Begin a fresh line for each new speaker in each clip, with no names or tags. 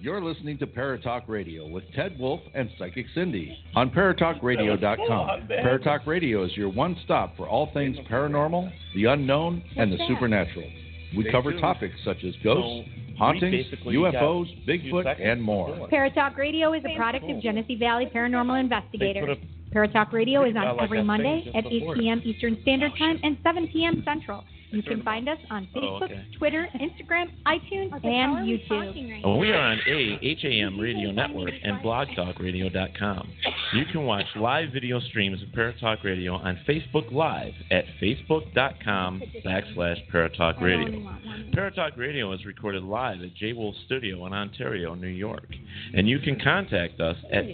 You're listening to Paratalk Radio with Ted Wolf and Psychic Cindy on paratalkradio.com. Paratalk Radio is your one stop for all things paranormal, the unknown, and the supernatural. We cover topics such as ghosts, hauntings, UFOs, Bigfoot, and more.
Paratalk Radio is a product of Genesee Valley Paranormal Investigators.
They
Paratalk Radio is on
got like
every
that
Monday
thing
at
just
8
before. Oh,
p.m. Eastern Standard Time and 7 p.m. Central. You can find us on Facebook,
okay.
Twitter, Instagram, iTunes, and YouTube.
Oh, we are on a HAM radio network and blogtalkradio.com. You can watch live video streams of Paratalk Radio on Facebook Live at facebook.com backslash Paratalk Radio. Paratalk Radio is recorded live at J Wolf Studio in Ontario, New York. And you can contact us at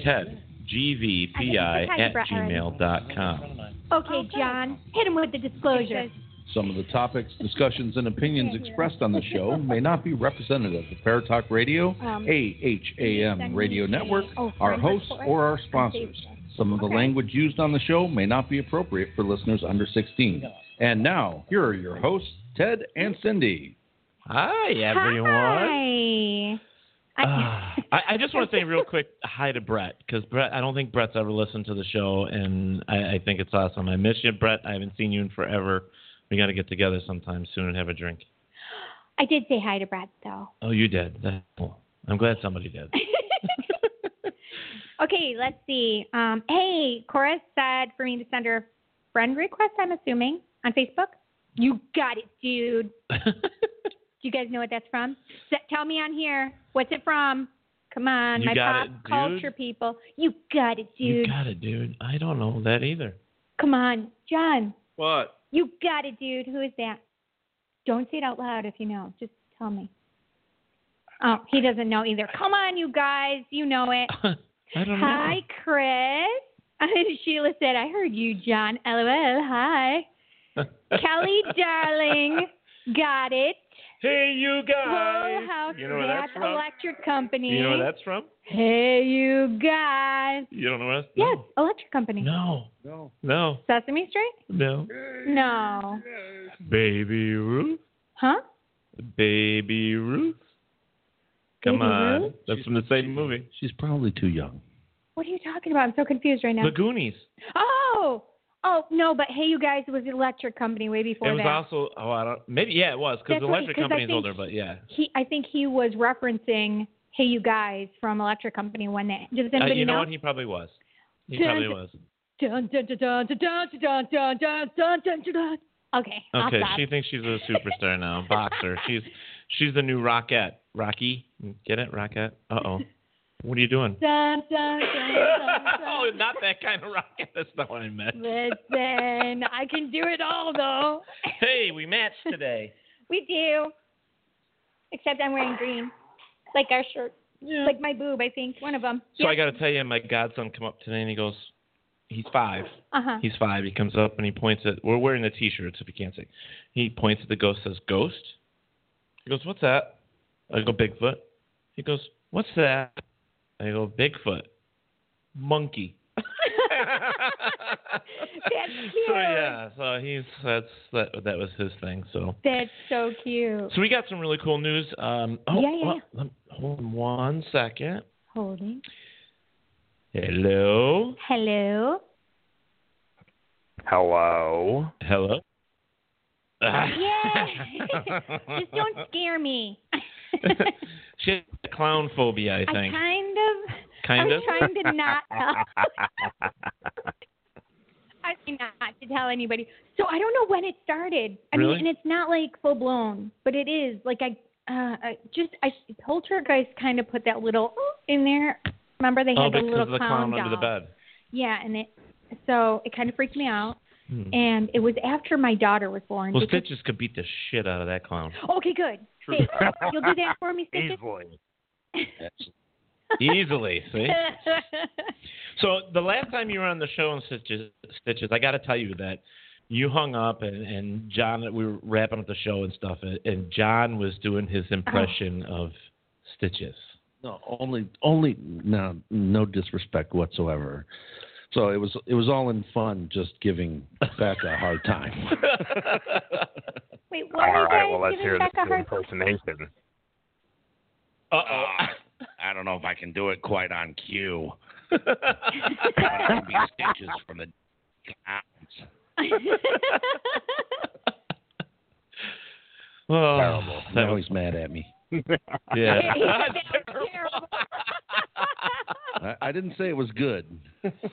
tedgvpi at gmail.com.
Okay, John, hit him with the disclosure.
Some of the topics, discussions, and opinions expressed on the show may not be representative of Paratalk Radio, AHAM Radio Network, our hosts, or our sponsors. Some of the language used on the show may not be appropriate for listeners under 16. And now, here are your hosts, Ted and Cindy.
Hi, everyone.
Hi. I,
Ah, I, I just want to say real quick hi to Brett because Brett, I don't think Brett's ever listened to the show, and I, I think it's awesome. I miss you, Brett. I haven't seen you in forever. We got to get together sometime soon and have a drink.
I did say hi to Brad, though.
Oh, you did. That's cool. I'm glad somebody did.
okay, let's see. Um, hey, Cora said for me to send her a friend request, I'm assuming, on Facebook. You got it, dude. Do you guys know what that's from? S- tell me on here. What's it from? Come on,
You
my
got
pop
it, dude?
culture people. You got it,
you
dude.
got it, dude. I don't know that either.
Come on, John.
What?
You got it, dude. Who is that? Don't say it out loud if you know. Just tell me. Oh, he doesn't know either. Come on, you guys. You know it.
I don't
Hi,
know.
Chris. Sheila said, I heard you, John. LOL. Hi. Kelly, darling. Got it.
Hey, you guys.
Whole House
you know where
Gas
that's from?
Electric Company.
You know where that's from?
Hey, you guys.
You don't know where that's
Yes, Electric Company.
No.
No.
No.
Sesame Street?
No.
No.
Baby Ruth.
Huh?
Baby Ruth. Come
Baby
on.
Ruth?
That's from the same movie.
She's probably too young.
What are you talking about? I'm so confused right now.
The Goonies.
Oh, oh no, but hey, you guys, it was Electric Company way before
it was
that.
also, oh, I don't, maybe, yeah, it was, because
That's
the
right,
Electric
'cause I
Company is
think-
older, but yeah.
he, I think he was referencing Hey You Guys from Electric Company one day. Does
Uh,
anybody
you know what? He probably was. He
Dun-
probably was.
Dun, dun, dun, dun, dun, dun, dun, dun, dun, dun, dun, dun, dun. Okay, I'll
Okay,
stop.
she thinks she's a superstar now, boxer. She's she's the new Rockette. Rocky, get it, Rockette? Uh oh, what are you doing?
Dun, dun, dun, dun,
oh,
dun.
not that kind of Rockette. That's not what I meant.
Listen, I can do it all though.
Hey, we matched today.
We do, except I'm wearing green, like our shirt, like my boob. I think one of them.
So I got to tell you, my godson come up today and he goes, he's five.
Uh huh.
He's five. He comes up and he points at. We're wearing the T-shirts if you can't see. He points at the ghost. Says ghost. He goes, "What's that?" I go, "Bigfoot." He goes, "What's that?" I go, "Bigfoot, monkey."
cute.
So yeah, so he's that's that that was his thing. So
That's so cute.
so we got some really cool news. Um, oh,
Yeah, yeah,
well, lem- hold on one second.
Holding.
Hello,
Hello.
Hello.
hello.
Yay! Just don't scare me.
she has clown phobia, I
I
think.
kind of.
kind
I
of.
was trying to not. I mean, not to tell anybody. So I don't know when it started. I
Really?
mean, and it's not like full blown, but it is like I uh, I just I poltergeist kind of put that little in there. Remember they
oh,
had the
because
little
of the
clown,
clown under the
doll.
bed.
Yeah, and it so it kind of freaked me out. And it was after my daughter was born.
Hmm. Well,
because-
Stitches could beat the shit out of that clown.
Okay, good. Thanks. You'll do that for me, Stitches?
Easily.
Easily, see? So the last time you were on the show on Stitches, Stitches I got to tell you that you hung up and, and John, we were wrapping up the show and stuff, and, and John was doing his
Uh-huh.
impression of Stitches.
No, only only no no disrespect whatsoever. So it was it was all in fun, just giving Beck a hard time.
Wait, what are
All
you
right,
guys
well, let's
giving
hear
back a
this
hard
impersonation.
Uh
I don't know if I can do it quite on cue. stitches from the.
oh.
Terrible.
That
now
was,
he's mad at me.
yeah.
He said that was terrible.
I, I didn't say it was good.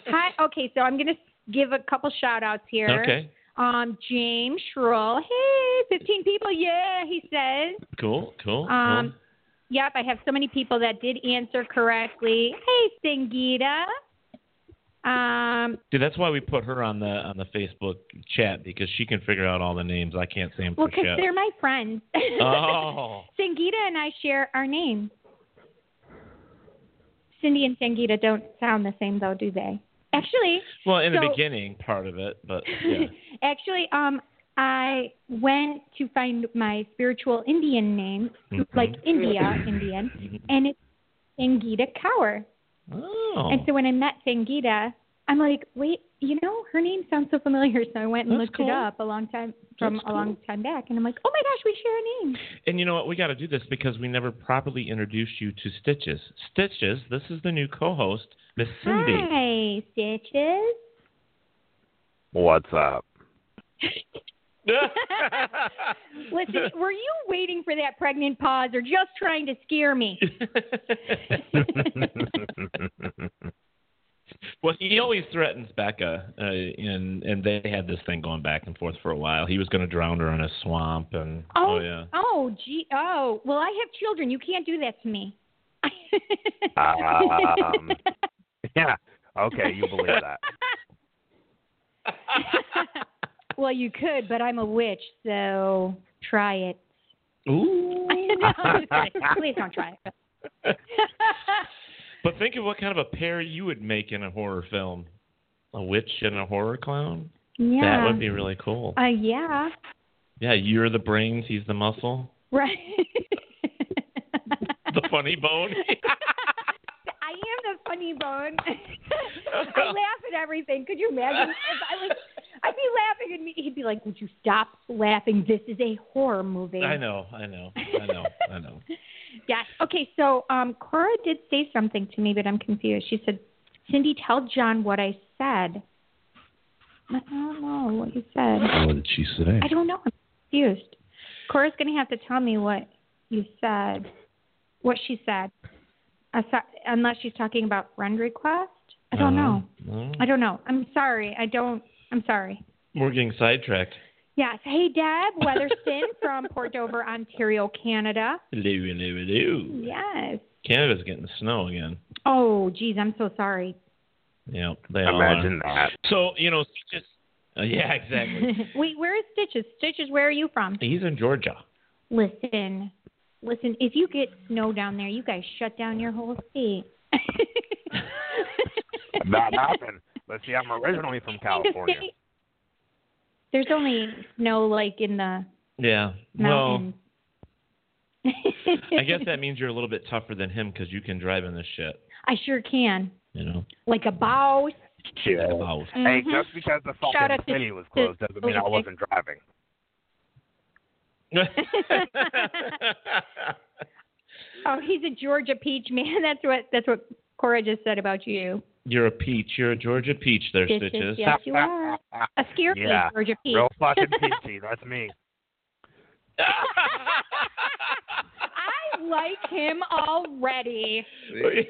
Hi. Okay, so I'm going to give a couple shout outs here.
Okay.
Um, James Schrull. Hey, 15 people. Yeah, he says.
Cool. Cool.
Um, Yep, I have so many people that did answer correctly. Hey, Singita. Um,
cool. Dude, that's why we put her on the on the Facebook chat because she can figure out all the names. I can't say them
well,
for
because
shit.
they're my friends.
Oh.
Sangita and I share our name. Cindy and Sangita don't sound the same though, do they? Actually,
Well, in the
So-
beginning part of it, but yeah.
actually, um, I went to find my spiritual Indian name,
Mm-hmm.
like India Indian, and it's Sangita Kaur.
Oh.
And so when I met Sangita, I'm like, wait, you know, her name sounds so familiar. So I went and
That's
looked
cool.
it up a long time from a long time back, and I'm like, oh my gosh, we share a name.
And you know what? We got to do this because we never properly introduced you to Stitches. Stitches, this is the new co-host, Miss Cindy.
Hi, Stitches.
What's up?
Listen, were you waiting for that pregnant pause or just trying to scare me?
well, he always threatens Becca, uh, and and they had this thing going back and forth for a while. He was going to drown her in a swamp, and oh, yeah,
Oh, gee. Oh, well, I have children. You can't do that to me.
Um, yeah. Okay, you believe that.
well, you could, but I'm a witch, so try it.
ooh.
No, I'm kidding. Please don't try it.
But think of what kind of a pair you would make in a horror film: a witch and a horror clown.
yeah.
That would be really cool.
Uh, yeah.
Yeah, you're the brains, he's the muscle,
Right.
the funny bone.
I am the funny bone. I laugh at everything. Could you imagine if I was? I'd be laughing, and me, he'd be like, "Would you stop laughing? This is a horror movie."
I know, I know, I know, I know.
Yes. Okay. So, um, Cora did say something to me, but I'm confused. She said, "Cindy, tell John what I said." I don't know what you said.
What did she say?
I don't know. I'm confused. Cora's going to have to tell me what you said, what she said, Asi- unless she's talking about friend request. I don't
Uh-huh.
know.
Um, Well,
I don't know. I'm sorry. I don't. I'm sorry.
We're getting sidetracked.
Yes. Hey, Deb Weatherston from Port Dover, Ontario, Canada.
Hello, hello, hello.
Yes.
Canada's getting snow again.
Oh, geez. I'm so sorry.
Yeah, they all are.
Imagine that.
So you know, Stitches. Uh, yeah, exactly.
Wait, where is Stitches? Stitches, where are you from?
He's in Georgia.
Listen, listen. If you get snow down there, you guys shut down your whole state.
Not happened. Let's see, I'm originally from
Kind of
California.
state- There's only snow like in the
Yeah.
mountains.
Well, I guess that means you're a little bit tougher than him because you can drive in this shit.
I sure can.
You know.
Like a Mm-hmm. bow.
Chill.
Wow.
Hey, just because the
Shout
fucking
out to-
city was closed doesn't mean I
Okay.
wasn't driving.
Oh, he's a Georgia peach man. That's what that's what Cora just said about you.
you're a peach. You're a Georgia peach. There,
Stitches,
Stitches.
yes, you are. A scary
Yeah.
Georgia peach.
Real fucking peachy. That's me.
I like him already.
Do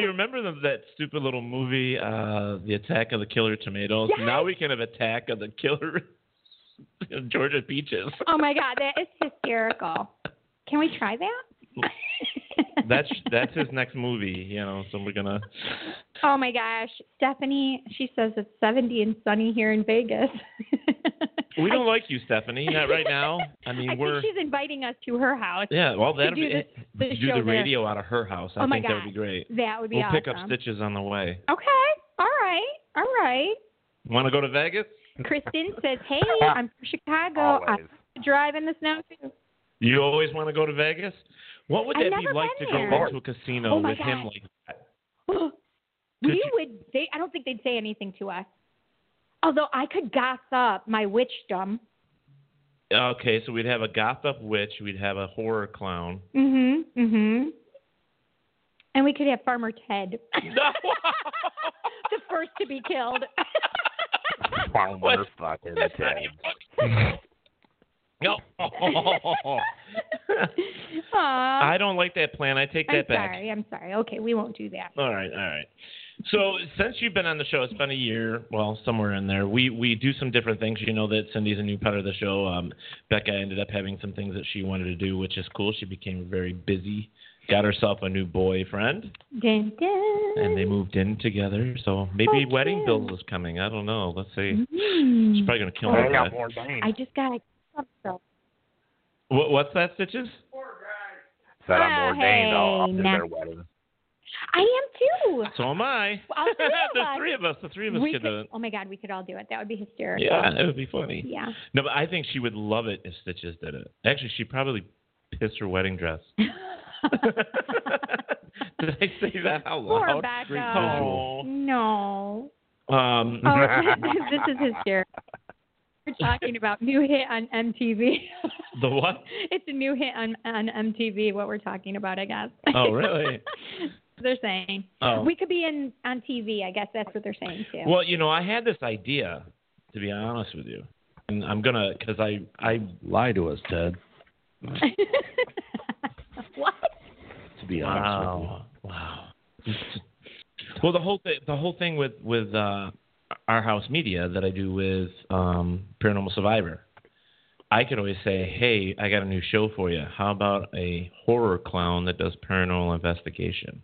you remember the, that stupid little movie, uh, The Attack of the Killer Tomatoes?
Yes.
Now we can have Attack of the Killer Georgia Peaches.
Oh my god, that is hysterical. Can we try that?
That's that's his next movie, you know. So we're gonna.
Oh my gosh, Stephanie, she says it's 70 and sunny here in Vegas.
We don't like you, Stephanie. Not right now. I mean,
I
we're
think she's inviting us to her house.
yeah. Well, that'd
do
be
the- the
do
show
the
there.
radio out of her house. I
Oh my
think that would
God.
be great.
That would be
We'll
awesome.
pick up stitches on the way.
Okay. All right. All right.
Want to go to Vegas?
Kristen says, "Hey, I'm from Chicago.
Always.
I'm driving the snow too."
You always want to go to Vegas? What would
I've
that be
never
like to
been
go
there.
into a casino
Oh my
with him
God.
like that?
we
you-
would. They, I don't think they'd say anything to us. Although I could goss up my witchdom.
Okay, so we'd have a goth up witch, we'd have a horror clown.
Mhm.
Mm-hmm,
Mhm. And we could have Farmer Ted, the first to be killed.
Farmer fucking
That's not
Ted.
No.
Aw,
I don't like that plan. I take
I'm
that back.
sorry. I'm sorry. Okay, we won't do that.
All right, all right. So since you've been on the show, it's been a year, well, somewhere in there. We we do some different things. You know that Cindy's a new part of the show. Um, Becca ended up having some things that she wanted to do, which is cool. She became very busy, got herself a new boyfriend,
Dun, dun.
and they moved in together. So maybe
Okay.
wedding bills is coming. I don't know. Let's see.
Mm.
She's probably gonna kill me.
Hang
but-
out more than
I just got to.
What, what's that, stitches?
Said I'm
Oh,
ordained. I'll, I'll
hey,
do
nah.
their wedding.
I am too.
So am I.
Well, all three of
There's
us.
three of us. The three of us
We
could do
could,
it.
oh my God, we could all do it. That would be hysterical.
Yeah, it would be funny.
Yeah.
No, but I think she would love it if Stitches did it. Actually, she probably pissed her wedding dress. did I say that out
Poor
loud?
Becca. No.
Oh. Um,
Oh, this is hysterical. We're talking about new hit on MTV.
the what?
it's a new hit on, on MTV. What we're talking about, I guess.
Oh, really?
they're saying
Oh.
we could be in on TV. I guess that's what they're saying too.
Well, you know, I had this idea, to be honest with you. And I'm going to, because I, I,
Lie to us, Ted.
what?
To be honest with
wow. Wow. well, the whole, th- the whole thing with, with uh, our house media that I do with um, Paranormal Survivor. I could always say, "Hey, I got a new show for you. How about a horror clown that does paranormal investigation?"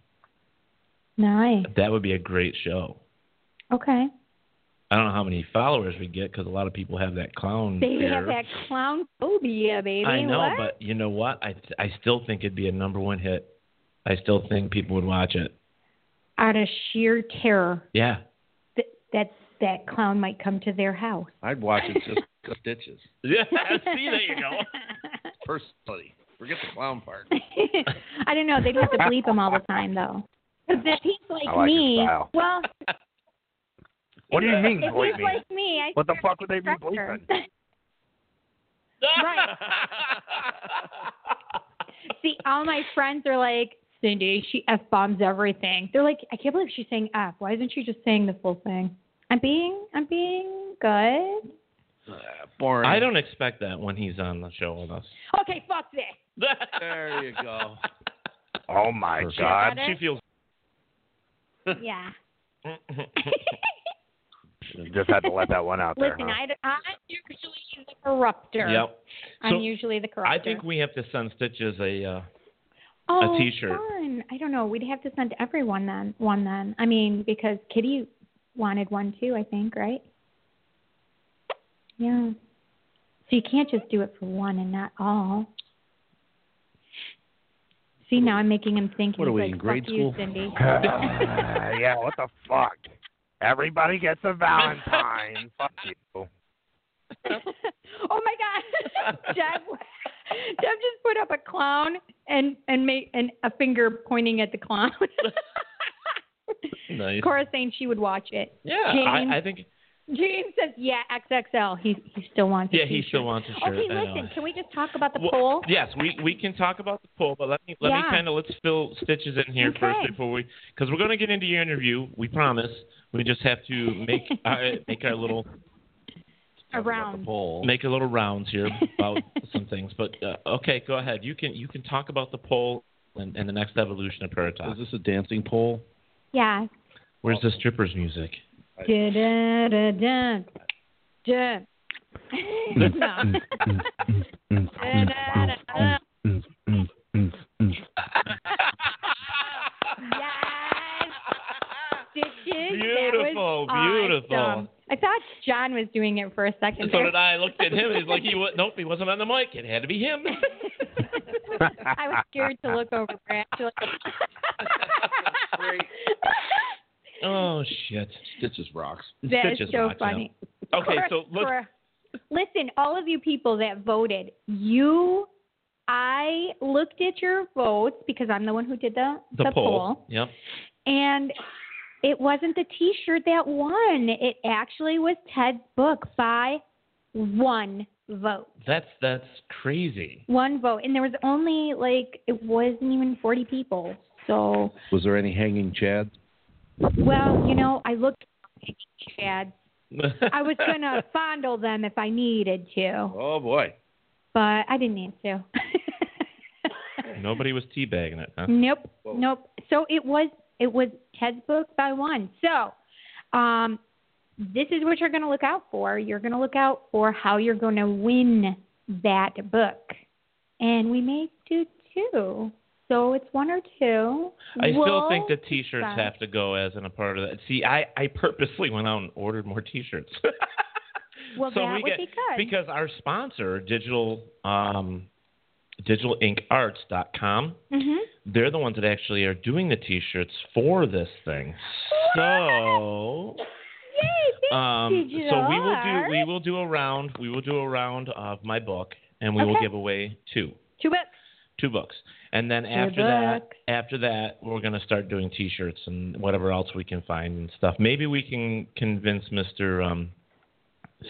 Nice.
That would be a great show.
Okay.
I don't know how many followers we get because a lot of people have that clown.
They
fear.
have that clown phobia, baby.
I know,
what?
but you know what? I I still think it'd be a number one hit. I still think people would watch it.
out of sheer terror
Yeah.
that that, that clown might come to their house.
you. I'd watch it just for stitches.
Yeah. See, there you go.
Personally. Forget the clown part.
I don't know. They'd have to bleep him all the time, though. Because if he's like,
I like your
me,
style.
well,
What do you mean,
if
bleep
he's
me?
like me, I
What the
swear I'd
fuck would they be
correct her.
bleeping?
Right. See, all my friends are like, Cindy, she f bombs everything. They're like, I can't believe she's saying f. Why isn't she just saying the full thing? I'm being, I'm being good.
Boring.
I don't expect that when he's on the show with us.
Okay, fuck this.
There you go.
Oh my
Perfect.
god.
She feels.
Yeah.
You just had to let that one out there.
Listen,
huh?
I, I'm usually the corrupter.
Yep.
I'm
So,
usually the corrupter.
I think we have to send Stitches a. Uh,
oh,
t-shirt.
Fun. I don't know. We'd have to send everyone then one then. I mean, because Kitty wanted one too. I think right. Yeah. So you can't just do it for one and not all. See, now I'm making him think.
What
he's
are we,
like,
in grade
Fuck
school?"
You, Cindy.
Uh, yeah, what the fuck? Everybody gets a Valentine. fuck you.
oh my god Deb, Deb just put up a clown and and made and a finger pointing at the clown
nice.
Cora saying she would watch it
Yeah,
James,
I, I think.
James says yeah XXL he he still wants a
Yeah, he still
t-shirt.
wants a shirt.
okay
I know.
listen can we just talk about the
Well,
poll
Yes, we we can talk about the poll, but let me let me
Yeah.
kind of let's fill stitches in here first
Okay.
before we because we're going to get into your interview. We promise. We just have to make our, make our little
around
Poll.
make a little rounds here about some things. But uh, okay, go ahead. You can you can talk about the poll and, and the next evolution of prayer
Is
talk.
this a dancing poll?
yeah
Where's the strippers music?
Da-da-da-da. Da. no. Da-da-da-da.
Oh,
I,
beautiful.
um, I thought John was doing it for a second.
so
there.
did I. I looked at him. He's like, he wa- nope, he wasn't on the mic. It had to be him.
I was scared to look over Brad. To look
Great. oh shit.
Stitches rocks.
that is
Stitches
so
watching
funny.
Okay,
Cora-
so look.
Cora, listen, all of you people that voted, you, I looked at your votes because I'm the one who did the
The, poll.
poll.
Yep.
And it wasn't the t shirt that won. It actually was Ted's book by one vote.
That's that's crazy.
One vote. And there was only like, it wasn't even 40 people. So,
Was there any hanging chads?
well, you know, I looked at Chad. I was going to fondle them if I needed to,
Oh boy.
but I didn't need to.
Nobody was teabagging it, huh?
Nope, nope. So it was it was Ted's book by one. So, um, this is what you're going to look out for. You're going to look out for how you're going to win that book, and we may do two. So it's one or two.
I still
We'll-
think the T-shirts
decide.
have to go as an, a part of that. See, I, I purposely went out and ordered more T-shirts.
well
so
that
we
would
get
be good.
because our sponsor, Digital um, DigitalInkArts.com,
Mhm.
they're the ones that actually are doing the T-shirts for this thing. So.
Yay! Thank
Um,
Digital
so we will do
art.
we will do a round we will do a round of my book and we will
Okay.
give away two
two books.
two books and then after
books.
that after that we're going to start doing T-shirts and whatever else we can find and stuff. Maybe we can convince Mister um,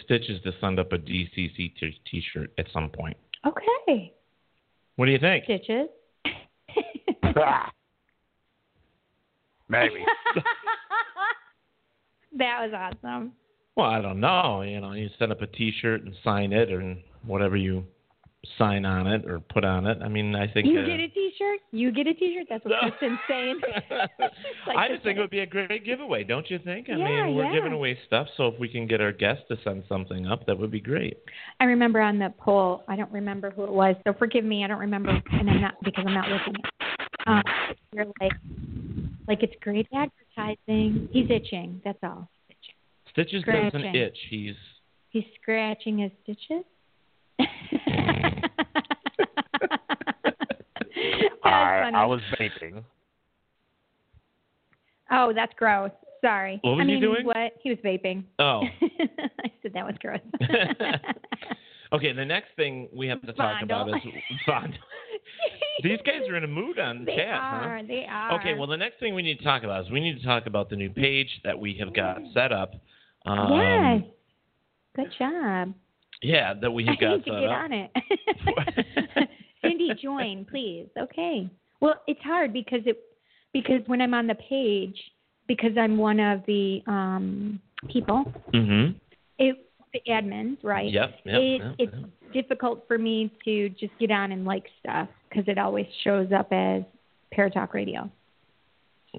Stitches to send up a DCC t- T-shirt at some point.
Okay,
What do you think?
stitches.
Maybe.
that was awesome.
Well, I don't know. You know, you set up a T-shirt and sign it, or whatever you sign on it or put on it. I mean, I think
You
uh,
get a T-shirt. You get a T-shirt. That's what Kristen's saying. like
I
the
just think
same.
it would be a great giveaway, don't you think? I
Yeah,
mean, we're
yeah.
giving away stuff, so if we can get our guests to send something up, that would be great.
I remember on the poll. I don't remember who it was, so forgive me. I don't remember, and I'm not because I'm not looking. At um, you're like, like it's great advertising. He's itching. That's all.
Stitches doesn't
Scratching.
itch. He's
He's scratching his stitches.
Mm.
That's
I,
funny.
I was vaping.
Oh, that's gross. Sorry.
What was
I
he
mean,
doing?
What he was vaping.
oh.
I said that was gross.
okay, the next thing we have to talk about is fondle. These guys are in a mood on
They
chat, huh?
are. They are.
Okay, well, the next thing we need to talk about is we need to talk about the new page that we have got set up. Um,
yes. Good job.
Yeah, that we
I
have
need
got
to
set
get
up.
on it. Cindy, join, please. Okay. Well, it's hard because it because when I'm on the page, because I'm one of the um, people,
Mm-hmm.
it the admins, right?
Yep, yep,
it,
yep,
it's difficult for me to just get on and like stuff because it always shows up as Paratalk Radio.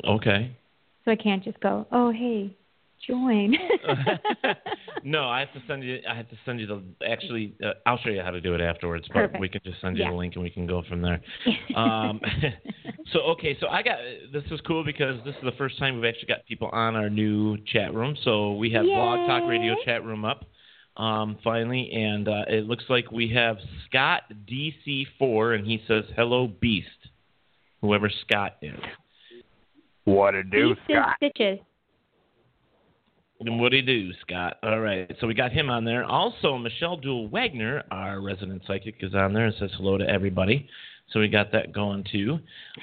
Okay.
So I can't just go, oh hey, join.
no, I have to send you. I have to send you the. Actually, uh, I'll show you how to do it afterwards. But
Perfect.
we can just send you
Yeah.
the link and we can go from there. um, so okay, so I got this is cool because this is the first time we've actually got people on our new chat room. So we have Blog Talk Radio
Yay.
chat room up um, finally, and uh, it looks like we have Scott DC4, and he says hello Beast, whoever Scott is.
What to do,
Beast and
Scott?
Stitches.
Uh-huh. And what do you do, Scott? All right, so we got him on there. Also, Michelle Dual Wagner, our resident psychic, is on there and says hello to everybody. So we got that going too.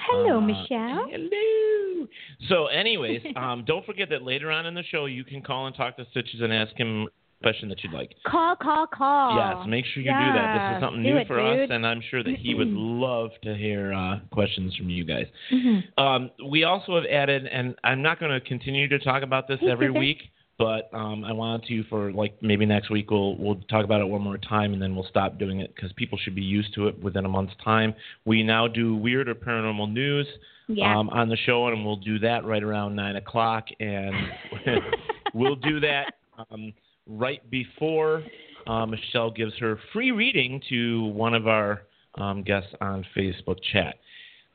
Hello,
Uh,
Michelle.
Hello. So, anyways, um, don't forget that later on in the show, you can call and talk to Stitches and ask him a question that you'd like.
Call, call, call.
yes, make sure you do that. This
yes,
is something
do
new
it,
for us,
dude.
and I'm sure that he would love to hear uh, questions from you guys.
Mhm.
Um, we also have added, and I'm not going to continue to talk about this
Hey,
every
sister.
week, but um, I wanted to for like maybe next week we'll we'll talk about it one more time, and then we'll stop doing it because people should be used to it within a month's time. We now do weird or paranormal news
Yeah.
um, on the show, and we'll do that right around nine o'clock, and we'll do that um, right before uh, Michelle gives her free reading to one of our um, guests on Facebook chat.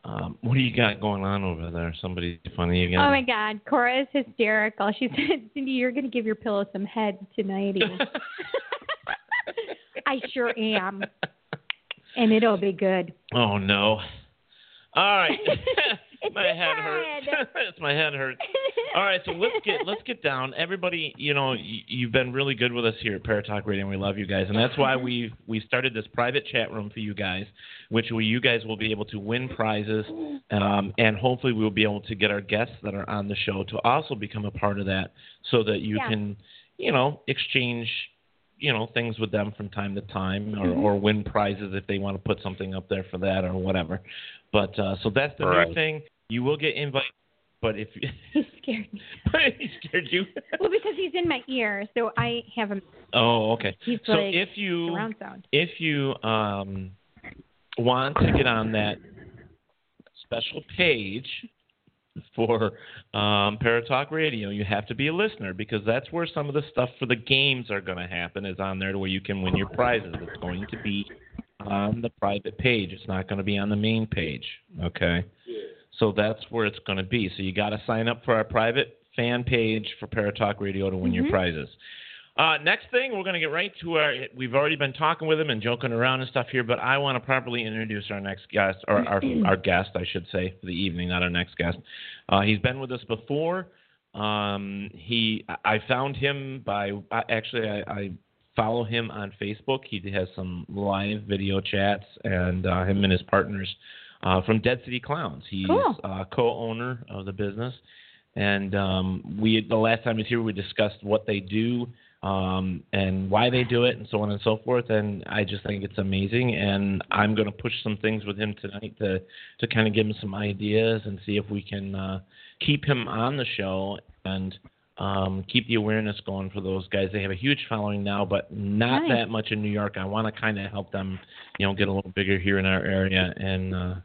Um, what do you got going on over there? Somebody funny again?
Oh my God, Cora is hysterical. She said, "Cindy, you're going to give your pillow some head tonight." I sure am, and it'll be good.
Oh no. All right.
It's
my
your
head
head.
hurts. It's my head hurts. All right, so let's get let's get down. Everybody, you know, you, you've been really good with us here at Paratalk Radio, and we love you guys, and that's why we we started this private chat room for you guys, which we, you guys will be able to win prizes, um, and hopefully we will be able to get our guests that are on the show to also become a part of that, so that you
Yeah.
can, you know, exchange, you know, things with them from time to time, or, or win prizes if they want to put something up there for that or whatever. But uh, so that's the new
Right.
thing. You will get invited, but if
He scared me.
but he scared you.
Well, because he's in my ear, so I have him
oh, okay.
He's
so
like
if you
surround sound.
if you um, want to get on that special page for um, Paratalk Radio, you have to be a listener because that's where some of the stuff for the games are going to happen is on there to where you can win your prizes. It's going to be on the private page. It's not going to be on the main page. Okay. So that's where it's going to be. So you got to sign up for our private fan page for Paratalk Radio to win
Mm-hmm.
your prizes. Uh, next thing, we're going to get right to our. We've already been talking with him and joking around and stuff here, but I want to properly introduce our next guest, or our, our guest, I should say, for the evening, not our next guest. Uh, he's been with us before. Um, he, I- I found him by I, actually, I, I follow him on Facebook. He has some live video chats, and uh, him and his partners uh, from Dead City Clowns. He's
Cool.
uh, co-owner of the business, and um, we the last time he was here, we discussed what they do um, and why they do it, and so on and so forth. And I just think it's amazing. And I'm going to push some things with him tonight to to kind of give him some ideas and see if we can uh, keep him on the show and um, keep the awareness going for those guys. They have a huge following now, but not
Nice.
that much in New York. I want to kind of help them, you know, get a little bigger here in our area. And uh,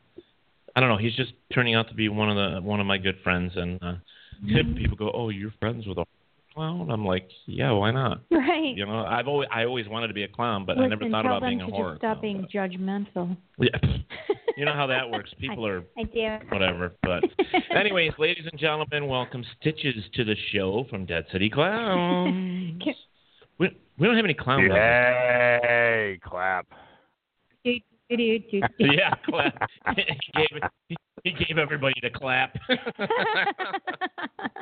I don't know. He's just turning out to be one of the one of my good friends. And uh,
Mm-hmm.
people go, "Oh, you're friends with a clown?" I'm like, "Yeah, why not?"
Right.
You know, I've always I always wanted to be a clown, but
Listen,
I never thought
tell
about
them
being a
to
horror
just stop
clown.
being judgmental.
Yeah. you know how that works. People are
I do.
whatever. But anyways, ladies and gentlemen, welcome Stitches to the show from Dead City Clowns.
Can-
we, we don't have any clown weapons.
Yay! Clap.
Do, do, do, do, do.
Yeah, clap. he, gave, it- he gave everybody the clap.
oh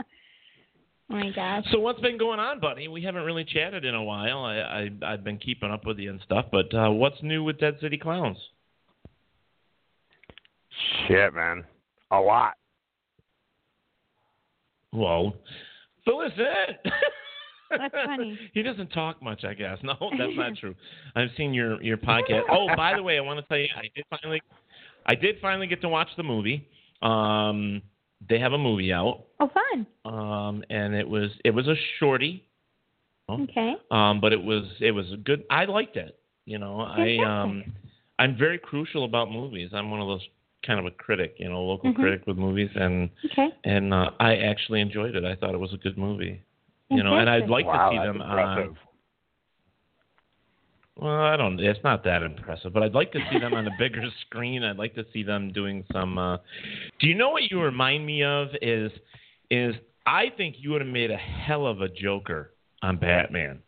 my gosh.
so what's been going on, buddy? We haven't really chatted in a while. I, I I've been keeping up with you and stuff, but uh, what's new with Dead City Clowns?
Shit, man. A lot.
Whoa. Fill us in.
That's funny.
He doesn't talk much, I guess. No, that's not true. I've seen your your podcast. Oh, by the way, I want to tell you, I did finally, I did finally get to watch the movie. Um, they have a movie out,
Oh, fun.
um, and it was it was a shorty,
Okay.
um, but it was it was a good. I liked it. You know, I um, I'm very crucial about movies. I'm one of those kind of a critic, you know, local critic with movies, and
Okay.
and uh, I actually enjoyed it. I thought it was a good movie. You know, and I'd
Fantastic.
like
wow,
to see
that's
them uh, on.
impressive.
Well, I don't. It's not that impressive, but I'd like to see them on a bigger screen. I'd like to see them doing some. Uh, do you know what you remind me of? Is is I think you would have made a hell of a Joker on Batman.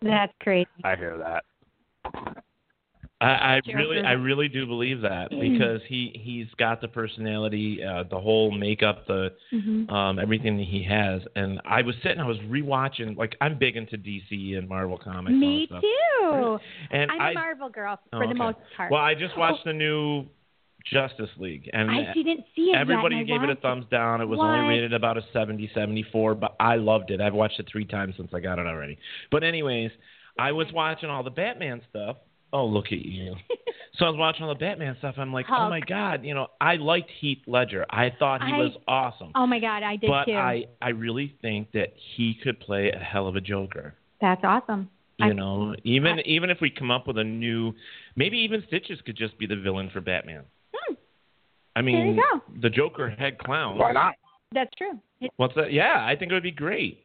That's crazy.
I hear that.
I, I
Joker.
really, I really do believe that
Mm-hmm.
because he he's got the personality, uh, the whole makeup, the
Mm-hmm.
um, everything that he has. And I was sitting, I was rewatching. Like I'm big into DC and Marvel comics. and all
Me
that stuff.
too.
And
I'm
I-
a Marvel girl
Oh,
for the
okay.
most part.
Well, I just watched the new Justice League, and
I didn't see it.
everybody
yet, and I
gave it a
want to.
thumbs down. It was
What?
only rated about a 70, 74, but I loved it. I've watched it three times since I got it already. But anyways, I was watching all the Batman stuff. Oh, look at you. so I was watching all the Batman stuff. I'm like, oh
Hulk.
my god, you know, I liked Heath Ledger. I thought he
I-
was awesome.
Oh my God, I did
but
too.
I, I really think that he could play a hell of a Joker.
That's awesome.
You
I-
know, even even if we come up with a new, maybe even Stitches could just be the villain for Batman.
Hmm.
I mean,
go.
the Joker had clowns.
Why not?
That's true. It's
What's that? Yeah, I think it would be great.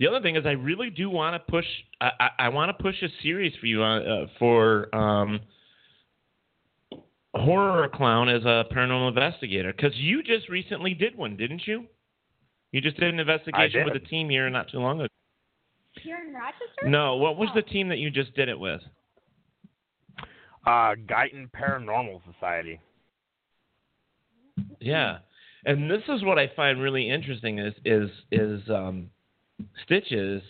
The other thing is, I really do want to push. I, uh, I, I want to push a series for you on, uh, for um, horror clown as a paranormal investigator? Because you just recently did one, didn't you? You just did an investigation
did.
with a team here not too long ago.
Here in Rochester? Oh.
No, what was the team that you just did it with?
Uh, Guyton Paranormal Society.
Yeah, and this is what I find really interesting is is is um, stitches.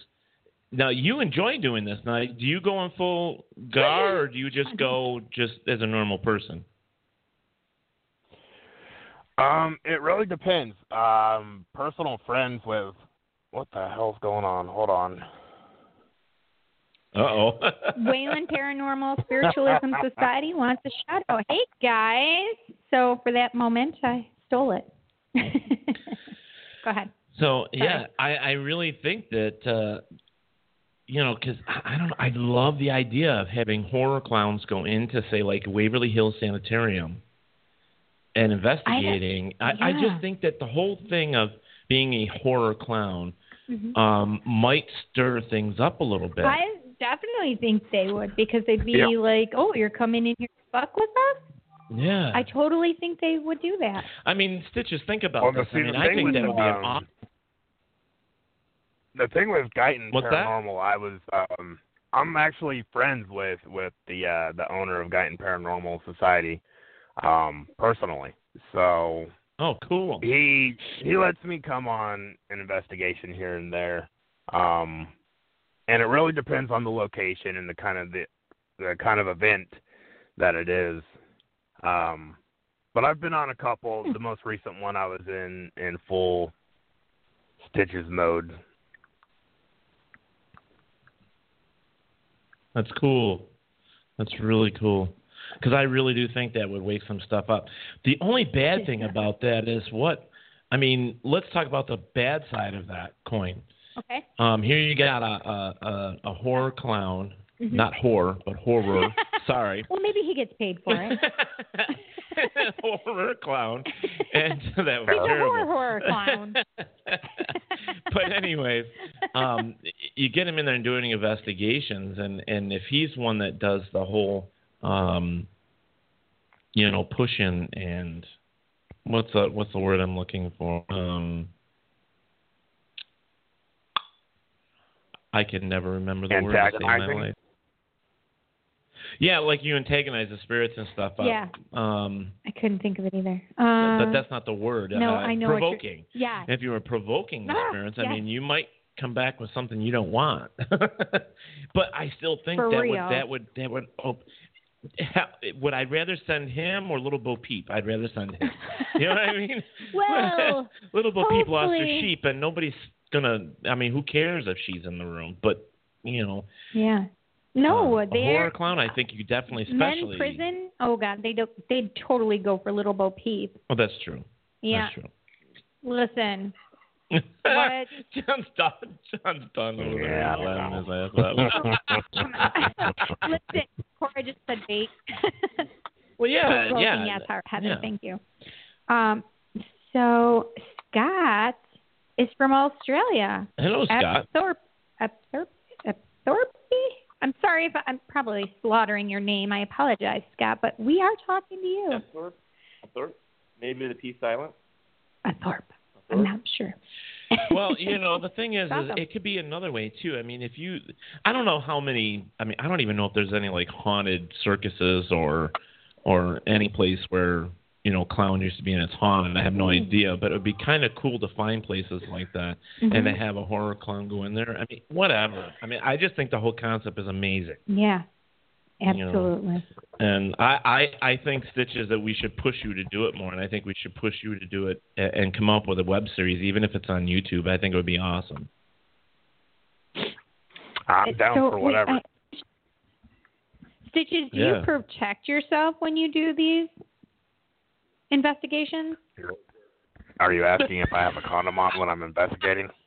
Now you enjoy doing this. Now, do you go in full gar, or do you just go just as a normal person?
Um, it really depends. Um, personal friends with what the hell's going on? Hold on.
Uh oh.
Wayland Paranormal Spiritualism Society wants a shout out. Hey guys. So for that moment I stole it. Go ahead.
So yeah, I, I really think that uh, you know because I, I don't know, I love the idea of having horror clowns go into say like Waverly Hills Sanitarium and investigating. I, I,
yeah.
just think that the whole thing of being a horror clown um, might stir things up a little bit.
Mm-hmm. I definitely think they would because they'd be
Yeah.
like, Oh, you're coming in here to fuck with us?
yeah,
I totally think they would do that.
I, mean stitches. Think about
Well, the
this. I
thing-
mean,
the
I
thing
think
with
that
the,
would be an
um,
awesome.
The thing with Guyton
What's that?
Paranormal, I was um, I'm actually friends with with the uh, the owner of Guyton Paranormal Society, um, personally. So
Oh, cool.
he he lets me come on an investigation here and there um and it really depends on the location and the kind of the the kind of event that it is um but i've been on a couple
Hmm.
the most recent one i was in in full stitches mode
That's cool. That's really cool. Because I really do think that would wake some stuff up. The only bad thing about that is what? I mean, let's talk about the bad side of that coin.
Okay.
Um, here you got a a, a, a horror clown,
Mm-hmm.
not horror, but horror. Sorry.
Well maybe he gets paid for it.
horror clown, and that was
He's a
terrible
horror horror clown.
but anyways, um, you get him in there and doing investigations, and and if he's one that does the whole, um, you know, pushing and what's the what's the word I'm looking for? Um, I can never remember the word to save my
Antagonizing?
life. Yeah, like you antagonize the spirits and stuff. uh,
Yeah.
Um,
I couldn't think of it either.
but-
Um,
but that's not the word.
no,
uh,
I know what you're-
provoking.
yeah.
If you were provoking the
Ah,
parents,
yes.
I mean, you might come back with something you don't want. but I still think
For
that
real.
would that would that would oh, would I rather send him or little Bo Peep? I'd rather send him. You know what I mean?
Well,
little Bo Peep lost
hopefully.
her sheep, and nobody's gonna. I mean, who cares if she's in the room? But you know,
Yeah. No,
um, a
Oh, they're
horror clown. I think you definitely,
men
especially
prison. Oh God, they don't. They'd totally go for Little Bo Peep.
Oh, that's true.
Yeah.
That's true.
Listen, What?
John's done. John's done over there.
Yeah.
laughing his ass off.
listen. Cora just said bait.
Well, yeah,
Provoking,
Uh, yeah,
Yes, Har- Heather.
yeah.
Thank you. Um. So Scott is from Australia.
Hello, Scott.
Epthorpe. Epthorpe. Epthorpe. I'm sorry if I- I'm probably slaughtering your name. I apologize, Scott, but we are talking to you.
Maybe the P silent.
Epthorpe. I'm not sure.
Well, you know, the thing is, is
Awesome.
it could be another way too. I mean, if you, I don't know how many. I mean, I don't even know if there's any like haunted circuses or, or any place where you know clown used to be and it's haunted. I have no idea, but it would be kind of cool to find places like that and to have a horror clown go in there. I mean, whatever. I mean, I just think the whole concept is amazing.
Yeah,
know.
absolutely.
And I, I, I think stitches that we should push you to do it more, and I think we should push you to do it a- and come up with a web series, even if it's on YouTube. I think it would be awesome.
i'm down
So,
for
wait,
whatever
I- Stitches, do
Yeah.
you protect yourself when you do these investigations?
are you asking if i have a condom on when i'm investigating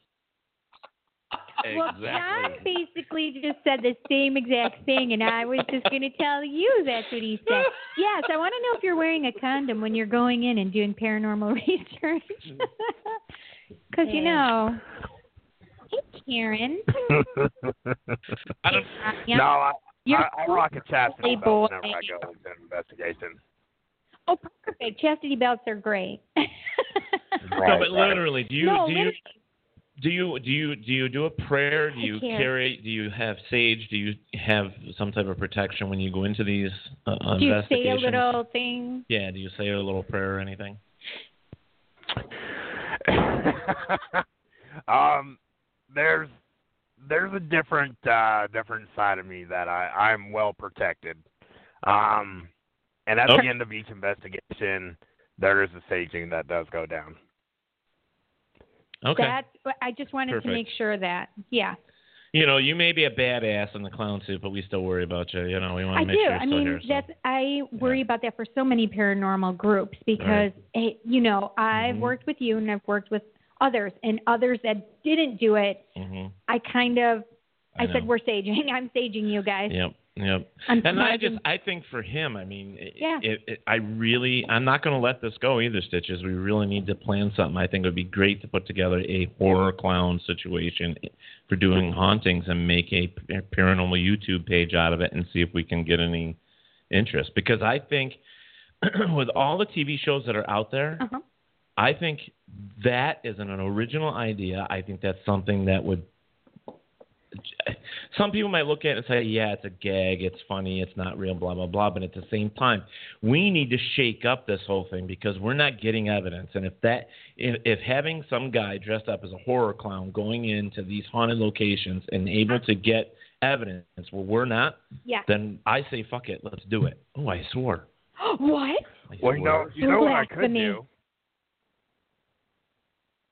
Well, John basically just said the same exact thing, and I was just going to tell you that's what he said. Yes, I want to know if you're wearing a condom when you're going in and doing paranormal research. Because, you know. Hey, Karen.
I don't,
Yeah.
no i
You're
I, I rock a chastity
Hey,
belt
boy.
whenever i go into an investigation
Oh, perfect. Chastity belts are great.
no, but literally, do you
no,
do you
literally.
do you do you do you do a prayer? Do you
can't.
carry? Do you have sage? Do you have some type of protection when you go into these uh,
Do you say a
investigations?
little thing?
Yeah, do you say a little prayer or anything?
um, there's there's a different uh, different side of me that I I'm well protected. Um, and at
Okay.
the end of each investigation, there is a saging that does go down.
Okay.
That's, I just wanted
Perfect.
to make sure that, yeah.
you know, you may be a badass in the clown suit, but we still worry about you. You know, we want
I
to make
do.
sure you're
I
still
mean,
here. so-
that's I worry about that for so many paranormal groups because
Right. Mm-hmm.
eh, you know I've worked with you and I've worked with others and others that didn't do it.
Mhm.
I kind of
I
I,
know.
said we're saging. I'm saging you guys.
Yep. Yep.
I'm
and I
smacking-
just, I think for him, I mean, it,
Yeah.
it, it, I really, I'm not going to let this go either, Stitches. We really need to plan something. I think it would be great to put together a horror clown situation for doing hauntings and make a p- a paranormal YouTube page out of it and see if we can get any interest. Because I think with all the TV shows that are out there,
Uh-huh.
I think that is an, an original idea. I think that's something that would. Some people might look at it and say, yeah, it's a gag, it's funny, it's not real, blah, blah, blah. But at the same time, we need to shake up this whole thing because we're not getting evidence. And if that, if, if having some guy dressed up as a horror clown going into these haunted locations and able to get evidence where we're not,
Yeah.
then I say, fuck it, let's do it. Oh, I swore.
what?
I
Well, you
swore.
know, you know what I could
Blasphemy.
do.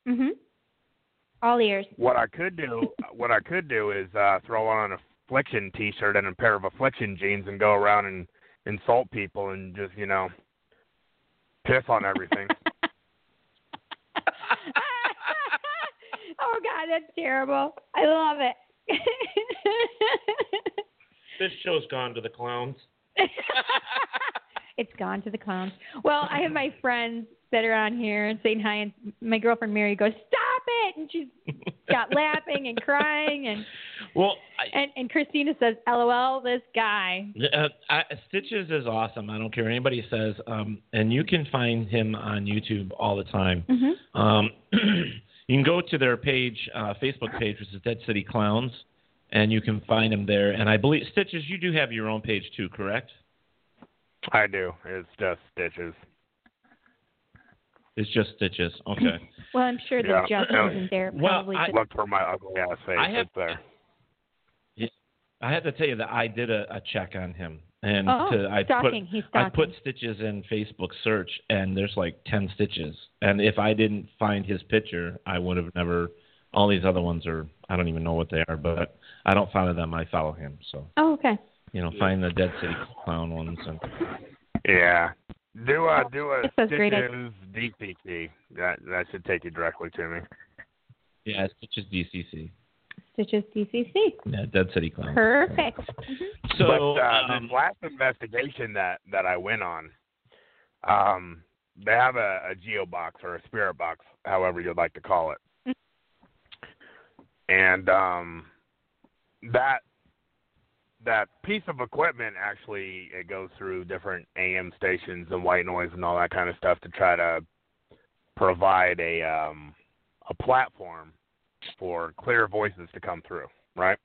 Mhm. All ears.
What I could do, what I could do is uh, throw on an affliction T-shirt and a pair of affliction jeans and go around and insult people and just you know piss on everything.
oh God, that's terrible. I love it.
This show's gone to the clowns.
it's gone to the clowns. Well, I have my friends that are on here saying hi, and my girlfriend Mary goes, "Stop it!" and she's got laughing and crying, and
Well, I,
and, and Christina says, "LOL, this guy."
uh, I, Stitches is awesome. I don't care what anybody says. Um, and you can find him on YouTube all the time. Um, you can go to their page, uh, Facebook page, which is Dead City Clowns, and you can find him there. And I believe Stitches, you do have your own page too, correct?
I do. It's just stitches.
It's just Stitches. Okay.
Well, I'm sure the
Yeah.
joke isn't there.
Well,
Probably
I-
just-
Look for my ugly ass face.
I have-
it's there.
I have to tell you that I did a, a check on him, and
Oh,
to, I
stalking.
put
He's
I put
stalking.
stitches in Facebook search, and there's like ten stitches. And if I didn't find his picture, I would have never. All these other ones are I don't even know what they are, but I don't follow them. I follow him, so
oh, okay.
you know, find the Dead City Clown ones. And
Yeah. Do a do a
This was great.
stitches DPT. That that should take you directly to me.
yeah, stitches DCC.
Stitches DCC.
Yeah, Dead City Clown.
Perfect.
So
but uh,
um,
this last investigation that that I went on, um, they have a, a geo box or a spirit box, however you'd like to call it, and um, that that piece of equipment actually it goes through different AM stations and white noise and all that kind of stuff to try to provide a um, a platform for clear voices to come through, right?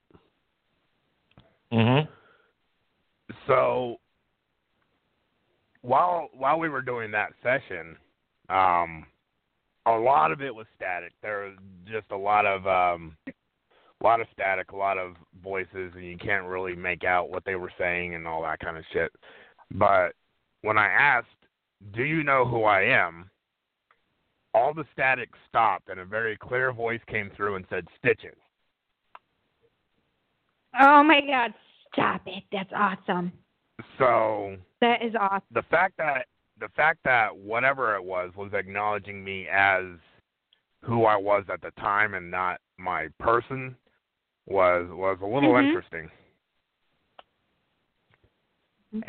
mhm.
so while while we were doing that session, um, a lot of it was static. There was just a lot of um, a lot of static, a lot of voices, and you can't really make out what they were saying and all that kind of shit. But when I asked, "Do you know who I am?" all the static stopped, and a very clear voice came through and said, "Stitches."
Oh my God, stop it. That's awesome.
So
That is awesome.
the fact that the fact that whatever it was was acknowledging me as who I was at the time and not my person was was a little
Mhm.
interesting.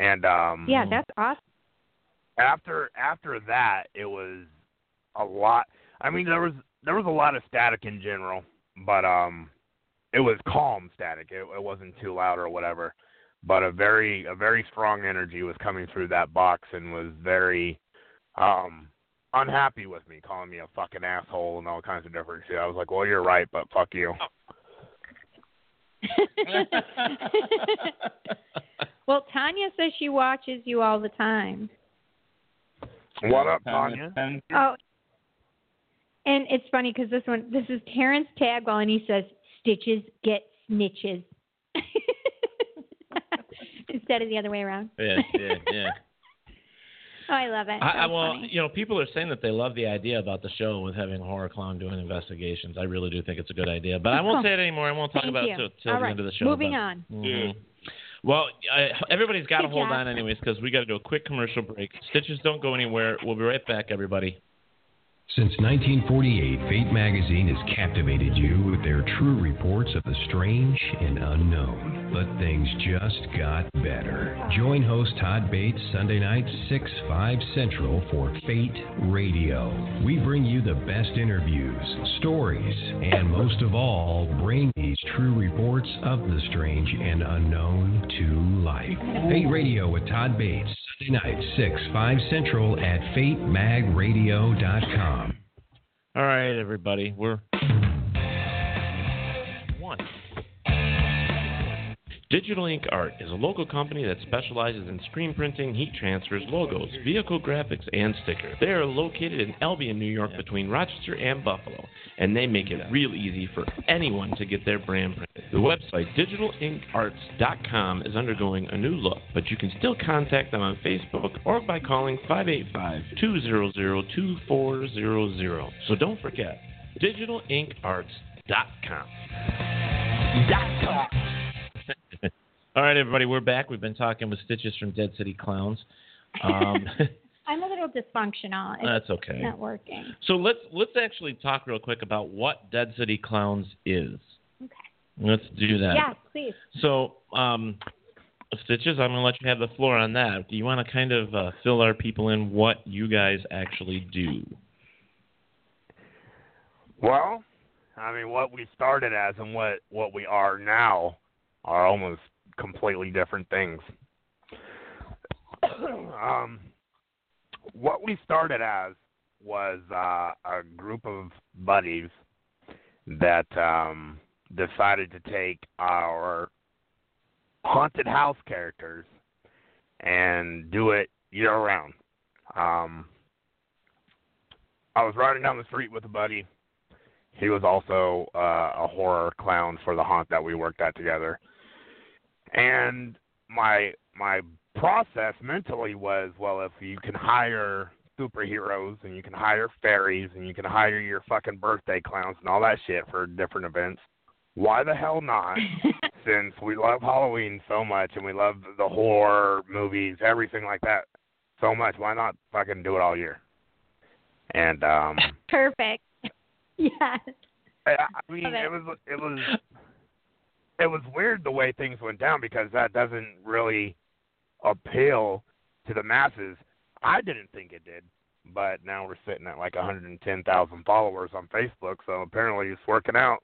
And um
Yeah,
Mm-hmm.
that's awesome.
after after that it was a lot I mean there was there was a lot of static in general, but um it was calm static. It, it wasn't too loud or whatever. But a very a very strong energy was coming through that box and was very um, unhappy with me, calling me a fucking asshole and all kinds of different shit. I was like, well, you're right, but fuck you.
well, Tanya says she watches you all the time.
What up, Tanya?
Oh, and it's funny because this one, this is Terrence Tagwell, and he says, "Stitches get snitches," instead of the other way around.
Yeah, yeah, yeah.
Oh, I love it.
I, I
That's
well,
funny.
you know, people are saying that they love the idea about the show with having a horror clown doing investigations. I really do think it's a good idea, but I won't
Cool.
say it anymore. I won't talk
Thank
about
you.
it till, till
All
the
right.
end of the show.
Moving
but-
on.
Mhm. Well, I, everybody's got to
Good
hold
job.
on anyways because we got to do a quick commercial break. Stitches don't go anywhere. We'll be right back, everybody.
Since 1948, Fate magazine has captivated you with their true reports of the strange and unknown. But things just got better. Join host Todd Bates Sunday night 6 5 Central for Fate Radio. We bring you the best interviews, stories, and most of all, bring these true reports of the strange and unknown to life. Fate Radio with Todd Bates Sunday night 6 5 Central at FateMagRadio.com.
All right, everybody. We're one. Digital Ink Art is a local company that specializes in screen printing, heat transfers, logos, vehicle graphics, and stickers. They are located in Albion, New York, between Rochester and Buffalo, and they make it real easy for anyone to get their brand printed. The website digitalinkarts.com is undergoing a new look, but you can still contact them on Facebook or by calling 585-200-2400. So don't forget digitalinkarts.com. All right, everybody, we're back. We've been talking with Stitches from Dead City Clowns. Um,
I'm a little dysfunctional. It's
that's okay.
not working.
So let's let's actually talk real quick about what Dead City Clowns is.
Okay.
Let's do that.
Yes, please.
So, um, Stitches, I'm going to let you have the floor on that. Do you want to kind of uh, fill our people in what you guys actually do?
Well, I mean, what we started as and what what we are now are almost completely different things. um, what we started as was uh, a group of buddies that um, decided to take our haunted house characters and do it year round. Um, I was riding down the street with a buddy he was also uh, a horror clown for the haunt that we worked at together. And my my process mentally was, well, if you can hire superheroes and you can hire fairies and you can hire your fucking birthday clowns and all that shit for different events, why the hell not? Since we love Halloween so much and we love the horror movies, everything like that so much, why not fucking do it all year? And um
Perfect. Yes.
I I mean,
Love it.
it was it was it was weird the way things went down because that doesn't really appeal to the masses. I didn't think it did, but now we're sitting at like 110,000 followers on Facebook, so apparently it's working out.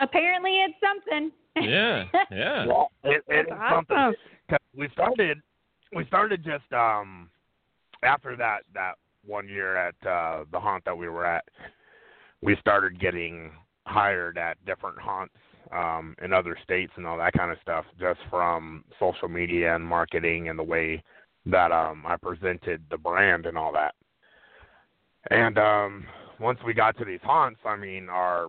Apparently, it's something.
Yeah, yeah.
Well, it, it is
That's
something.
awesome.
'Cause we started we started just um after that that one year at uh the haunt that we were at we started getting hired at different haunts um in other states and all that kind of stuff just from social media and marketing and the way that um I presented the brand and all that. And um once we got to these haunts, I mean our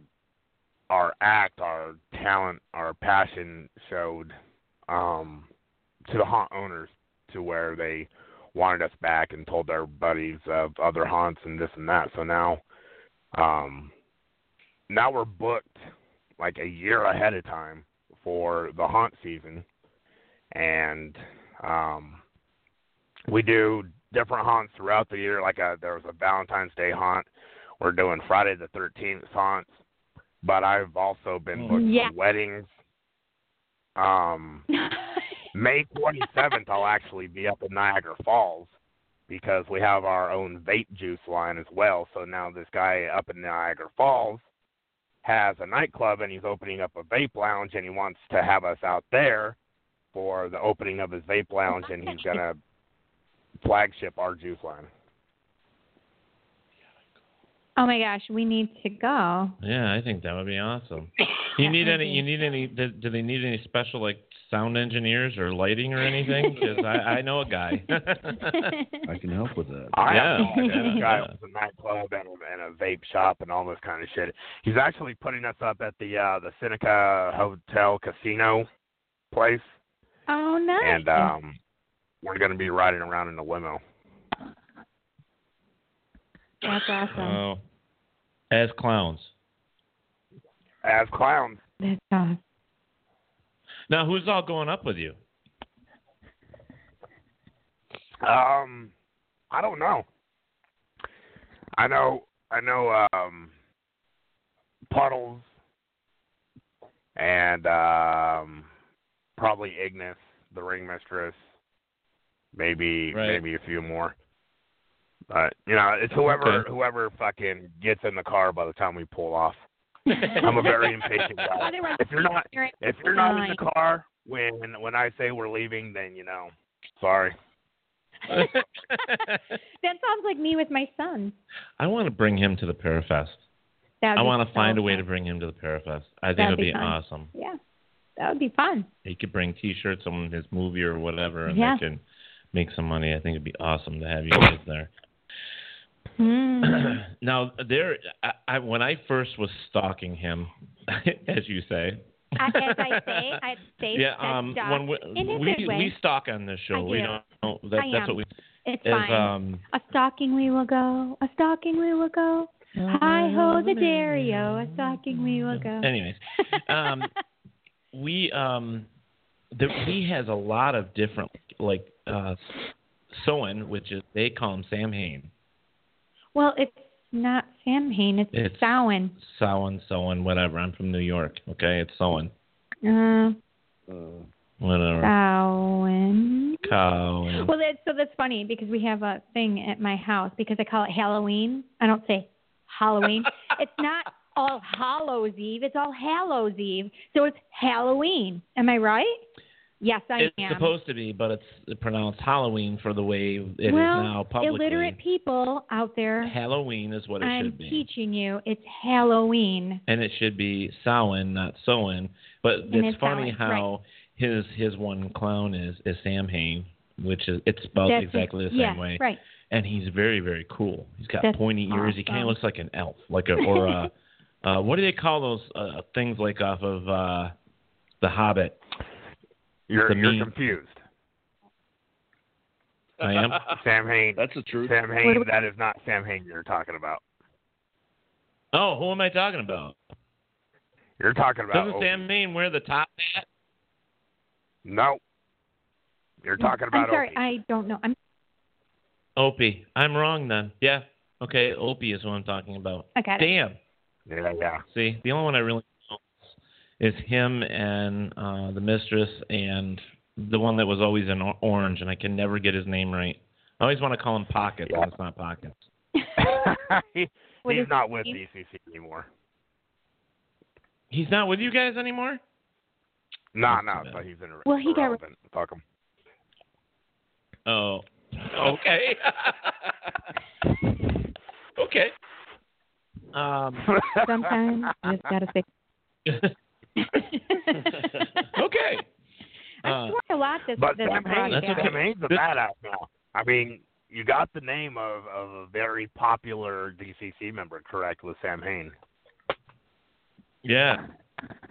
our act, our talent, our passion showed um to the haunt owners to where they wanted us back and told their buddies of other haunts and this and that. So now um now we're booked like a year ahead of time for the haunt season and um we do different haunts throughout the year like a, there was a Valentine's Day haunt. We're doing Friday the 13th haunts, but I've also been booked
Yeah.
for weddings. Um May 27th, I'll actually be up in Niagara Falls because we have our own vape juice line as well. So now this guy up in Niagara Falls has a nightclub and he's opening up a vape lounge and he wants to have us out there for the opening of his vape lounge and he's going to flagship our juice line.
Oh my gosh, we need to go.
Yeah, I think that would be awesome. You need any? You need any? Do do they need any special like sound engineers or lighting or anything? Because I, I know a guy.
I can help with that.
I
Yeah.
have no idea. This guy
Yeah.
owns a nightclub and a, and a vape shop and all this kind of shit. He's actually putting us up at the uh the Seneca Hotel Casino place,
Oh nice.
and um we're gonna be riding around in a limo.
That's awesome.
oh, as clowns.
As clowns,
That's awesome.
Now, who's all going up with you?
um, I don't know. I know, I know, um, puddles, and um, probably Ignis, the ring mistress, maybe
Right.
maybe a few more. But you know, it's whoever
Okay.
whoever fucking gets in the car by the time we pull off. I'm a very impatient guy.
Otherwise,
If you're not
you're in
if you're not in
line.
the car when when I say we're leaving, then you know, sorry.
That sounds like me with my son.
I want to bring him to the Parafest.
That would
I
be
want to
so
find a way
fun.
to bring him to the Parafest. I think
That'd
it'd
be
be,
fun.
awesome.
Yeah, that would be fun.
He could bring T-shirts on his movie or whatever, and
Yeah.
they can make some money. I think it'd be awesome to have you guys there.
Hmm.
now, there, I, I, when I first was stalking him, as you say,
I- As I say, I say
yeah,
that's
um,
dark.
when we
in a
we,
good way.
we stalk on this show,
I
we
do.
don't. know- That,
I
that's
am.
what we
it's
is.
fine.
Um,
a stalking we will go. A stalking we will go. Hi ho the dairy o. A stalking we will go.
Anyways, um, we um, the, he has a lot of different like uh, sewing, which is they call him Sam Hain,
Well, it's not Sam Hain. It's,
It's-
Samhain.
sewing, sewing, whatever. I'm from New York, okay? It's sewing,
Uh,
whatever.
Samhain.
Cow. and-
Well, that's so that's funny because we have a thing at my house because I call it Halloween. I don't say Halloween. it's not all Hallows Eve. It's all Hallows Eve. So it's Halloween. Am I right? Yes, I
It's
am.
supposed to be, but it's pronounced Halloween for the way it is
well,
now publicly.
illiterate people out there,
Halloween is what it
I'm
should be.
teaching you. It's Halloween.
and it should be Samhain, not Sowen. But
it's
it's funny
Samhain,
how his his one clown is is Sam Hain, which is it's spelled
That's-
exactly the same
yeah,
way.
Right.
And he's very very cool. He's got
That's
pointy ears. He kind of
awesome.
looks like an elf, like a or a uh, what do they call those uh, things like off of uh, the Hobbit?
You're
The
you're
mean-
confused.
I am.
Sam Hain
That's the truth.
Sam Hain, that is not Sam Hain you're talking about.
Oh, who am I talking about?
You're talking about
Doesn't
Odin.
Sam Hain wear the top hat?
No. You're talking about
I'm sorry,
Odin.
I don't know. I'm
Opie. I'm wrong then. Yeah. Okay, Opie is what I'm talking about.
I got it.
Damn.
Yeah, yeah.
See, the only one I really know is him and uh, the mistress and the one that was always in or- orange, and I can never get his name right. I always want to call him Pockets,
Yeah.
and it's not Pockets.
He-
What
he's
is
not
his
with
name?
DCC anymore.
He's not with you guys anymore.
No,
That's
no,
too
but
bad.
he's in
Well, he got-
irrelevant. Fuck him.
Oh, okay, okay. Um,
Sometimes you just gotta say.
okay.
I
Uh,
swore a lot this
But
this
Sam Hain,
broadcast.
That's
Sam
okay.
Hain's a
This-
badass now. I mean, you got the name of, of a very popular DCC member, correct, with Sam Hain.
yeah.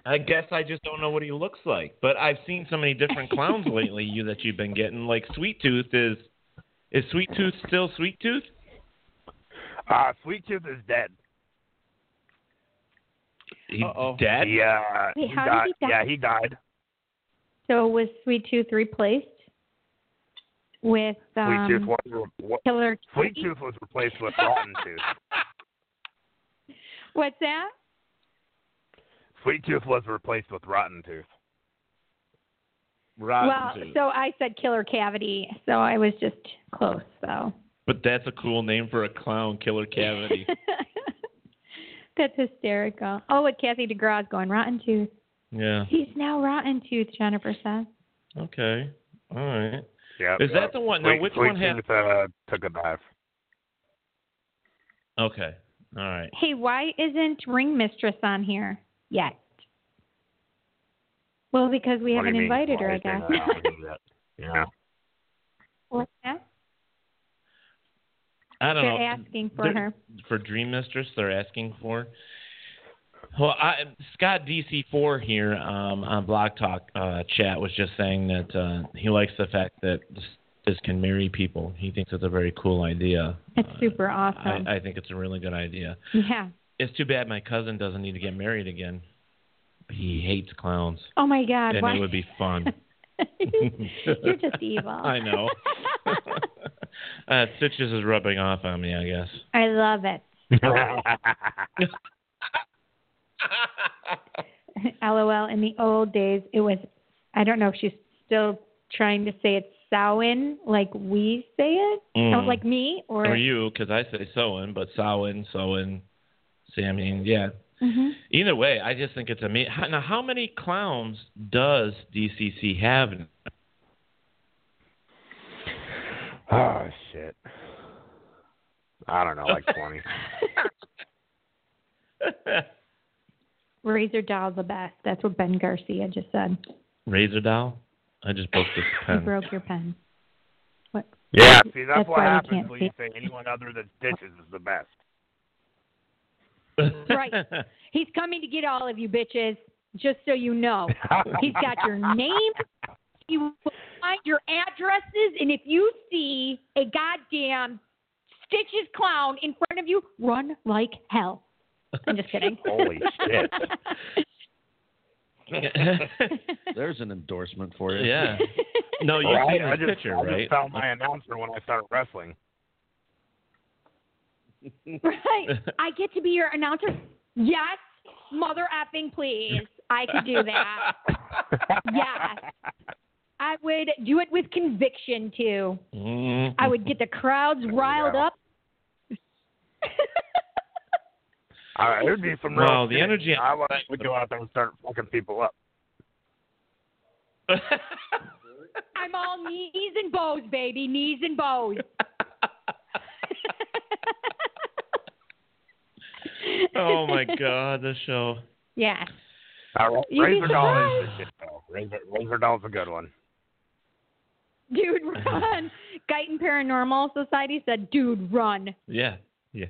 I guess I just don't know what he looks like, but I've seen so many different clowns lately. You that you've been getting like Sweet Tooth is is Sweet Tooth still Sweet Tooth?
Uh, Sweet Tooth is dead.
He's
Uh-oh.
dead.
He, uh,
Wait,
he
how did
died.
he die?
Yeah, he died.
So was Sweet Tooth replaced with um,
Sweet Tooth was re-
Killer
Sweet
Kitty?
Tooth was replaced with Rotten Tooth.
What's that?
Sweet Tooth was replaced with Rotten Tooth. Uh,
well, so I said Killer Cavity, so I was just close. So
But that's a cool name for a clown killer cavity.
that's hysterical. Oh, what Kathy DeGraw is going rotten tooth.
yeah.
He's now rotten tooth. Jennifer says.
Okay. All right.
Yeah.
Is that the one- now,
Sweet, uh,
which
Sweet
one had-
Tooth, uh, took a dive?
Okay. All right.
Hey, why isn't Ring Mistress on here yet? Well, because we
What do
haven't
you mean,
invited her,
why
I
is there
guess.
not already that? Yeah.
What's that?
I don't
They're
know.
asking for
They're-
her.
For Dream Mistress, they're asking for. Well, I, Scott DC4 here um, on Block Talk uh, chat was just saying that uh, he likes the fact that this can marry people. He thinks it's a very cool idea.
It's
Uh,
super awesome.
I, I think it's a really good idea.
yeah.
It's too bad my cousin doesn't need to get married again. He hates clowns,
Oh my God.
and
why?
it would be fun.
You're just evil.
I know. uh, Stitches is rubbing off on me, I guess.
I love it. LOL. In the old days, it was. I don't know if she's still trying to say it Samhain like we say it,
Mm. Oh,
or like me, or
Or you, because I say sewing, but sewing, sewing. See, I mean, yeah.
Mhm.
Either way, I just think it's amazing. Now, how many clowns does DCC have?
oh shit. I don't know, like twenty.
Razor Doll the best. That's what Ben Garcia just said.
Razor doll? I just broke this
You
pen.
broke your pen. What?
yeah, see that's,
That's
what
why we
happens
can't
when you
see.
say anyone other than stitches is the best.
Right. He's coming to get all of you bitches, just so you know. He's got your name. He will find your addresses, and if you see a goddamn stitches clown in front of you, run like hell. I'm just kidding.
Holy shit.
There's an endorsement for you.
yeah. No, you
Right?
see
I
the
just,
picture,
I just
right?
found my announcer when I started wrestling.
Right. I get to be your announcer. Yes, mother effing please. I could do that. Yes. I would do it with conviction too.
Mm.
I would get the crowds riled
go.
up.
All right, there'd be some real
Well, the
shit.
energy-
I would we'd go out there and start fucking people up.
I'm all knees and bows, baby. Knees and bows.
oh my God, the show.
Yeah.
All right,
You'd be
Uh, Razor Doll is
surprised.
the shit, though. Razor, Razor Doll's a good one.
Dude, run. Guyton Paranormal Society said, dude, run.
Yeah, yeah.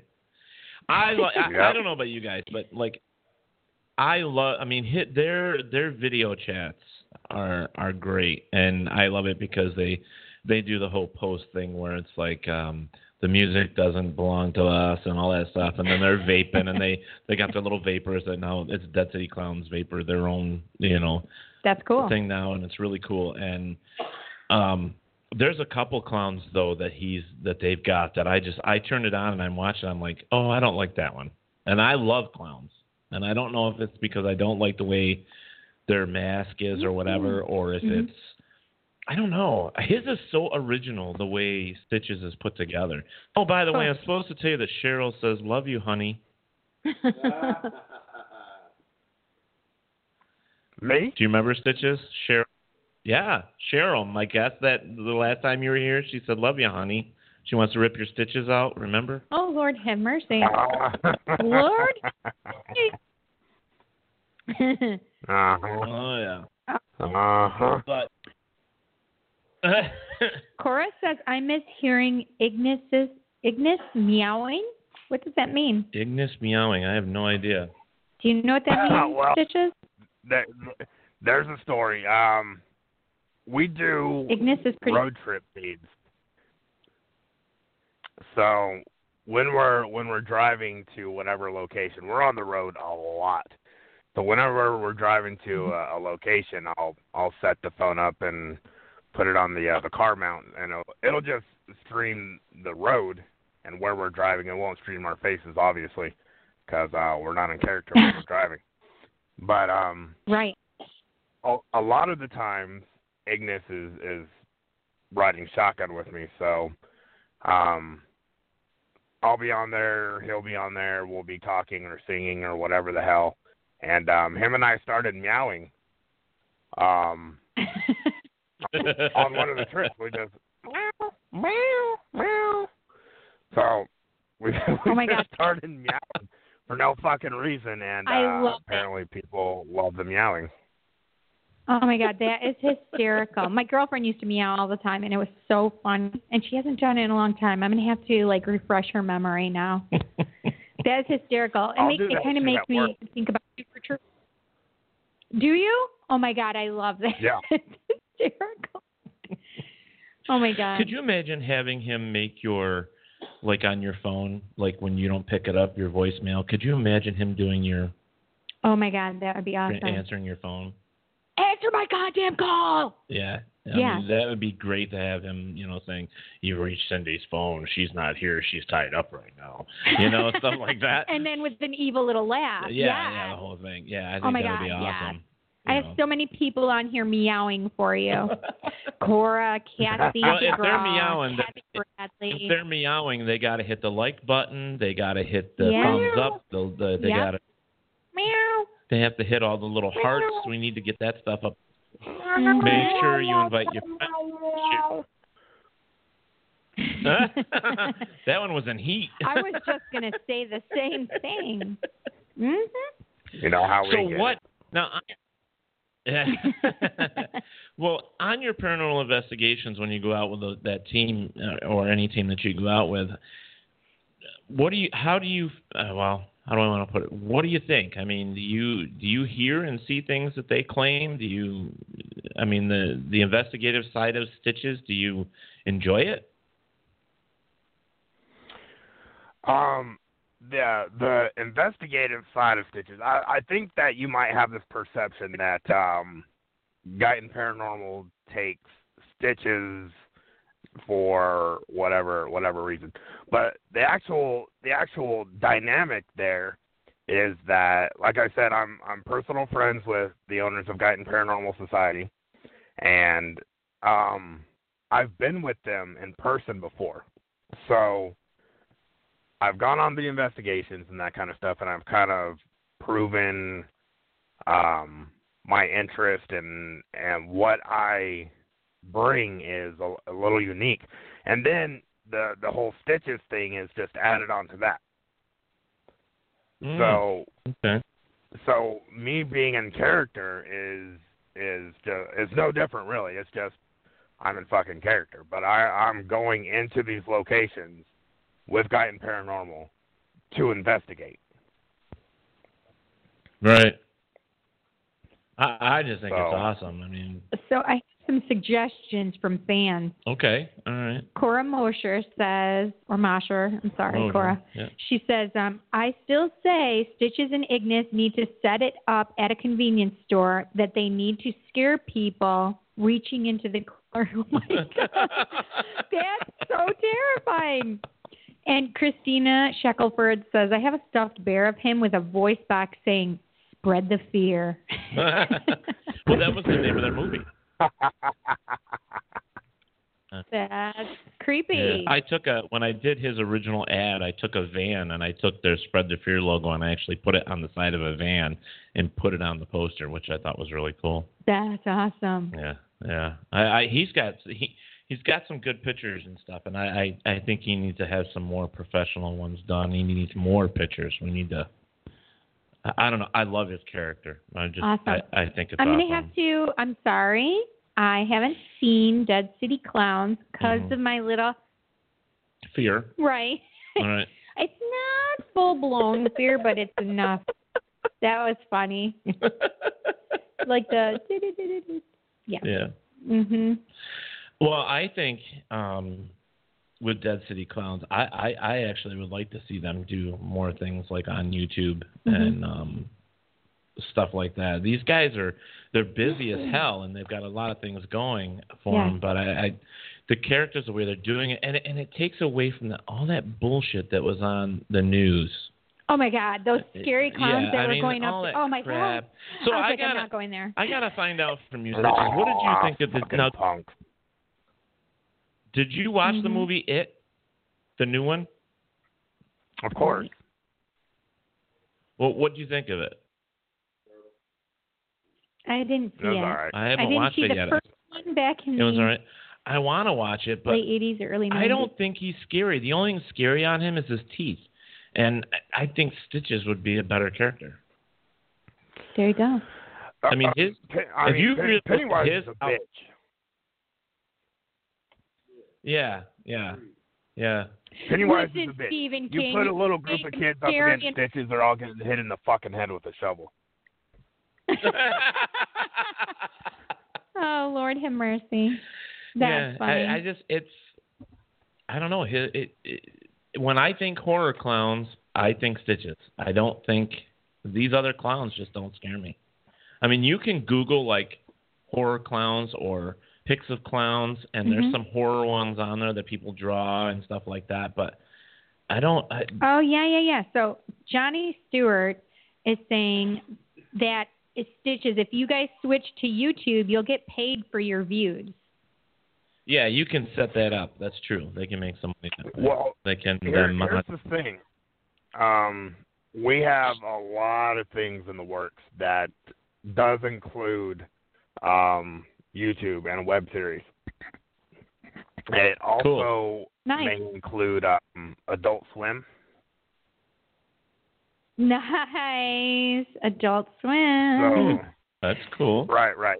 I lo- I, I
Yeah.
don't know about you guys, but like, I love. I mean, hit their their video chats are are great, and I love it because they they do the whole post thing where it's like um, the music doesn't belong to us and all that stuff, and then they're vaping and they they got their little vapors that now it's Dead City Clowns vapor, their own you know
That's cool.
thing now, and it's really cool. And um, there's a couple clowns though that he's that they've got that I just I turned it on and I'm watching. I'm like, oh, I don't like that one. And I love clowns, and I don't know if it's because I don't like the way their mask is or whatever, or if it's I don't know. His is so original the way Stitches is put together. Oh, by the way, I'm supposed to tell you that Cheryl says, "Love you, honey."
Me?
Do you remember Stitches? Cheryl. Yeah, Cheryl. My guess that the last time you were here, she said, "Love you, honey." She wants to rip your stitches out. Remember?
oh, Lord have mercy. Lord.
Uh-huh.
Oh yeah.
Uh-huh.
But
Cora says, I miss hearing Ignis's, Ignis meowing. What does that mean?
Ignis meowing. I have no idea.
Do you know what that means,
Well-
Stitches?
There, there's a story. Um, we do
Ignis is pretty.
road trip feeds. So when we're when we're driving to whatever location, we're on the road a lot. So whenever we're driving to
Mm-hmm.
a, a location, I'll I'll set the phone up and put it on the uh, the car mount, and it'll, it'll just stream the road and where we're driving. It won't stream our faces, obviously, because uh, we're not in character when we're driving. But um,
Right.
a a lot of the times Ignis is is riding shotgun with me, so um I'll be on there, he'll be on there, we'll be talking or singing or whatever the hell. And um him and I started meowing. Um on one of the trips we just meow, meow, meow. So We, we
Oh my
just
God.
started meowing for no fucking reason, and
I
uh,
love it.
apparently people love the meowing.
Oh my god, that is hysterical. my girlfriend used to meow all the time, and it was so fun. And she hasn't done it in a long time. I'm gonna have to like refresh her memory now. that is hysterical. It
I'll
makes
do
it
that
kind of
too
makes
at
me
work.
think about super true. Do you? Oh my god, I love that.
Yeah.
It's hysterical. Oh my god.
Could you imagine having him make your, like on your phone, like when you don't pick it up, your voicemail? Could you imagine him doing your
oh my god, that would be awesome.
answering your phone?
Answer my goddamn call.
Yeah. I
Yeah.
mean, that would be great to have him, you know, saying, You've reached Cindy's phone. She's not here. She's tied up right now. You know, stuff like that.
And then with an evil little laugh.
yeah, yeah,
Yes.
the whole thing. Yeah, I think
Oh my
that would be
God, yeah.
awesome.
I
you
have
know.
so many people on here meowing for you. Cora, Kathy,
Well, if they're
DeGraw,
meowing,
Kathy
then-
Bradley.
if they're meowing, they got to hit the like button. They got to hit the
Yeah.
thumbs up. The, the, they
Yep.
got to
meow.
they have to hit all the little hearts. We need to get that stuff up.
Mhm.
Make sure you invite your friends. that one was in heat.
I was just gonna say the same thing. hmm
Mm-hmm.
You know how
so
we get
what? Now, I, well, on your paranormal investigations, when you go out with tho- that team uh, or any team that you go out with, what do you? How do you? Uh, well, how do I want to put it? What do you think? I mean, do you do you hear and see things that they claim? Do you? I mean, the the investigative side of stitches. Do you enjoy it?
Um, the the investigative side of stitches. I I think that you might have this perception that um, Guyton Paranormal takes stitches for whatever whatever reason, but the actual the actual dynamic there is that, like I said, I'm I'm personal friends with the owners of Guyton Paranormal Society, and um, I've been with them in person before, so. I've gone on the investigations and that kind of stuff, and I've kind of proven um, my interest and and what I bring is a, a little unique. And then the the whole stitches thing is just added on to that.
Mm.
So
Hmm, okay.
so me being in character is is just, is no different really. It's just I'm in fucking character, but I I'm going into these locations with Guy and Paranormal to investigate.
right. I, I just think it's
So-
awesome. I mean,
So I have some suggestions from fans.
okay, all right.
Cora Mosher says, or Mosher, I'm sorry,
Mosher,
Cora.
yeah.
She says, um, I still say Stitches and Ignis need to set it up at a convenience store that they need to scare people reaching into the car. Oh my God. That's so terrifying. And Christina Shackelford says, I have a stuffed bear of him with a voice box saying, spread the fear.
well, that was the name of that movie.
That's creepy.
I took a when I did his original ad, I took a van and I took their Spread the Fear logo and I actually put it on the side of a van and put it on the poster, which I thought was really cool.
That's awesome.
Yeah, yeah. I, I he's got he he's got some good pictures and stuff, and I, I I think he needs to have some more professional ones done. He needs more pictures. We need to. I, I don't know. I love his character. I just
Awesome.
I, I think it's
I'm
awesome.
gonna have to. I'm sorry, I haven't seen Dead City Clowns because
Mhm.
of my little
Fear.
right.
All right.
It's not full blown fear, but it's enough. That was funny. like the
Yeah.
hmm
Well, I think um, with Dead City Clowns, I, I, I actually would like to see them do more things like on YouTube
Mm-hmm.
and um, stuff like that. These guys are they're busy as hell and they've got a lot of things going for
Yeah.
them. But I, I the characters the way they're doing it and it, and it takes away from the, all that bullshit that was on the news.
Oh my God, those scary
Uh,
clowns
yeah,
that
I
were
mean,
going
all
up.
that
to- oh my
crap.
God.
So
I was
I
like,
gotta-
I'm not going there.
I gotta find out from you. Stitches,
Nah,
What did you think of the
fucking
now?
punk?
Did you watch
Mm-hmm.
the movie It, the new one?
Of course.
Well, what do you think of it?
I didn't see
It was
it.
all right.
I
I
haven't
didn't
watched
see
it
the
yet.
first one back in
It was
the
all right. I want to watch it, but
late 80s or early 90s.
I don't think he's scary. The only thing scary on him is his teeth, and I I think Stitches would be a better character.
There you go.
I mean, his-
Pen- Uh, I
if
mean,
you
Pen-
really-
Pennywise
his
is a
out-
bitch.
Yeah, yeah, yeah.
Pennywise
Listen,
is a bitch.
Stephen
you
King,
put a little group of
big
kids up
scary
against
and-
ditches, they're all getting hit in the fucking head with a shovel.
Oh, Lord have mercy.
yeah,
That's funny.
I, I just it's I don't know. It, it, it, when I think horror clowns, I think Stitches. I don't think these other clowns just don't scare me. I mean, you can Google like horror clowns or pics of clowns, and
Mm-hmm.
there's some horror ones on there that people draw and stuff like that. But I don't. I,
Oh yeah, yeah, yeah. So Johnny Stewart is saying that it's stitches. If you guys switch to YouTube, you'll get paid for your views.
yeah, you can set that up. That's true. They can make some money. that way.
Well,
they can.
Here-
then mon-
here's the thing. Um, we have a lot of things in the works that does include um, YouTube and a web series. It also
Nice.
may include um, Adult Swim.
Nice. Adult
So,
Oh.
Swim.
that's cool.
right, right.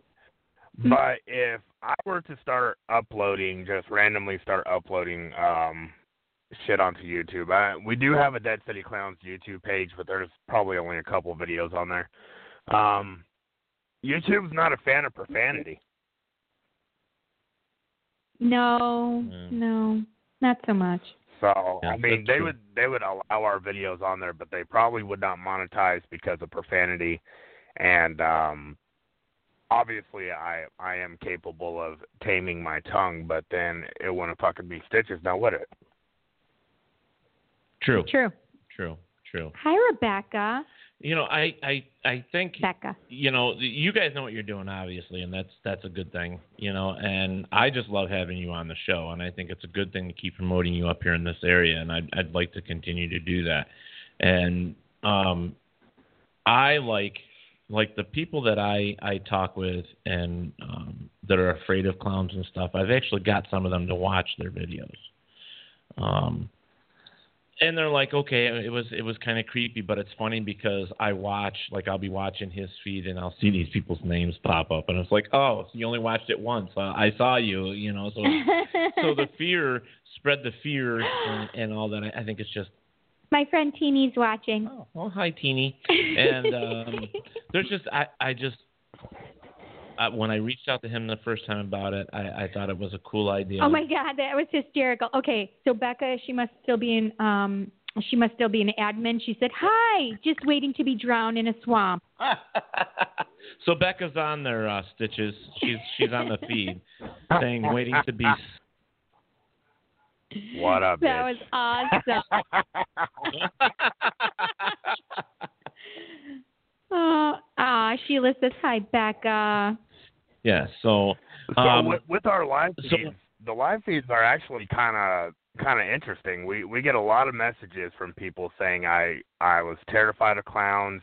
But if I were to start uploading, just randomly start uploading um, shit onto YouTube, I, we do have a Dead City Clowns YouTube page, but there's probably only a couple videos on there. Um, YouTube's not a fan of profanity.
No,
Yeah.
no, not so much.
So
Yeah,
I mean,
that's
they
true.
would they would allow our videos on there, but they probably would not monetize because of profanity. And um, obviously, I I am capable of taming my tongue, but then it wouldn't fucking be stitches, now would it?
True.
True.
True. True.
Hi, Rebecca.
You know, I I I think
Becca.
you know, you guys know what you're doing, obviously, and that's that's a good thing, you know. And I just love having you on the show, and I think it's a good thing to keep promoting you up here in this area, and I'd I'd like to continue to do that. And um, I like like the people that I I talk with and um, that are afraid of clowns and stuff. I've actually got some of them to watch their videos. Um, and they're like, okay, uh, it was it was kind of creepy, but it's funny because I watch, like, I'll be watching his feed and I'll see these people's names pop up, and it's like, oh, you only watched it once. Uh, I saw you, you know. So so the fear spread the fear and, and all that. I, I think it's just,
My friend Teeny's watching.
oh, well, hi, Teeny, and um, there's just, I I just. I, when I reached out to him the first time about it, I, I thought it was a cool idea.
Oh my God, that was hysterical. Okay, so Becca, she must still be in. Um, she must still be an admin. She said, "Hi, just waiting to be drowned in a swamp."
so Becca's on there, uh, Stitches. She's she's on the feed, saying waiting to be.
What up,
That was
bitch?
awesome. oh, ah, Sheila says hi, Becca.
yeah. So,
So
um,
with, with our live feeds,
so-
the live feeds are actually kind of kind of interesting. We we get a lot of messages from people saying I I was terrified of clowns.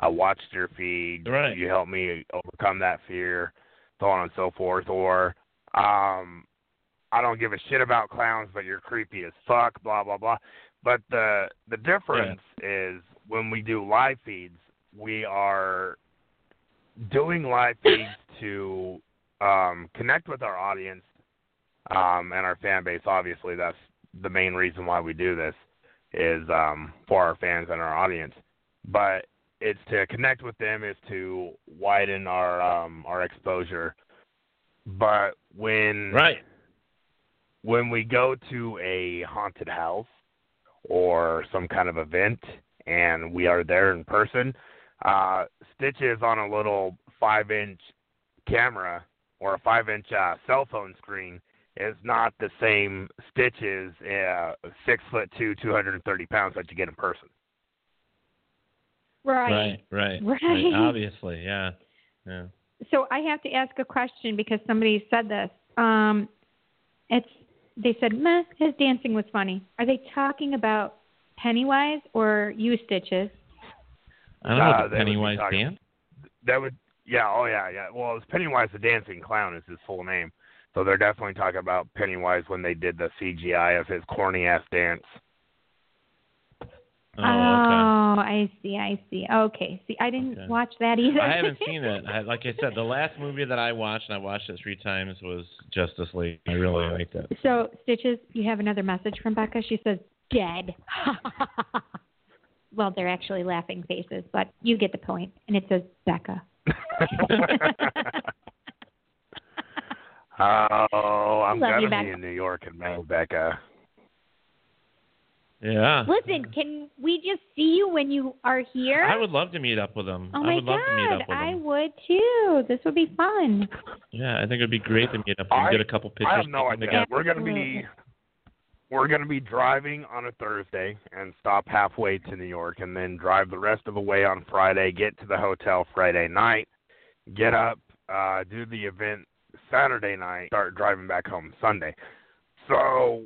I watched your feed.
Right.
You helped me overcome that fear, so on and so forth. Or um, I don't give a shit about clowns, but you're creepy as fuck. Blah blah blah. But the the difference is when we do live feeds, we are doing live feeds to um, connect with our audience um, and our fan base. Obviously, that's the main reason why we do this is um, for our fans and our audience. But it's to connect with them, is to widen our um, our exposure. But when
right.
when we go to a haunted house or some kind of event and we are there in person, uh, Stitch is on a little five inch camera or a five inch uh, cell phone screen is not the same Stitches uh, six foot two, 230 pounds that you get in person.
Right.
Right. Right.
Right.
Obviously. Yeah. Yeah.
So I have to ask a question because somebody said this. Um, it's they said, "Meh, his dancing was funny." Are they talking about Pennywise or you stitches?
I don't
Uh,
know the
they would be
Pennywise
talking-
dance.
That would, yeah, oh yeah, yeah. Well, it's Pennywise the Dancing Clown is his full name. So they're definitely talking about Pennywise when they did the CGI of his corny ass dance.
Oh,
oh,
okay.
I see. I see. Okay. See, I didn't
Okay.
watch that either.
I haven't seen it. I, like I said, the last movie that I watched, and I watched it three times, was Justice League. I really liked it.
So, Stitches, you have another message from Becca. She says, dead. well, they're actually laughing faces, but you get the point. And it says, Becca.
oh, I'm
Love you,
gonna
Becca.
be in New York and marry Becca.
Yeah.
Listen, can we just see you when you are here?
I would love to meet up with them.
oh,
I
my
would love to meet up
God.
with
I
them.
would too. This would be fun.
Yeah, I think it would be great to meet up and
I-
get a couple pictures.
I have no
taken
idea.
together.
We're gonna be
Absolutely.
we're gonna be driving on a Thursday and stop halfway to New York and then drive the rest of the way on Friday, get to the hotel Friday night, get up, uh, do the event Saturday night, start driving back home Sunday. So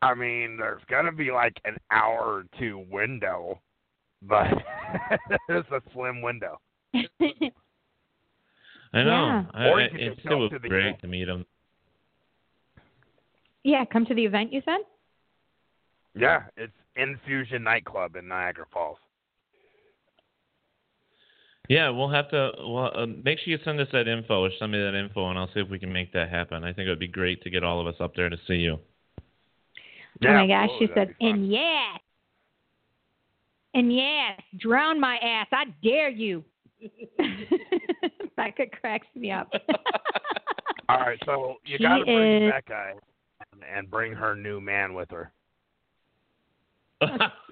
I mean, there's gonna be like an hour or two window, but it's a slim window.
I know. I,
Or
I,
you could
it
just
still
go
would
to
be
the-
great to meet them.
yeah, come to the event, you said?
Yeah, it's Infusion Nightclub in Niagara Falls.
Yeah, we'll have to. Well, uh, make sure you send us that info or send me that info, and I'll see if we can make that happen. I think it would be great to get all of us up there to see you.
oh
Yeah,
my gosh, she
absolutely,
said,
that'd be fun.
and yes. And yes, drown my ass. I dare you. Becca cracks me up.
All right, so you
She
got to bring
is-
that guy and bring her new man with her.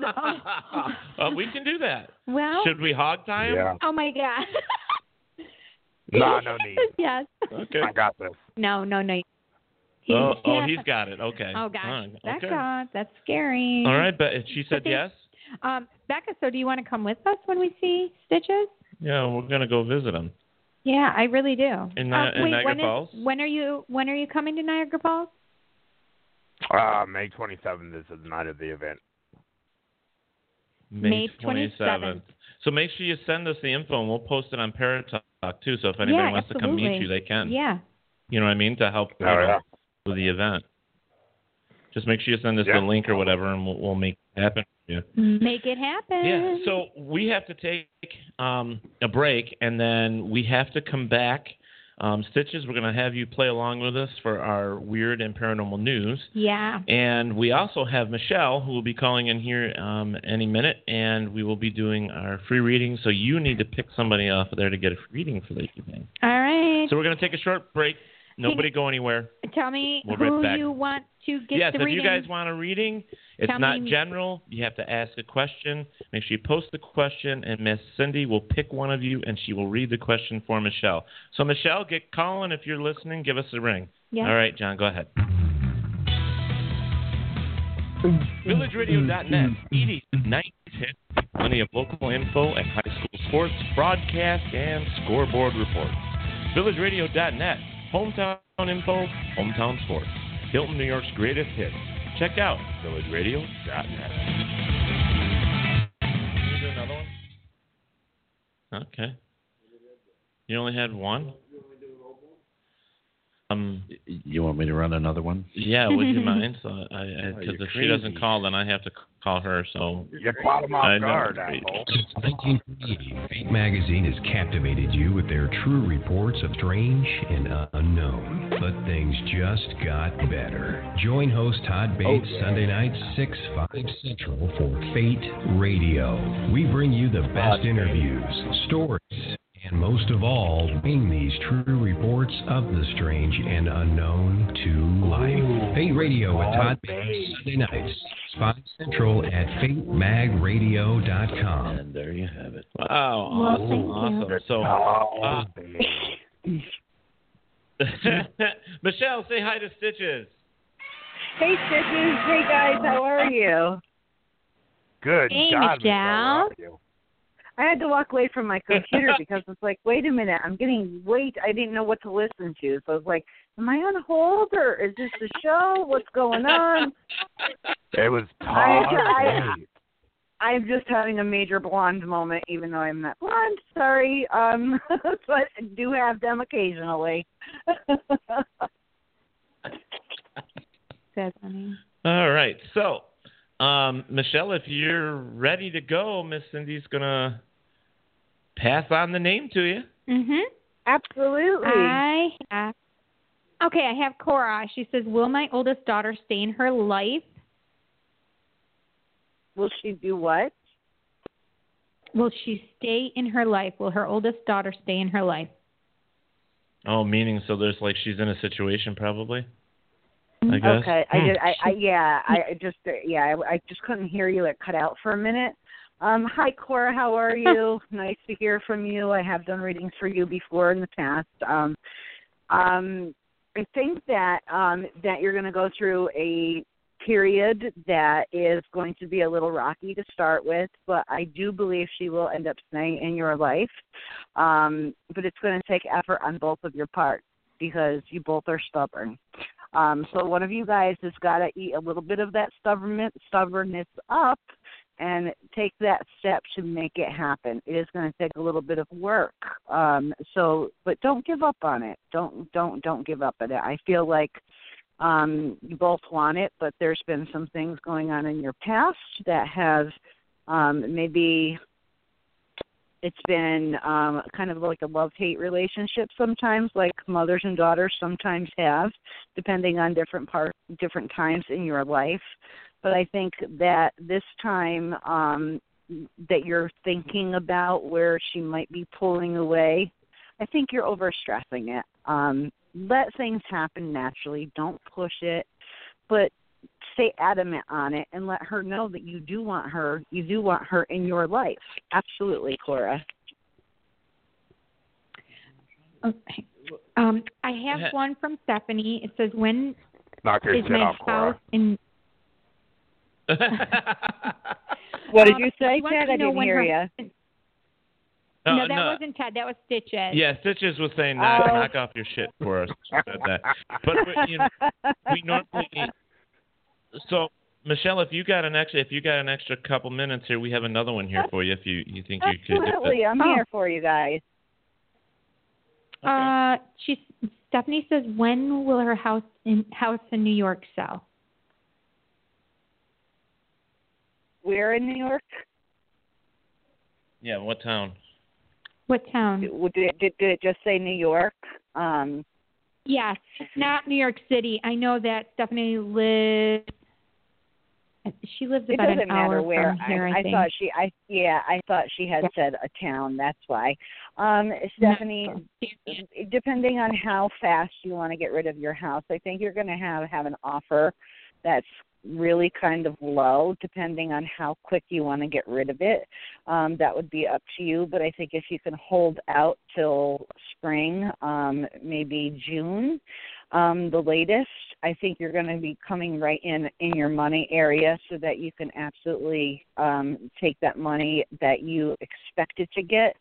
uh, we can do that.
well,
Should we hog tie him?
Yeah.
oh my God.
No, no need.
yes.
Okay.
I got this.
No, no, no. He-
Oh, oh,
yeah.
he's got it. Okay.
Oh, gosh.
All right.
Becca,
Okay. All
that's scary.
right, but if she said
think-
yes.
Um, Becca, so do you want to come with us when we see Stitches?
Yeah, we're gonna go visit him.
Yeah, I really do.
In Ni-
um,
in
wait,
Niagara
when is-
Falls?
when are you when are you coming to Niagara Falls?
Uh, May 27th is the night of the event.
May 27th.
So make sure you send us the info, and we'll post it on Paratalk too. So if anybody
Yeah,
wants to come meet
absolutely.
you, they can.
Yeah.
You know what I mean? To help you
All
know,
right.
with the event. Just make sure you send us
Yeah.
the link or whatever, and we'll, we'll make it happen for you.
Make it happen.
Yeah. So we have to take um, a break, and then we have to come back. Um, Stitches, we're going to have you play along with us for our weird and paranormal news.
Yeah.
And we also have Michelle, who will be calling in here um, any minute, and we will be doing our free reading. So you need to pick somebody off of there to get a free reading for the evening.
All right.
So we're going to take a short break. Nobody go anywhere.
Tell me
We'll be right
who
back.
you want to get
yes,
the
if you
reading.
guys want a reading, it's
Tell
not
me-
general. You have to ask a question. Make sure you post the question, and Miss Cindy will pick one of you, and she will read the question for Michelle. So Michelle, get calling if you're listening. Give us a ring.
Yeah.
All right, John, go ahead. VillageRadio.net, ED 910, plenty of local info and high school sports, broadcast, and scoreboard reports. VillageRadio.net, hometown info, hometown sports. Hilton, New York's greatest hits. Check out VillageRadio.net. Can you do another one? Okay. You only had one? Um,
You want me to run another one?
yeah, would you mind? So I, I,
Oh,
because
you're
if she doesn't
crazy.
call, then I have to c- call her. So
You caught him
I
off
know.
guard, asshole.
Since 1948, Fate magazine has captivated you with their true reports of strange and unknown. But things just got better. Join host Todd Bates Sunday night, 6, 5 Central for Fate Radio. We bring you the best interviews, stories, and most of all, bring these true reports of the strange and unknown to life. Fate Radio with Todd Bates, Sunday nights, 5 Central at FateMagRadio.com.
And there you have it.
wow, awesome, awesome. So
Oh,
Ah.
baby.
uh, Michelle, say hi to Stitches.
Hey, Stitches. Hey, guys. How are you?
Good
Hey,
God, Michelle, how
Michelle.
are you?
I had to walk away from my computer because it's like, wait a minute, I'm getting wait. I didn't know what to listen to, so I was like, am I on hold or is this the show? What's going on?
It was Todd.
I- I-
Bates.
I'm just having a major blonde moment, even though I'm not blonde. Sorry, um, but I do have them occasionally.
That's funny.
All right. So, um, Michelle, if you're ready to go, Miss Cindy's going to pass on the name to you.
Mm-hmm.
Absolutely.
I have. Okay, I have Cora. She says, "Will my oldest daughter stay in her life?
Will she do what?
Will she stay in her life? Will her oldest daughter stay in her life?"
Oh, meaning so there's like she's in a situation probably? I guess.
Mm-hmm. Okay, I
Hmm.
did. I, I yeah, I I just yeah, I, I just couldn't hear you. It cut out for a minute. Um, hi Cora, how are you? nice to hear from you. I have done readings for you before in the past. Um, um, I think that um that you're going to go through a period that is going to be a little rocky to start with, but I do believe she will end up staying in your life. Um, but it's going to take effort on both of your parts because you both are stubborn. Um, so one of you guys has got to eat a little bit of that stubbornness, stubbornness up and take that step to make it happen. It is going to take a little bit of work. Um, so, but don't give up on it. Don't don't don't give up on it. I feel like um, you both want it, but there's been some things going on in your past that have um, maybe it's been um, kind of like a love hate relationship sometimes, like mothers and daughters sometimes have depending on different part different times in your life but i think that this time um that you're thinking about where she might be pulling away i think you're overstressing it um let things happen naturally don't push it but stay adamant on it and let her know that you do want her you do want her in your life absolutely cora
Okay. Um, I
Yeah.
have one from Stephanie. It says, "When
Knock your
is
shit
my
off,
house
Cora.
in?"
what
did Um, you say, she wants Ted? to I know didn't when hear her-
you
no,
that wasn't Ted. That was Stitches.
Yeah, Stitches was saying knock,
Oh.
knock off your shit for us. Said that. But, but you know, we normally so Michelle, if you got an extra, if you got an extra couple minutes here, we have another one here for you. If you you think you could, do that.
Absolutely, I'm
Oh.
here for you guys.
Uh, she Stephanie says, "When will her house in house in New York sell?"
We're in New York.
yeah, what town?
What town?
Did it, did, did it just say New York? Um,
Yes, not New York City. I know that Stephanie lives. She lives
it
about
doesn't
an hour
matter where.
from here. I,
I, I
think.
thought she. I yeah. I thought she had
Yeah.
said a town. That's why. Um, Stephanie, depending on how fast you want to get rid of your house, I think you're going to have have an offer that's really kind of low depending on how quick you want to get rid of it um that would be up to you but i think if you can hold out till spring um maybe june um the latest i think you're going to be coming right in in your money area so that you can absolutely um take that money that you expected to get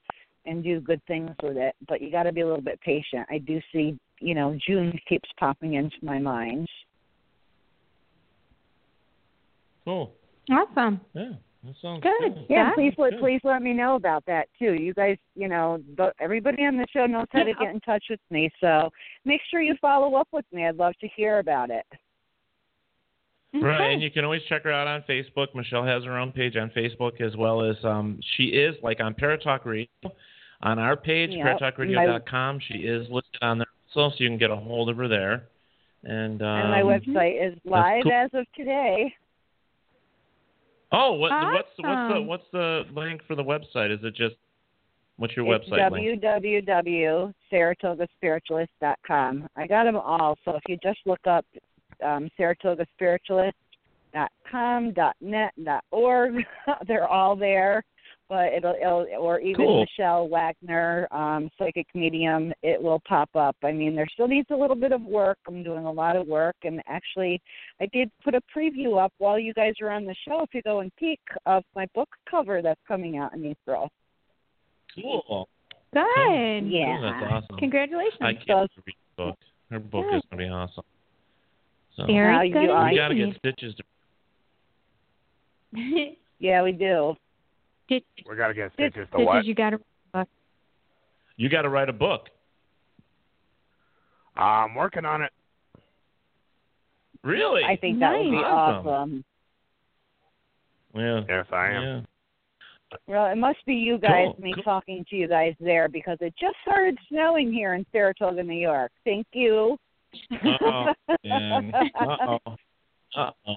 and do good things with it. But you got to be a little bit patient. I do see, you know, June keeps popping into my mind.
Cool.
Awesome.
Yeah, that sounds
Good.
good.
Yeah,
Yeah.
please let
Good.
please let me know about that too. You guys, you know, the, everybody on the show knows how to
Yeah.
get in touch with me, so make sure you follow up with me. I'd love to hear about it.
Right,
Okay.
and you can always check her out on Facebook. Michelle has her own page on Facebook as well as um, she is like on Paratalk Radio on our page,
Yep.
paratalkradio.com. She is listed on there also, so you can get a hold of her there. And, um,
and my website is live
cool.
as of today.
oh, what, what's what's the
Awesome.
what's the link for the website? Is it just what's your
It's
website link?
www.saratogaspiritualist.com. I got them all, so if you just look up um, Saratoga Spiritualist dot com dot net dot org they're all there but it'll, it'll or even
Cool.
michelle wagner um psychic medium it will pop up i mean there still needs a little bit of work i'm doing a lot of work and actually i did put a preview up while you guys are on the show if you go and peek of my book cover that's coming out in april
Cool.
Good.
Yeah.
Cool, Oh, that's awesome.
Congratulations.
I can't wait to read the book. Her book
Yeah.
is gonna be awesome. So
Very
Now you
good.
are-
we gotta get
indeed.
stitches to
Yeah, we do.
Did,
We gotta get
did,
stitches to what?
you got to
You got to write a book.
I'm working on it.
Really?
I think that would be
Nice.
awesome.
Yeah.
Yes, I am.
yeah.
Well, it must be you guys,
Cool,
me
cool.
talking to you guys there because it just started snowing here in Saratoga, New York. Thank you.
Uh-oh. And, uh-oh. Uh-oh.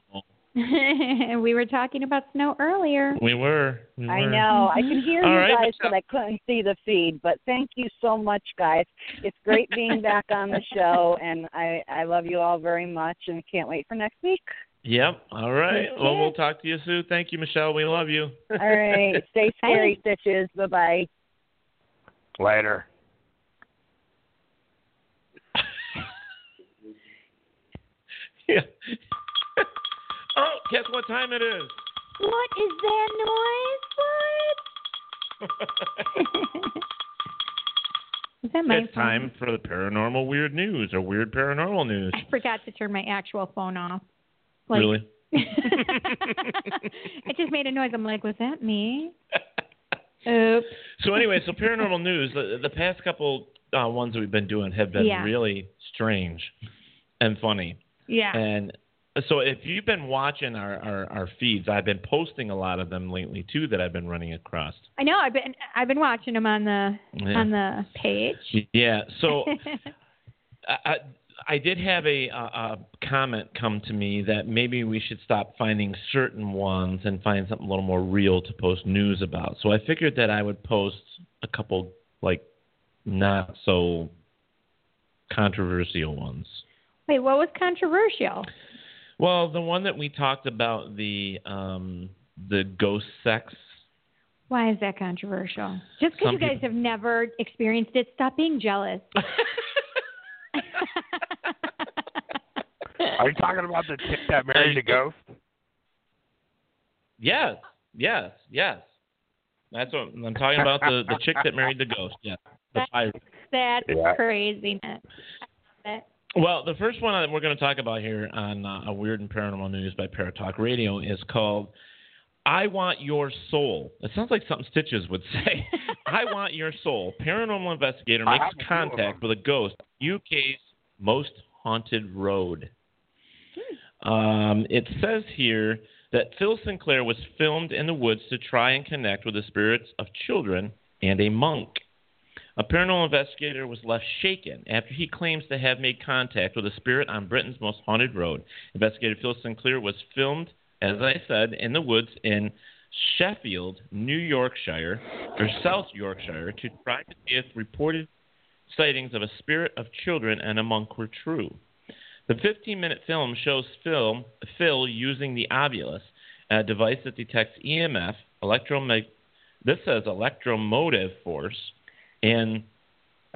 read. we were talking about snow earlier.
We were. We were.
I know. I could hear
All
you
right,
guys,
Michelle.
but I couldn't see the feed. But thank you so much, guys. It's great being back on the show, and I I love you all very much, and can't wait for next week.
Yep. All right.
That's
Well,
it.
we'll talk to you soon. Thank you, Michelle. We love you.
All right, stay scary, stitches. Bye bye.
Later.
yeah. oh, guess what time it is?
What is that noise? What? is that my
it's time for the paranormal weird news or weird paranormal news.
phone? I forgot to turn my actual phone off. Like,
really?
it just made a noise. I'm like, was that me? Oops.
So anyway, so paranormal news. The, the past couple uh, ones that we've been doing have been
Yeah.
really strange and funny.
Yeah.
And so if you've been watching our, our, our feeds, I've been posting a lot of them lately too that I've been running across.
I know. I've been I've been watching them on the
Yeah.
on the page.
Yeah. So I, I- I did have a, uh a comment come to me that maybe we should stop finding certain ones and find something a little more real to post news about. So I figured that I would post a couple like not so controversial ones.
Wait, what was controversial?
Well, the one that we talked about the um, the ghost sex.
Why is that controversial? Just because
Some
you guys
people-
have never experienced it, stop being jealous.
Are you talking about the chick that married a ghost?
Yes, yes, yes. That's what I'm talking about. The the chick that married the ghost. Yeah, the pirate.
That's
Yeah.
craziness.
Well, the first one that we're going to talk about here on uh, A Weird and Paranormal News by Paratalk Radio is called I Want Your Soul. It sounds like something Stitches would say. I Want Your Soul. Paranormal investigator
I
makes
have a few of
contact with a ghost, UK's most haunted road.
Hmm.
Um, it says here that Phil Sinclair was filmed in the woods to try and connect with the spirits of children and a monk. A paranormal investigator was left shaken after he claims to have made contact with a spirit on Britain's most haunted road. Investigator Phil Sinclair was filmed, as I said, in the woods in Sheffield, New Yorkshire, or South Yorkshire, to try to see if reported sightings of a spirit of children and a monk were true. The 15 minute film shows Phil, Phil using the ovulus, a device that detects EMF, electromag- this says electromotive force, and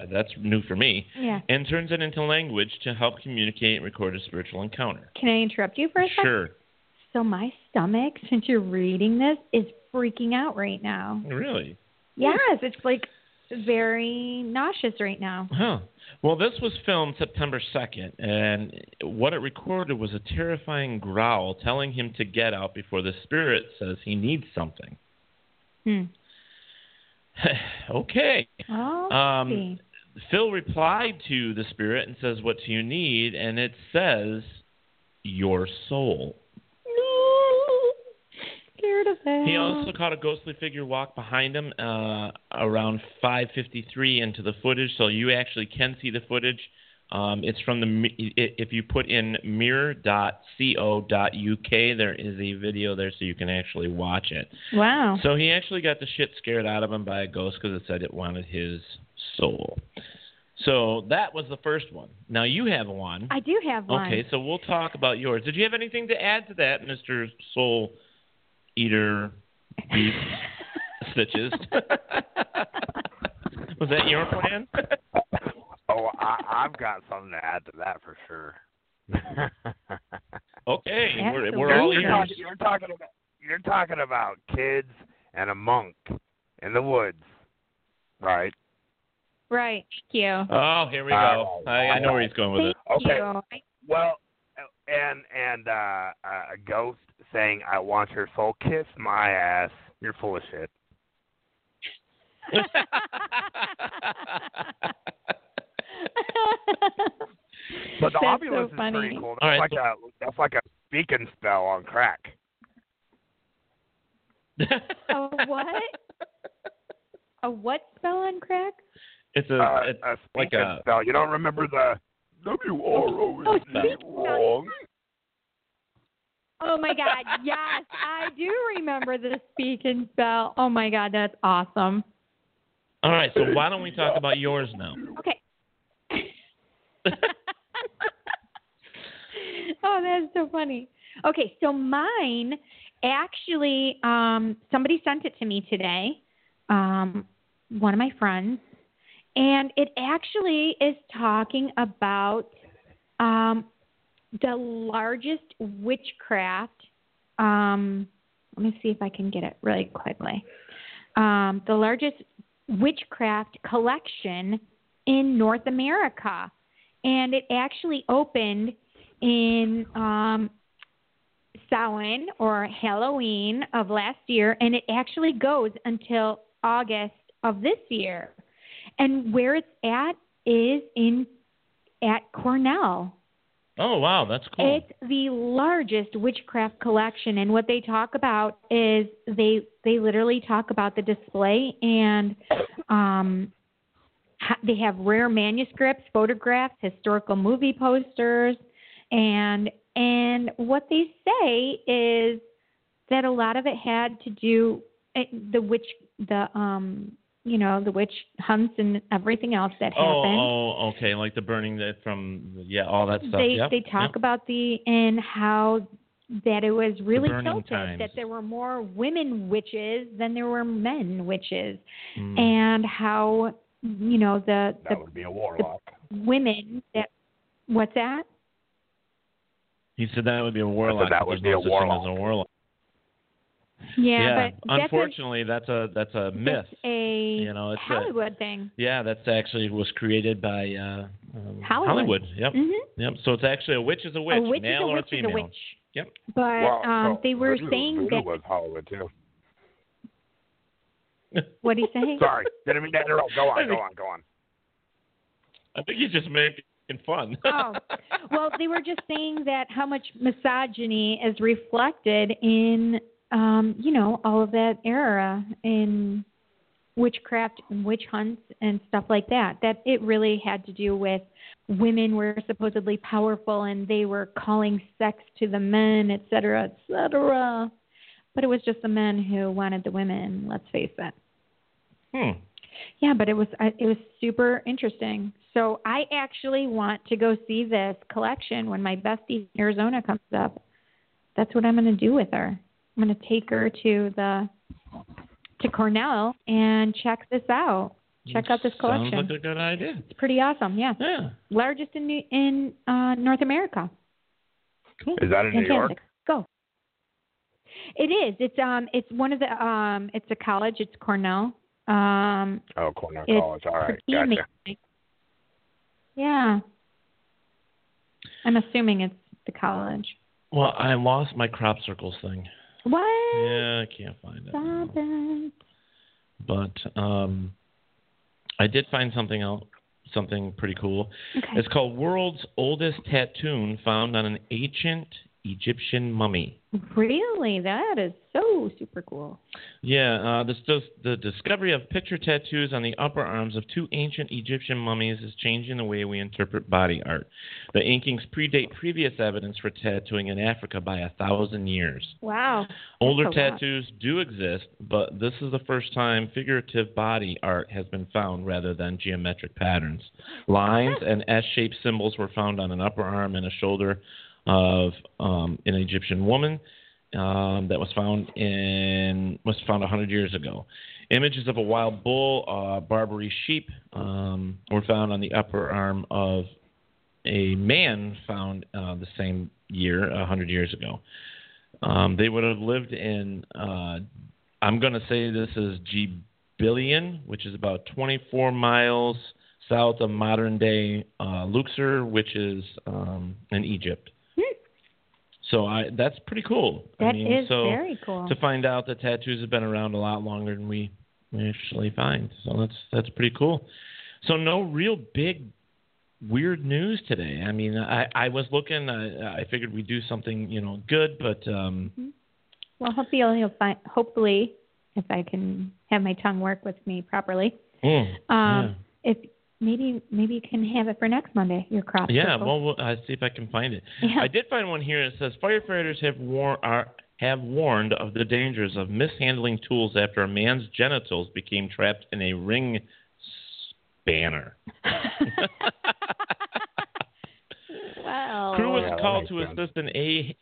uh, that's new for me,
Yeah.
and turns it into language to help communicate and record a spiritual encounter.
Can I interrupt you for a second?
Sure.
So my stomach, since you're reading this, is freaking out right now.
Really?
Yes, it's like very nauseous right now.
Huh. Well, this was filmed September 2nd, and what it recorded was a terrifying growl telling him to get out before the spirit says he needs something.
Hmm.
okay.
Oh,
Um,
see.
Phil replied to the spirit and says, What do you need? And it says, Your soul.
no, scared of that.
He also caught a ghostly figure walk behind him uh, around 5:53 into the footage, so you actually can see the footage. Um, it's from the mi- i- if you put in mirror.co.uk, there is a video there, so you can actually watch it.
wow.
So he actually got the shit scared out of him by a ghost because it said it wanted his soul. So that was the first one. Now you have one.
I do have one.
Okay, so we'll talk about yours. Did you have anything to add to that, Mr. Soul Eater Beef Stitches? Was that your plan?
Oh, I, I've got something to add to that for sure.
Okay, we're,
Excellent.
we're all
you're,
ears.
talking, you're talking about you're talking about kids and a monk in the woods, right?
Right. Thank you.
Oh, here we go. I, I know where he's going with it.
Thank
Okay.
you. I-
Well, and and uh, a ghost saying, "I want your soul, kiss my ass." You're full of shit. But the
That's so
ovulus is
funny.
pretty cool. That's
All right,
like
so-
a that's like a beacon spell on crack.
A what? A what spell on crack?
It's a,
uh,
it's
a
like
beacon
a-
spell. You don't remember the W R O
Oh,
is
spell.
not wrong.
Oh my God! Yes, I do remember the speak and spell. Oh my God, that's awesome.
all right. So why don't we talk about yours now?
Okay. oh, that's so funny. Okay, so mine actually, um, somebody sent it to me today, um, one of my friends, and it actually is talking about um, the largest witchcraft. Um, let me see if I can get it really quickly. Um, the largest witchcraft collection in North America. And it actually opened in um, Samhain or Halloween of last year, and it actually goes until August of this year. And where it's at is in at Cornell.
Oh wow, that's cool.
It's the largest witchcraft collection, and what they talk about is they they literally talk about the display and um, ha- they have rare manuscripts, photographs, historical movie posters, and and what they say is that a lot of it had to do eh, the witch the um you know the witch hunts and everything else that
oh,
happened
oh, okay, like the burning that from yeah, all that stuff.
they
Yep,
they talk about the and how that it was really
burning
tilted
times.
that there were more women witches than there were men witches
yep. Mm.
and how you know the the
That would be a warlock.
women that what's that
He said that would be a warlock.
that
but
would
there's
be
no
a
such thing
warlock.
as a warlock.
yeah,
yeah
but that's
unfortunately, that's a that's a
a,
myth.
that's a
You know, it's a-
Hollywood thing
Yeah, that's actually was created by uh, um,
Hollywood.
Yep,
hmm
yep. So it's actually a witch is a witch,
a witch
male
is a witch
or female.
is a witch
Yep.
but
Well,
um
so
they were
voodoo-
saying
voodoo
that
was Hollywood too.
what do you say
Sorry, didn't mean to interrupt. Go on, go on, go on.
I think you just making fun.
oh, well, they were just saying that how much misogyny is reflected in, um, you know, all of that era in witchcraft and witch hunts and stuff like that. That it really had to do with women were supposedly powerful and they were calling sex to the men, et cetera, et cetera. But it was just the men who wanted the women. Let's face it.
Hmm.
Yeah, but it was I- it was super interesting. So I actually want to go see this collection when my bestie in Arizona comes up. That's what I'm going to do with her. I'm going to take her to the to Cornell and check this out. Check out this collection.
Sounds like a good idea.
it's pretty awesome. Yeah,
Yeah.
largest in New- in uh, North America.
Is that in New York?
Fantastic. Go. It is. It's um. It's one of the um. It's a college. It's Cornell. Um.
Oh, Cornell
It's
College. All right,
pretty
gotcha.
amazing. Yeah. I'm assuming it's the college.
Well, I lost my crop circles thing.
What?
Yeah, I can't find it.
Stop it.
But um, I did find something else, something pretty cool.
Okay.
It's called World's Oldest Tattoo found on an ancient Egyptian mummy.
Really? That is so super cool.
Yeah, uh, this does, the discovery of picture tattoos on the upper arms of two ancient Egyptian mummies is changing the way we interpret body art. The inkings predate previous evidence for tattooing in Africa by a thousand years.
Wow.
Older
That's a lot.
tattoos do exist, but this is the first time figurative body art has been found rather than geometric patterns. Lines and S shaped symbols were found on an upper arm and a shoulder of um, an Egyptian woman um, that was found in was found 100 years ago. Images of a wild bull, uh, Barbary sheep, um, were found on the upper arm of a man found uh, the same year, 100 years ago. Um, they would have lived in, uh, I'm going to say this is Gibeon, which is about 24 miles south of modern day uh, Luxor, which is um, in Egypt. So I that's pretty cool. I
Hmm. That
mean,
is
so
very cool.
to find out that tattoos have been around a lot longer than we we actually find. So that's that's pretty cool. So no real big weird news today. I mean, I I was looking. I, I figured we'd do something you know good, but um,
Well, hopefully you'll, you'll find. Hopefully, if I can have my tongue work with me properly,
mm,
um, if maybe maybe you can have it for next Monday. Your crop.
yeah.
circle.
Well, we'll uh, see if I can find it.
Yeah.
I did find one here. It says firefighters have war- are, have warned of the dangers of mishandling tools after a man's genitals became trapped in a ring spanner.
Wow.
Crew was
Yeah, that
called
makes
to
sense.
assist an AE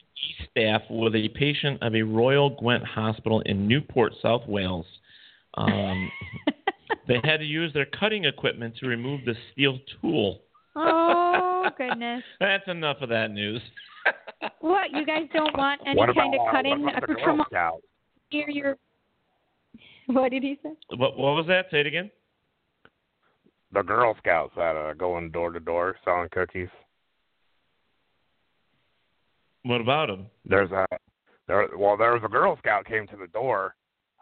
staff with a patient of a Royal Gwent hospital in Newport, South Wales. Um, they had to use their cutting equipment to remove the steel tool.
oh goodness.
That's enough of that news.
What you guys don't want any
what
kind
about,
of
uh,
cutting
what about the Girl
from
Scouts?
near your. What did he say?
What, what was that? Say it again.
The Girl Scouts that are going door to door selling cookies.
What about him?
There's a there. Well, there was a Girl Scout came to the door,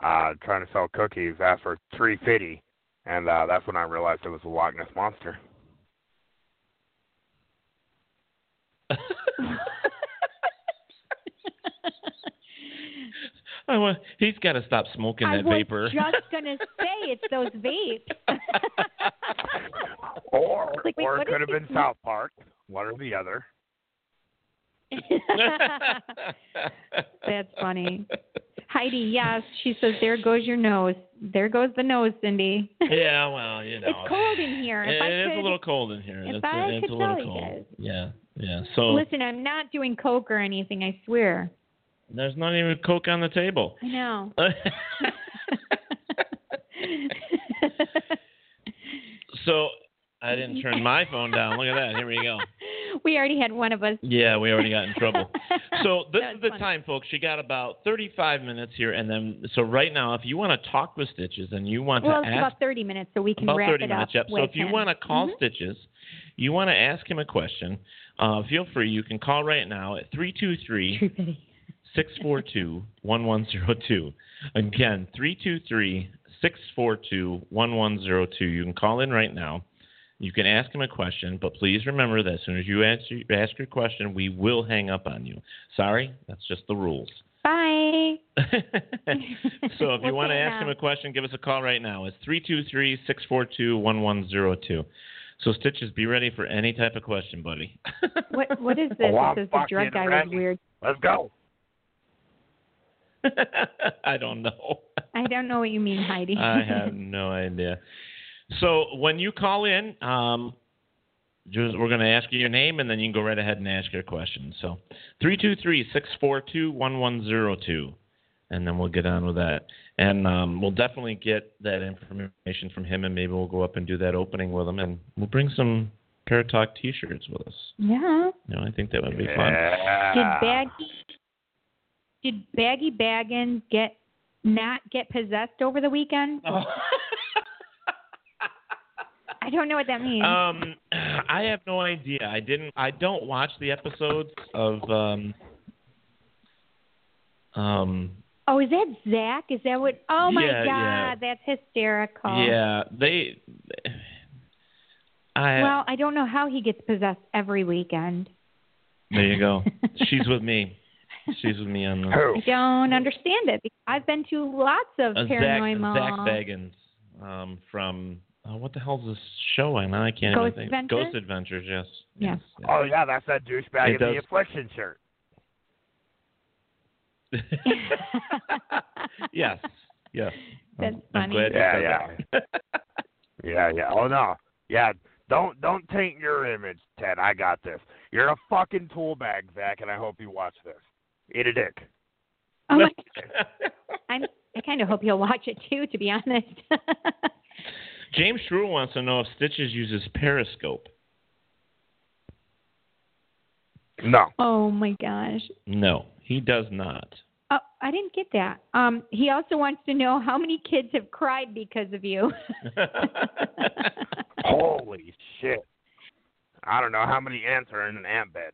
uh, trying to sell cookies. Asked for three fifty, and uh, that's when I realized it was a Loch Ness monster.
I want, he's got to stop smoking
I
that
was
vapor.
just gonna say it's those vapes.
Or
Like, wait,
or
what
it could
if
have been
it's-
South Park. One or the other.
That's funny. Heidi, yes, she says, "There goes your nose. There goes the nose, Cindy."
yeah, well, you know.
It's cold in here. If
It
I
is
could-
a little cold in here.
if
it's a,
I
it's
could
a little
tell you
cold.
guys.
Yeah, yeah. So
Listen, I'm not doing coke or anything. I swear.
there's not even Coke on the table.
I know.
so I didn't turn my phone down. Look at that. Here we go.
we already had one of us.
Yeah, we already got in trouble. So this
That
is
was
the
funny.
time, folks. You got about 35 minutes here, and then so right now, if you want to talk with Stitches and you want
Well,
to
it's
ask
about 30 minutes, so we can
about
wrap
30
it up.
minutes. Yep. So
with
if you
him.
want to call
Mhm.
Stitches, you want to ask him a question, uh, feel free. You can call right now at 323 642 1102. Again, 323 642 1102. You can call in right now. You can ask him a question, but please remember that as soon as you answer, ask your question, we will hang up on you. Sorry, that's just the rules.
Mm-hmm. Bye.
so if you
We'll
want to
say
ask him
no.
a question, give us a call right now. It's 323-642-1102. So Stitches, be ready for any type of question, buddy.
What What is this?
Well, Oh, I'm
This is the drug
fucking
guy was
ready.
weird.
Let's go.
I don't know.
I don't know what you mean, Heidi.
I have no idea. So when you call in, um, just, we're going to ask you your name, and then you can go right ahead and ask your question. So 323-642-1102, and then we'll get on with that. And um, we'll definitely get that information from him, and maybe we'll go up and do that opening with him, and we'll bring some Paratalk T-shirts with us.
yeah.
You know, I think that would be fun.
Did
Yeah.
Baggy Did Baggy Baggins get not get possessed over the weekend?
Oh.
I don't know what that means.
Um, I have no idea. I didn't. I don't watch the episodes of. Um, um.
oh, is that Zach? Is that what? Oh my
Yeah,
God,
yeah.
that's hysterical.
Yeah, they. I.
Well, I don't know how he gets possessed every weekend.
there you go. She's with me. She's with me on the.
Who?
I don't understand it. I've been to lots of
Uh, Zach,
paranoia
Zach
malls.
Bagans um, from uh, what the hell's this show? I now I can't even
Ghost
think.
Adventures?
Ghost Adventures. Yes.
Yeah.
Yes. yes.
Oh yeah, that's that douchebag
It
in
does-
the affliction shirt.
yes. Yes.
That's
I'm, I'm
funny.
glad you
Yeah,
said
yeah.
that.
Yeah, yeah. Oh no. Yeah. Don't don't taint your image, Ted. I got this. You're a fucking tool bag, Zach, and I hope you watch this. Eat a dick.
Oh my, I'm, I kind of hope you'll watch it too, to be honest.
James Shrew wants to know if Stitches uses Periscope.
No.
oh my gosh.
No, he does not.
Oh, I didn't get that. Um, he also wants to know how many kids have cried because of you.
Holy shit. I don't know how many ants are in an ant bed.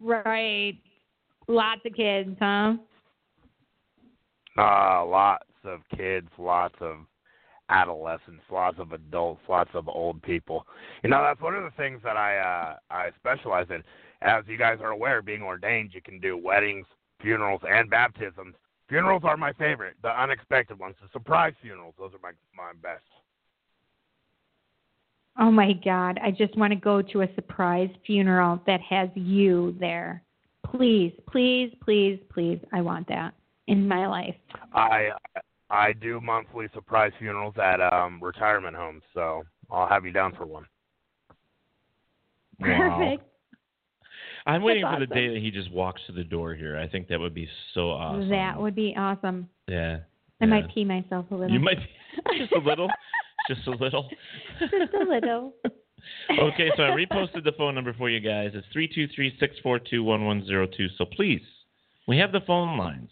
Right. Lots of kids, huh?
Uh, lots of kids, lots of adolescents, lots of adults, lots of old people. You know, that's one of the things that I uh I specialize in. As you guys are aware, being ordained, you can do weddings, funerals, and baptisms. Funerals are my favorite, the unexpected ones, the surprise funerals. Those are my my best.
Oh my God. I just want to go to a surprise funeral that has you there. Please, please, please, please. I want that in my life.
I I do monthly surprise funerals at um retirement homes, so I'll have you down for one.
Wow.
Perfect.
I'm waiting for the
awesome.
day that he just walks to the door here. I think that would be so awesome.
That would be awesome.
Yeah.
I
yeah.
might pee myself a little.
You might just a little, just a little.
Just a little.
Okay, so I reposted the phone number for you guys. It's three two three six four two one one zero two. So please, we have the phone lines.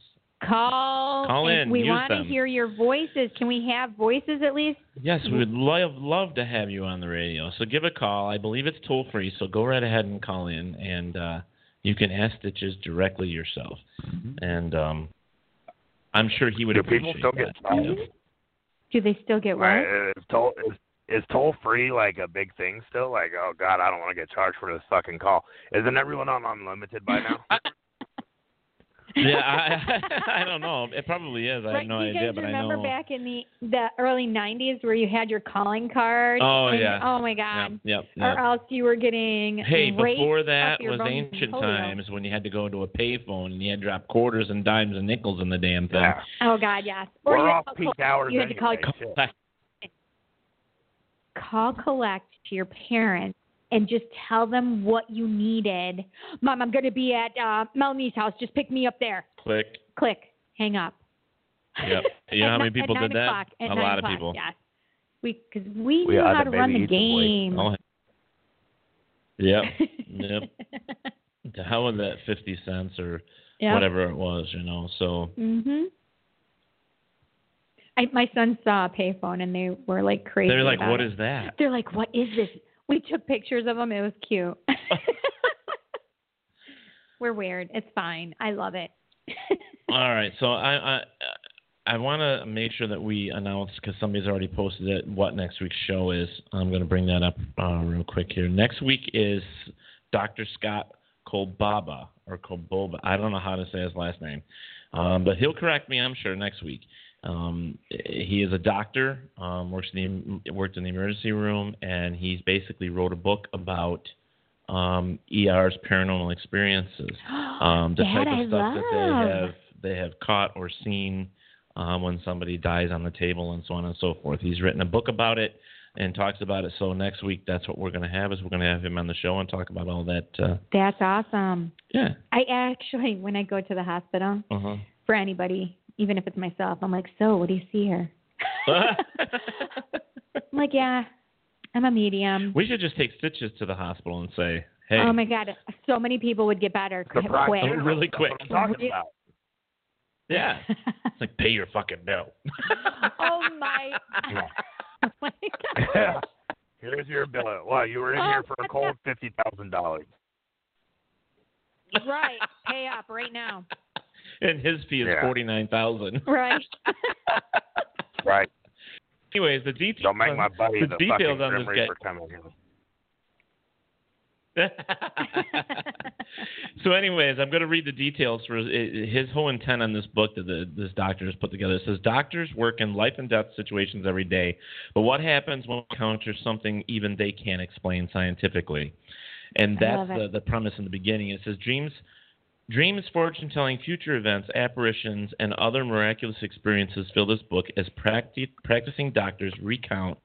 Call.
Call
and
in,
We
use
want to
them.
hear your voices. Can we have voices at least?
Yes, we would love love to have you on the radio. So give a call. I believe it's toll free. So go right ahead and call in, and uh, you can ask Stitches directly yourself. And um, I'm sure he would
Do people
appreciate
still
that.
get called?
you know.
Do they still get what?
Right? Is toll is, is toll free like a big thing still? Like, oh God, I don't want to get charged for this fucking call. Isn't everyone on unlimited by now?
Yeah, I, I don't know. It probably is. I have
Right,
no
do you
idea,
guys
but I
remember
know.
back in the the early '90s where you had your calling card?
Oh,
and-
yeah.
Oh my
Yep,
God.
yep, yep.
Or else you were getting
Hey,
raped
before
um, up
that
your
was
bum and
ancient
polio.
times when you had to go to a payphone and you had to drop quarters and dimes and nickels in the damn thing.
Yeah.
Oh God, yes. Or
We're
you
off
had to
peak
call,
hours
You had to call
anyway. Shit.
call collect to your parents and just tell them what you needed. Mom, I'm going to be at uh, Melanie's house. Just pick me up there.
Click.
Click. Hang up.
Yep. You know
At
how many
ni-
people
at
did
nine
that?
o'clock, at
A
nine
lot of
o'clock,
people.
Yes. We because we,
We
knew
had
how
to
to run
baby
the
eat the
game.
Oh, Yep. Oh, Yep. To hell with that fifty cents or
Yep.
whatever it was, you know. So
Mhm. I, my son saw a payphone and they were like crazy.
they're like,
about
"What
it.
is that?"
They're like, "What is this?" We took pictures of them. It was cute. We're weird. It's fine. I love it.
All right. So I I I want to make sure that we announce because somebody's already posted it what next week's show is. I'm going to bring that up uh, real quick here. Next week is Dr. Scott Kolbaba or Kolboba. I don't know how to say his last name, um, but he'll correct me. I'm sure next week. Um, he is a doctor. Um, works in the worked in the emergency room, and he's basically wrote a book about um, ER's paranormal experiences um, the
That
type of
I
stuff
love.
that they have they have caught or seen um, when somebody dies on the table and so on and so forth. He's written a book about it and talks about it. So next week, that's what we're going to have is we're going to have him on the show and talk about all that. Uh,
That's awesome.
yeah.
I actually, when I go to the hospital
Uh-huh.
for anybody, even if it's myself, I'm like, "So, what do you see here?" I'm like, "Yeah, I'm a medium."
we should just take stitches to the hospital and say, hey,
Oh my god, so many people would get better quick.
Surprise
quick.
funeral,
Really
that's
quick.
what I'm talking about.
yeah. It's like pay your fucking bill.
oh my. Oh my god.
Here's your bill. Wow, you were in here for a cold fifty thousand dollars.
Right. Pay up right now.
and his fee is
Yeah.
forty nine thousand.
Right.
Right.
Anyways, the details.
Don't make my buddy
the
the, fucking
details on
Grim
this guy.
Reaper coming here.
so, anyways, I'm going to read the details for his, his whole intent on this book that the, this doctor has put together. It says doctors work in life and death situations every day, but what happens when we encounter something even they can't explain scientifically? And
I
that's
love
the, the premise in the beginning. It says dreams. Dreams, fortune telling, future events, apparitions, and other miraculous experiences fill this book as practi- practicing doctors recount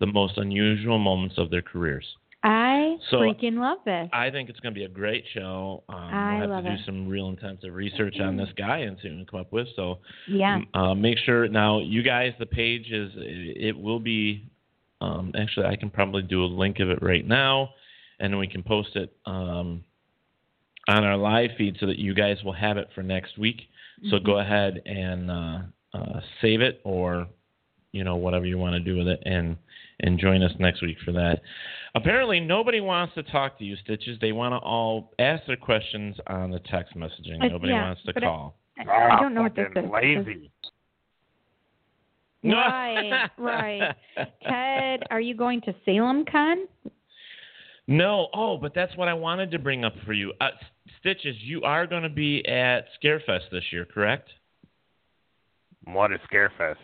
the most unusual moments of their careers.
I
So-
freaking love this.
I think it's going to be a great show. Um,
I
we'll have
love
to do
it. Mm.
some real intensive research on this guy and see what we can come up with. So
Yeah.
uh, make sure now, you guys, the page is it will be. Um, actually, I can probably do a link of it right now, and then we can post it um, on our live feed so that you guys will have
Mm-hmm.
it for next week. So go ahead and uh, uh, save it or you know whatever you want to do with it and and join us next week for that. Apparently nobody wants to talk to you, Stitches. They want to all ask their questions on the text messaging.
Uh,
nobody
yeah,
wants to
but I-
call.
I, I don't know what this
Ah, Fucking
is.
Lazy.
No.
Right, right. Ted, are you going to Salem Con?
No, oh, but that's what I wanted to bring up for you. Uh, Stitches, you are going to be at Scarefest this year, correct?
What a scarefest.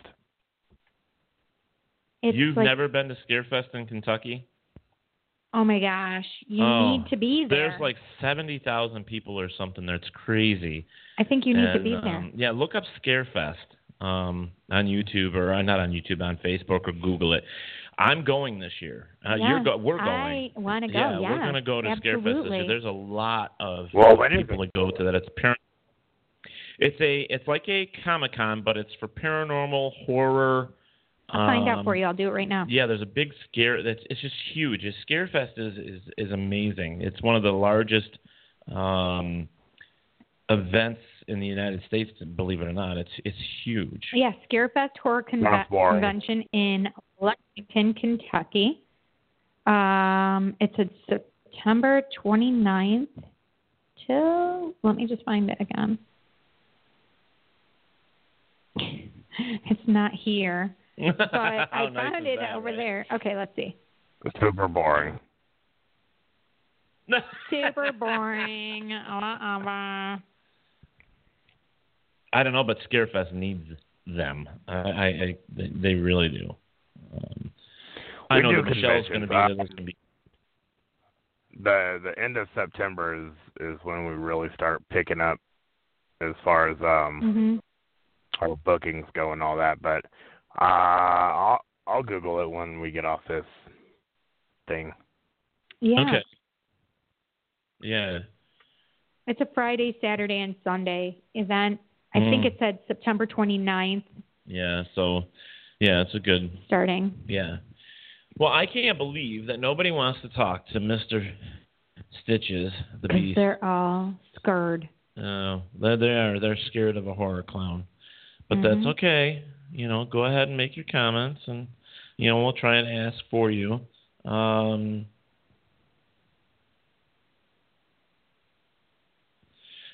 It's
You've
like,
never been to Scarefest in Kentucky?
Oh my gosh, you
Oh,
need to be there.
There's like 70,000 people or something there. It's crazy.
I think you need to
And,
be there.
um, yeah, look up Scarefest um, on YouTube or uh, not on YouTube, on Facebook or Google it. I'm going this year. Uh, you're
Yes,
go- we're going.
I want to go.
yeah,
Yeah,
we're going to go to Scarefest this
absolutely.
year. There's a lot of
Well, when is
people that go to that. It's par- It's a it's like a Comic Con, but it's for paranormal horror.
I'll find out
um,
for you. I'll do it right now.
yeah, there's a big scare. That's it's just huge. It's- Scarefest is, is is amazing. It's one of the largest um, events in the United States. Believe it or not, it's it's huge.
Yeah, Scarefest Horror Conve-
Sounds boring.
Convention in Lexington, Kentucky. Um, it's a September 29th till. Let me just find it again. It's not here, but
How
I
nice
found
is
it
that,
over
right?
there. Okay, let's see.
Super boring.
Super boring. Uh-uh.
I don't know, but Scarefest needs them. I, I, I they, they really do. Um, I
We
know
do
that Michelle's going to
conventions.
be there. There's gonna be-
the the end of September is is when we really start picking up as far as um
hmm
our bookings go and all that. But uh, I'll I'll Google it when we get off this thing.
Yeah.
Okay. Yeah.
It's a Friday, Saturday, and Sunday event. I think
Mm.
it said September 29th
Yeah. So, yeah, it's a good
starting.
Yeah. Well, I can't believe that nobody wants to talk to Mister Stitches, the
Because
beast.
they're all scared.
Oh, there they are. They're scared of a horror clown, but
Mm-hmm.
that's okay. You know, go ahead and make your comments, and you know we'll try and ask for you. Um,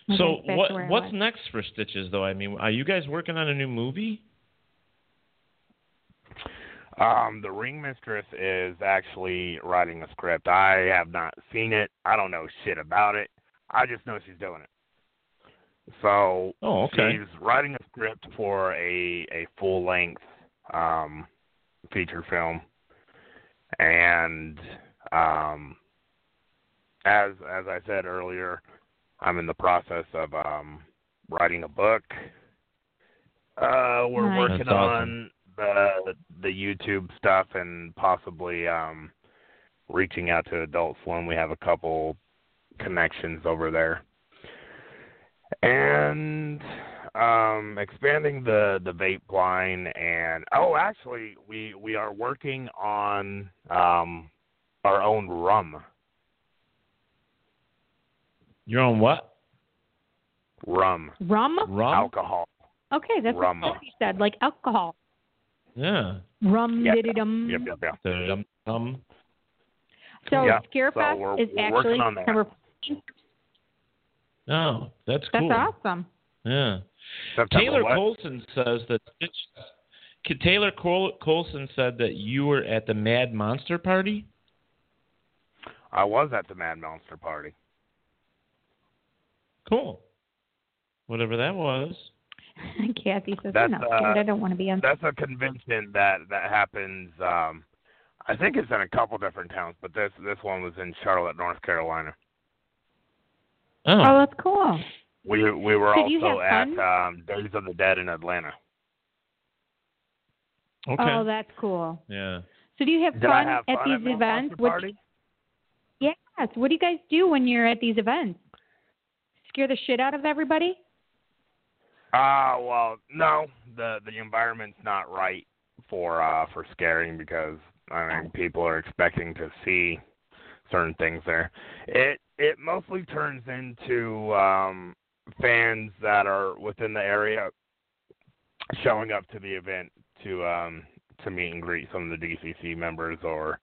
Okay,
so
back to
what
where I
what's
was.
next for Stitches though? I mean, are you guys working on a new movie?
Um, the Ring Mistress is actually writing a script. I have not seen it. I don't know shit about it. I just know she's doing it. So
Oh, okay.
She's writing a script for a a full length um, feature film, and um, as as I said earlier, I'm in the process of um, writing a book. Uh, we're
Nice.
working
That's awesome.
on the the YouTube stuff and possibly um, reaching out to adults when we have a couple connections over there and um, expanding the the vape line and oh actually we we are working on um, our own rum
You're on what?
rum
Rum?
Rum?
alcohol
Okay, that's
Rum.
what you said, like alcohol.
Yeah.
Rum
Yeah.
dididum.
yep yep yep
Dum, dum.
So
Yeah.
Scarefest
So we're-
is
we're working
actually
on that.
September-
Oh, that's
That's
cool.
awesome.
Yeah.
September
Taylor
what?
Colson says that Stitch, Taylor Col- Colson said that you were at the Mad Monster party.
I was at the Mad Monster party
Cool. Whatever that was.
Kathy says,
That's,
no,
uh,
Ted, I don't want to be on.
that's a convention that that happens um, I think it's in a couple different towns but this this one was in Charlotte North Carolina
Oh,
Oh, that's cool.
we we were
Did you
also
have fun?
at um, Days of the Dead in Atlanta
okay.
Oh, that's cool.
yeah.
So do you have
Did
fun
I have
at
fun
these
at Mad
events?
Monster
What-
party?
yes. What do you guys do when you're at these events? Scare the shit out of everybody?
Uh well, no, the the environment's not right for uh for scaring because I mean people are expecting to see certain things there. It it mostly turns into um fans that are within the area showing up to the event to um to meet and greet some of the DCC members or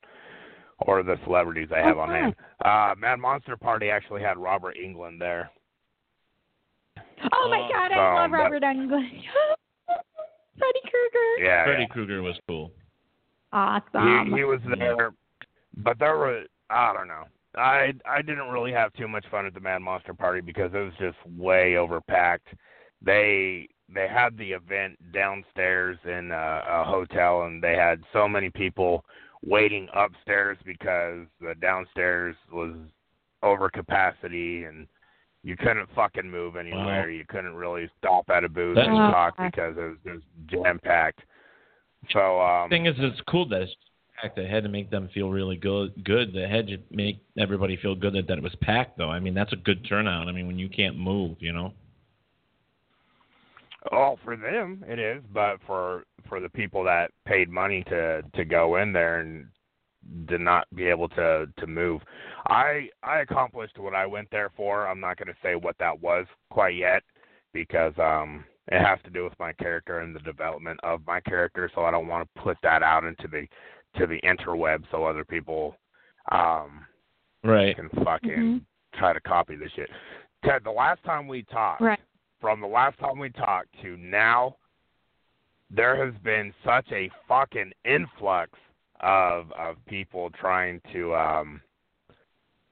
or the celebrities they have on hand. Uh, Mad Monster Party actually had Robert England there.
Oh my God,
Um,
I love
but-
Robert Englund. Freddy Krueger.
Yeah,
Freddy
yeah.
Krueger was cool.
Awesome.
he, he was there, but there were I don't know. I I didn't really have too much fun at the Mad Monster Party because it was just way overpacked. They they had the event downstairs in a, a hotel, and they had so many people waiting upstairs because the downstairs was over capacity and. You couldn't fucking move anywhere. You couldn't really stop at a booth and
That's-
talk because it was just jam packed. So um,
thing is, it's cool that it's packed. They had to make them feel really good. Good. They had to make everybody feel good that, that it was packed, though. I mean, that's a good turnout. I mean, when you can't move, you know.
Oh, for them it is, but for for the people that paid money to to go in there and did not be able to to move. I I accomplished what I went there for. I'm not going to say what that was quite yet because um it has to do with my character and the development of my character, so I don't want to put that out into the to the interweb so other people um
Right.
can fucking
Mm-hmm.
try to copy this shit. Ted, the last time we talked,
Right.
from the last time we talked to now, there has been such a fucking influx of of people trying to um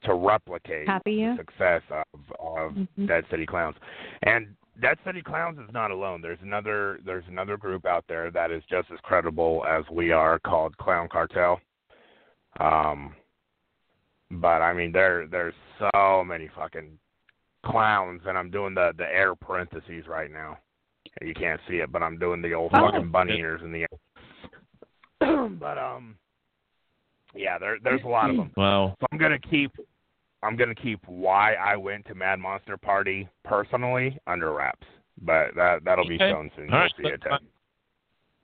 to replicate
Copy
the
you.
success of of
Mhm.
Dead City Clowns. And Dead City Clowns is not alone. There's another there's another group out there that is just as credible as we are called Clown Cartel. Um but I mean there there's so many fucking clowns and I'm doing the the air parentheses right now. You can't see it, but I'm doing the old
Oh.
fucking bunny ears in the air. but um yeah, there there's a lot of them.
Wow.
So I'm gonna keep I'm gonna keep why I went to Mad Monster Party personally under wraps. But that that'll be
Okay.
shown soon.
All
You'll
right,
see
that's
it. Ted.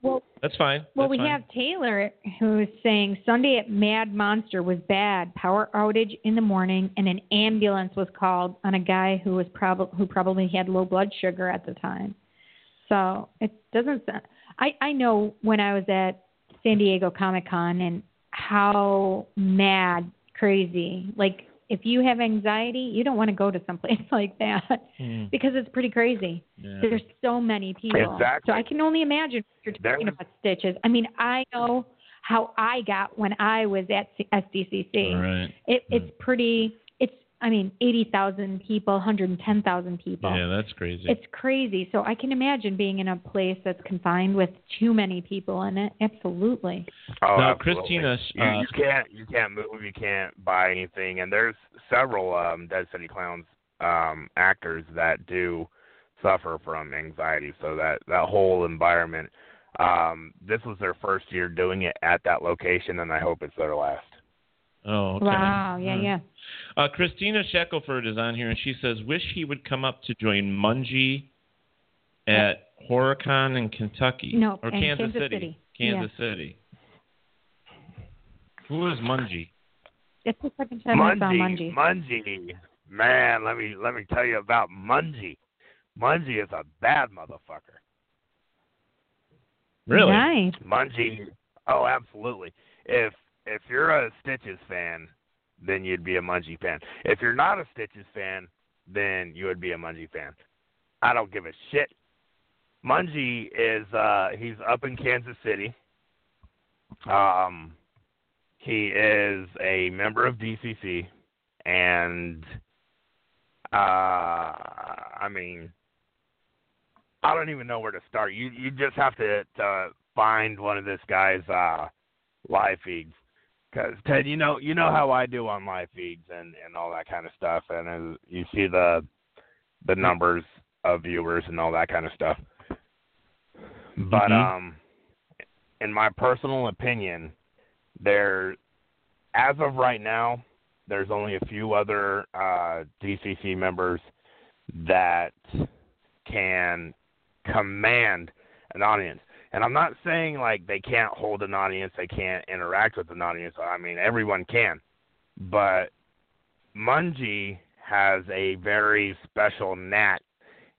Well,
That's fine. That's
well, we
fine.
have Taylor who's saying Sunday at Mad Monster was bad. Power outage in the morning, and an ambulance was called on a guy who was probably who probably had low blood sugar at the time. So it doesn't. sound- I I know when I was at San Diego Comic Con and how mad crazy like. If you have anxiety, you don't want to go to someplace like that
Hmm.
because it's pretty crazy.
Yeah.
There's so many people.
Exactly.
So I can only imagine what you're
There
talking
was-
about stitches. I mean, I know how I got when I was at C- SDCC.
Right.
It, it's pretty. It's I mean, eighty thousand people, hundred and ten thousand people.
Yeah, that's crazy.
It's crazy. So I can imagine being in a place that's confined with too many people in it. Absolutely.
Oh,
Now,
absolutely.
Christina,
you,
uh,
you can't you can't move, you can't buy anything, and there's several um, Dead City Clowns um, actors that do suffer from anxiety. So that that whole environment, um, this was their first year doing it at that location, and I hope it's their last.
oh, okay.
Wow. Yeah.
Hmm.
Yeah.
Uh, Christina Shackelford is on here, and she says, "Wish he would come up to join Mungie at HorrorCon in Kentucky
No,
or
in
Kansas,
Kansas
City.
City.
Kansas City. Who is Mungie?
It's the second time I saw Mungie.
Mungie, man, let me let me tell you about Mungie. Mungie is a bad motherfucker.
Really?
Nice.
Mungie. Oh, absolutely. If if you're a Stitches fan, then you'd be a Mungie fan. If you're not a Stitches fan, then you would be a Mungie fan. I don't give a shit. Mungie is uh he's up in Kansas City. Um he is a member of DCC and uh I mean I don't even know where to start. You you just have to, to find one of this guy's uh, live feeds. Because Ted, you know you know how I do on live feeds and and all that kind of stuff, and as you see the the numbers of viewers and all that kind of stuff. But
Mhm.
uh,
um, in my personal opinion, there as of right now, there's only a few other uh, DCC members that can command an audience. And I'm not saying like they can't hold an audience, they can't interact with an audience. I mean, everyone can. But Mungie has a very special knack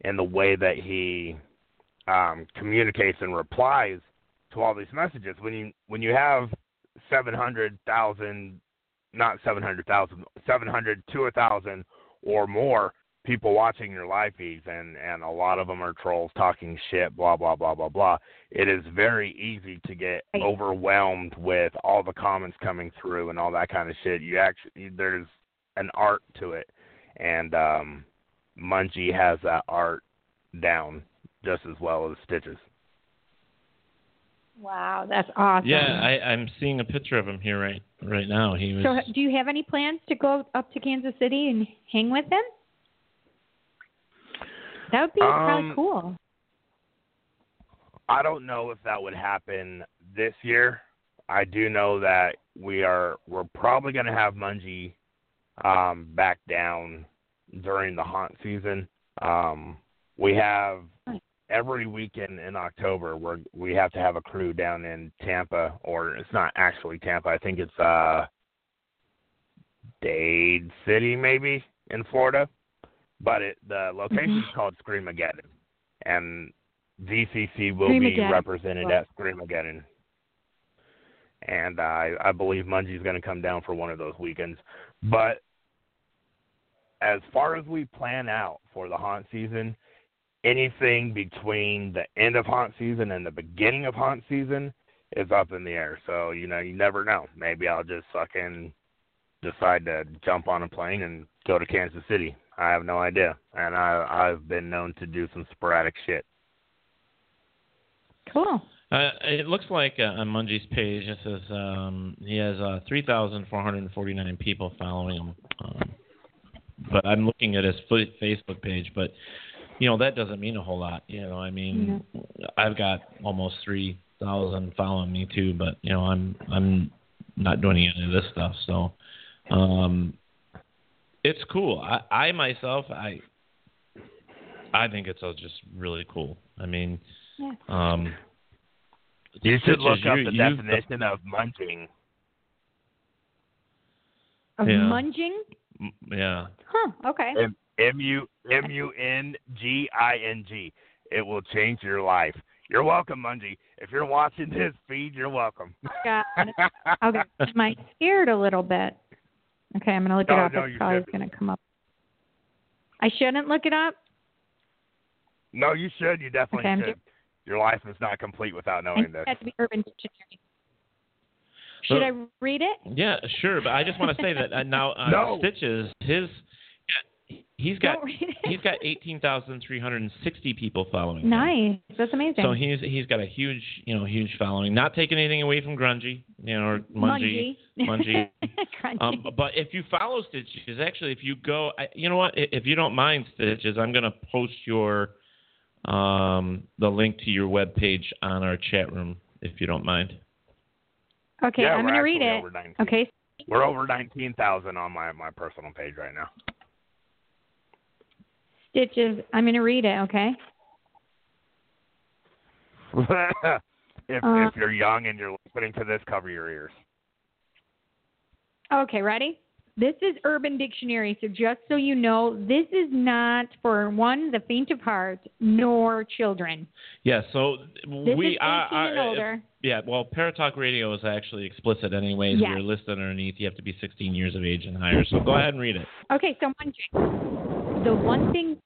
in the way that he um, communicates and replies to all these messages. When you when you have seven hundred thousand, not seven hundred thousand, seven hundred to a thousand or more people watching your live feeds, and and a lot of them are trolls talking shit, blah blah blah blah blah. It is very easy to get
Right.
overwhelmed with all the comments coming through and all that kind of shit. You actually there's an art to it, and um, Mungie has that art down just as well as Stitches.
Wow, that's awesome.
Yeah, I, I'm seeing a picture of him here right right now. He was.
So, do you have any plans to go up to Kansas City and hang with him? That would be kind
Um,
of cool.
I don't know if that would happen this year. I do know that we are we're probably going to have Mungie um, back down during the haunt season. Um, we have every weekend in October where we have to have a crew down in Tampa, or it's not actually Tampa. I think it's uh, Dade City, maybe in Florida, but it, the location is called Screamageddon, and VCC will be
Screamageddon.
represented
Wow.
at Screamageddon. And uh, I, I believe Mungie's going to come down for one of those weekends. But as far as we plan out for the haunt season, anything between the end of haunt season and the beginning of haunt season is up in the air. So, you know, you never know. Maybe I'll just fucking decide to jump on a plane and go to Kansas City. I have no idea. And I I've been known to do some sporadic shit.
Cool.
Uh, it looks like uh, on Mungie's page, it says um, he has uh, 3,449 people following him. Um, but I'm looking at his fa- Facebook page, but you know that doesn't mean a whole lot. You know, I mean, I've got almost 3,000 following me too, but you know, I'm I'm not doing any of this stuff. So, um, it's cool. I, I myself, I I think it's all just really cool. I mean,
Yeah.
um,
You
Stitches,
should look up
you-
the
you-
definition of munging.
Of
Yeah.
munging?
m- Yeah.
Huh, okay.
M M U M U N G I N G. It will change your life. You're welcome, Mungie. If you're watching this feed, you're welcome.
God. Okay, am I scared a little bit? Okay, I'm going to look it
No,
up.
no,
it's
you
probably
shouldn't.
going to come up. I shouldn't look it up?
no, you should. You definitely
Okay, I'm
should. Your life is not complete without
I
knowing
think
this.
it has to be Urban Dictionary. Should I read it?
Yeah, sure, but I just want to say that uh, now uh,
No.
Stitches his he's got
Don't read it.
he's got 18,360 people following. him.
Nice. That's amazing.
So he's he's got a huge, you know, huge following. Not taking anything away from Grungy, you know, or Mungie. Mungie.
Crunchy.
Um, but if you follow Stitches, actually, if you go, I, you know what? I- If you don't mind Stitches, I'm gonna post your um, the link to your web page on our chat room, if you don't mind.
okay,
yeah,
I'm
we're
going to read
actually
it.
over 19.
Okay,
We're over 19,000 on my, my personal page right now.
Stitches. I'm going to read it, okay?
if,
Uh.
if you're young and you're listening to this, cover your ears.
Okay, ready? This is Urban Dictionary, so just so you know, this is not for one, the faint of heart, nor children.
Yeah, so
This
we
is 18
are, uh,
and
are-
older.
Yeah, well, Paratalk Radio is actually explicit anyways.
Yes.
Your list underneath, you have to be 16 years of age and higher. So go ahead and read it.
Okay, so Mungie. The one thing,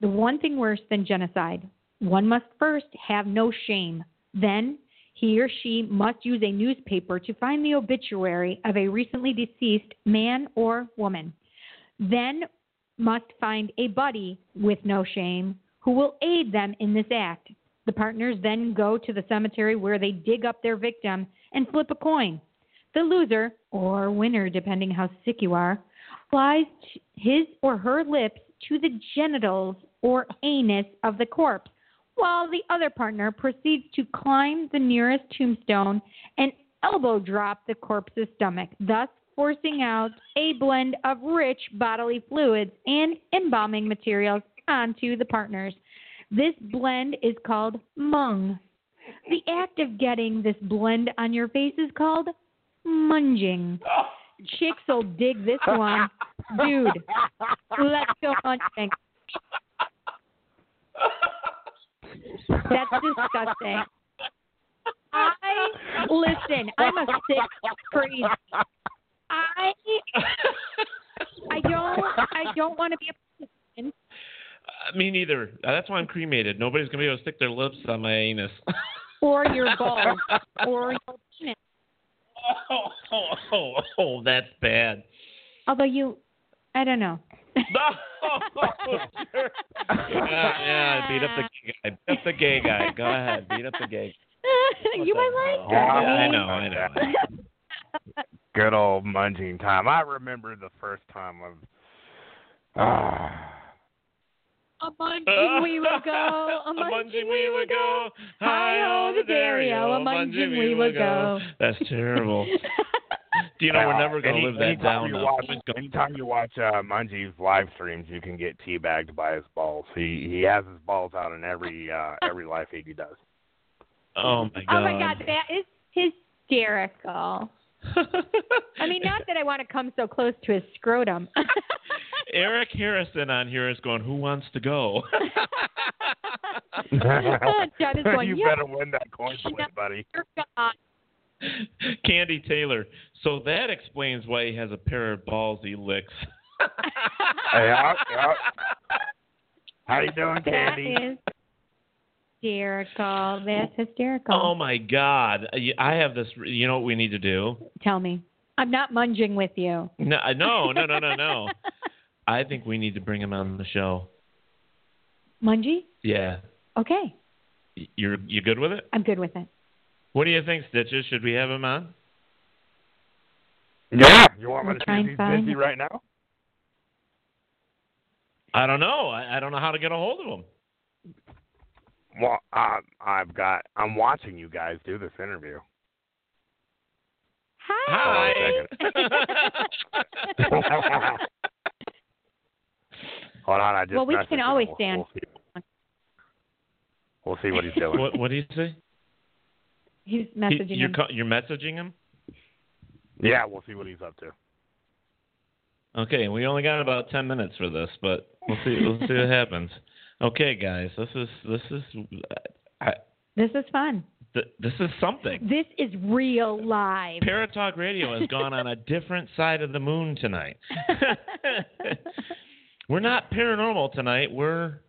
the one thing worse than genocide. One must first have no shame. Then he or she must use a newspaper to find the obituary of a recently deceased man or woman. Then must find a buddy with no shame who will aid them in this act. The partners then go to the cemetery where they dig up their victim and flip a coin. The loser, or winner, depending how sick you are, applies t- his or her lips to the genitals or anus of the corpse, while the other partner proceeds to climb the nearest tombstone and elbow drop the corpse's stomach, thus forcing out a blend of rich bodily fluids and embalming materials onto the partners. This blend is called mung. The act of getting this blend on your face is called munging. Chicks will dig this one. Dude, let's go munging. That's disgusting. I listen. I'm a sick freak. I I don't I don't want to be a person.
Uh, me neither. Uh, That's why I'm cremated. Nobody's gonna be able to stick their lips on my anus.
or your balls or your penis.
oh, oh, oh, oh, that's bad.
Although you, I don't know.
Oh, yeah, yeah, beat up the gay guy. Beat up the gay guy. Go ahead, beat up the gay.
you might
guy.
like that.
Yeah, I
mean,
know, I know.
Good old munging time. I remember the first time of. Ah.
A
Uh,
munging we will go. A munging we will go. Hi-ho, the dairy-o, a munging we will go.
That's terrible. Do you know we're
Wow.
never gonna
Any-
live that
anytime
down?
You
though.
watch, anytime you watch uh, Mungee's live streams, you can get teabagged by his balls. He he has his balls out in every uh, every live feed he does.
Oh my god.
Oh my God, that is hysterical. I mean, not that I want to come so close to his scrotum.
Eric Harrison on here is going. Who wants to go?
John is going,
you
yeah,
better win that coin flip, buddy.
you're God.
Candy Taylor. So that explains why he has a pair of balls he licks.
Yeah, yeah. How you doing,
That
Candy?
is hysterical. That's hysterical.
Oh my God! I- I have this. You know what we need to do?
Tell me. I'm not munging with you.
No, Oh, no, no, no, no, no. I think we need to bring him on the show.
Mungie?
Yeah,
Okay.
you're you good with it?
I'm good with it.
What do you think, Stitches? Should we have him on?
yeah. You want me
We're
to see
trying
if he's
fine.
busy right now?
I don't know. I, I don't know how to get a hold of him.
Well, um, I've got. I'm watching you guys do this interview.
Hi.
Hi.
Hold Hold on, I just.
Well, we
messaged
can
him.
always
We'll-
stand.
We'll see, we'll see what he's doing.
what What do you say?
He's
He-
messaging
you're
him.
ca- you're messaging him.
yeah, we'll see what he's up to.
Okay, we only got about ten minutes for this, but we'll see. We'll see what happens. Okay, guys, this is this is I,
This is fun.
th- this is something.
This is real live.
Paratalk Radio has gone on a different side of the moon tonight. we're not paranormal tonight. We're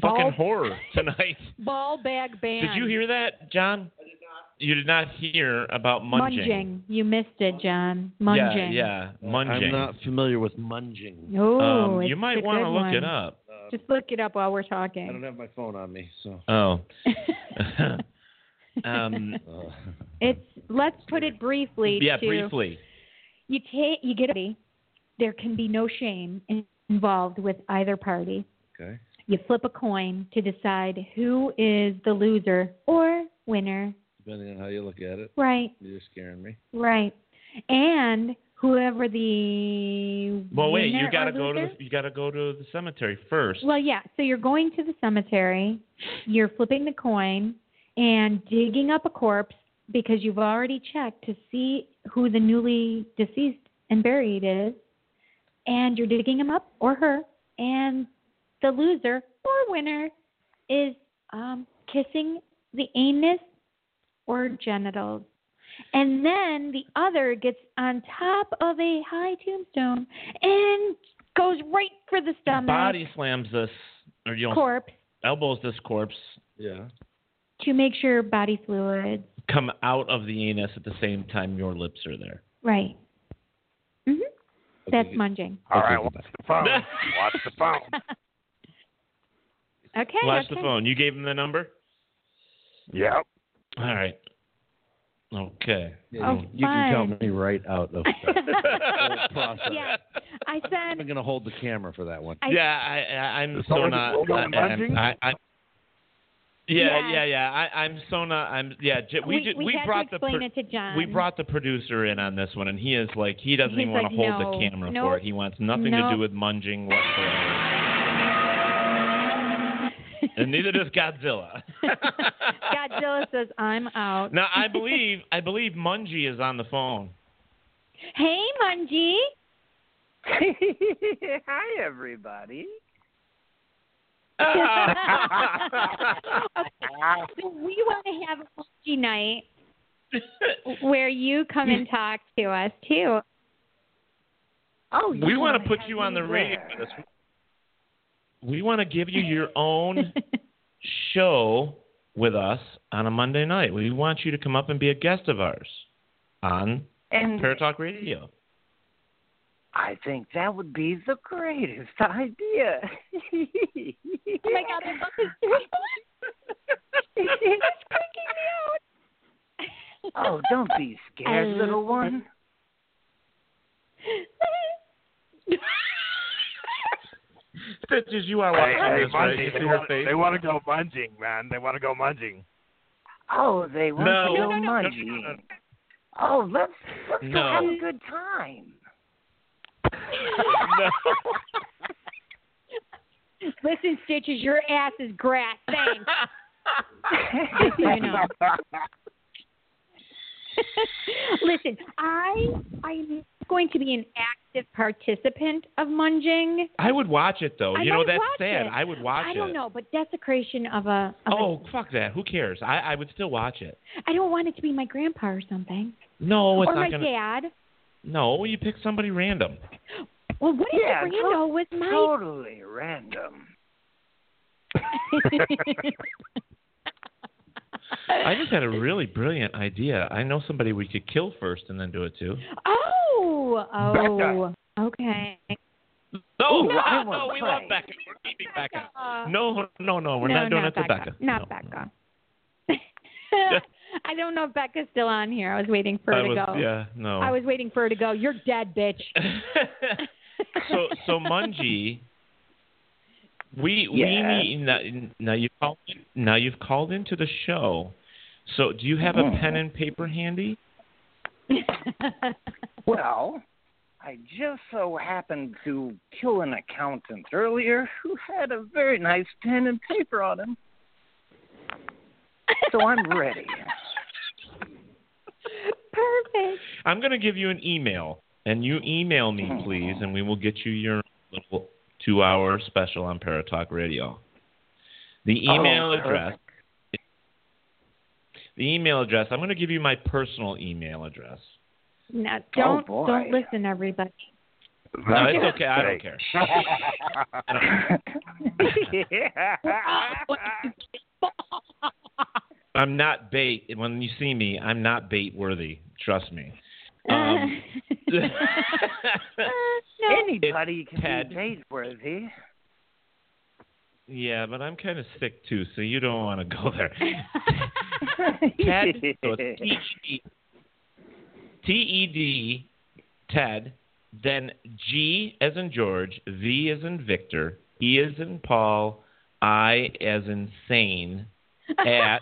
fucking
Ball-
horror tonight.
Ball bag band.
Did you hear that, John? I did not. You did not hear about
munging?
munging.
You missed it, John. Munging.
Yeah, yeah, munging.
I'm not familiar with munging.
Oh,
um, you
it's
might
a
want to
good
look
one.
it up.
Just look it up while we're
I don't
talking.
have my phone on me, so.
Oh. um,
Uh,
it's let's put it briefly.
yeah,
to,
briefly.
You take you get a. There can be no shame in- involved with either party.
okay.
You flip a coin to decide who is the loser or winner.
Depending on how you look at it,
Right,
you're scaring me.
right. And whoever the
Well, wait.
winner
You gotta
or
go to
loser-
the, you gotta go to the cemetery first.
Well, yeah. So you're going to the cemetery, you're flipping the coin and digging up a corpse because you've already checked to see who the newly deceased and buried is, and you're digging him up or her, and the loser or winner is um, kissing the anus or genitals. And then the other gets on top of a high tombstone and goes right for the stomach
Body slams this, or you know,
corpse
elbows this corpse
Yeah.
to make sure body fluids.
come out of the anus at the same time your lips are there.
Right. hmm That's
Okay.
munging.
All right, watch the phone. watch the phone.
Okay.
Watch
okay.
the phone. You gave him the number.
Yep.
All right. Okay.
Yeah, you,
Oh,
you can
fun.
count me right out of that whole process.
yeah. I
I'm
said
going to hold the camera for that one.
I-
yeah, I, I, I'm so
So we're-
not.
we're going
I, I'm-
lunging?
I, I, yeah,
Yeah.
yeah, yeah, I, I'm so not. I'm yeah. J- we
we,
ju-
we, had
brought
to
the
explain
pro-
it to John.
we brought the producer in on this one, and he is like he doesn't
He's
even want
like,
to hold
no,
the camera
no,
for it. He wants nothing
no.
to do with munging whatsoever, and neither does Godzilla.
Godzilla says I'm out.
Now I believe I believe Mungie is on the phone.
Hey, Mungie.
Hi, everybody.
Okay, so we want to have a Mungie night where you come and talk to us too.
Oh,
We want to put you on the radio. That's- We want to give you your own show with us on a Monday night. We want you to come up and be a guest of ours on
And
Paratalk Radio.
I think that would be the greatest idea.
Oh my god, I love this. It's freaking me out.
Oh, don't be
I
scared, little
love
one.
That's just you are
Hey,
watching
hey,
this, right?
Munchie,
You
they,
see her
want,
face?
they want to go munging, man. They want to go munging.
Oh, they want
No.
to
No,
go
no, no, no,
munching.
no, no.
Oh, let's let's go
No.
have a good time.
Listen, Stitches, your ass is grass. Thanks. Just so you know. Listen, I I'm going to be an active participant of munging.
I would watch it though.
I
Oh, you know
might
that's
watch
sad.
it.
I would watch
I
it.
don't know, but desecration of a of a-
Oh fuck that! Who cares? I, I would still watch it.
I don't want it to be my grandpa or something.
No, Oh, it's
or my
not gonna.
dad.
No, you pick somebody random.
Well, what if
Yeah,
the rando was my
totally random.
I just had a really brilliant idea. I know somebody we could kill first and then do it too.
Oh, oh, okay.
No,
Ooh, I
no,
want
we
mine.
love Becca. We're keeping Becca. No, no, no, we're
no,
not doing
not
it to
Becca.
Becca.
Not
No.
Becca. I don't know if Becca's still on here. I was waiting for her
I was,
to go.
Yeah, no.
I was waiting for her to go. You're dead, bitch.
so, so Mungie, we
Yeah.
we need now, now you've called now you've called into the show. So, do you have
Mm-hmm.
a pen and paper handy?
Well, I just so happened to kill an accountant earlier who had a very nice pen and paper on him. So I'm ready.
Perfect.
I'm going to give you an email, and you email me, please, and we will get you your little two hour special on Paratalk Radio. The email
Oh,
address. The email address. I'm going to give you my personal email address.
Now, don't
Oh, boy.
don't listen, everybody.
No, it's okay. I don't care. I'm not bait. When you see me, I'm not bait worthy. Trust me. Um,
Anybody can
Ted.
be praiseworthy.
yeah, but I'm kind of sick too, so you don't want to go there. Ted, so it's E T-E- T-E-D, E Ted, then G as in George, V as in Victor, E as in Paul, I as in sane, at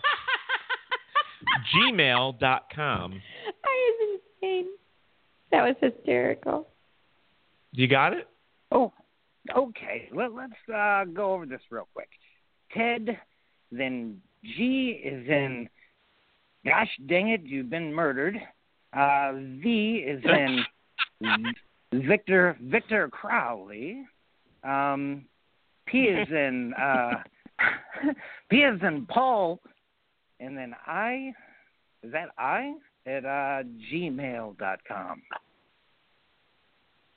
gmail.com.
I was insane. That was hysterical.
You got it?
Oh, okay. Let, let's uh, go over this real quick. Ted, then G is in, gosh dang it, you've been murdered. Uh, v is in Victor Victor Crowley. Um, P is in uh, P is in Paul, and then I is that I at uh, gmail dot com.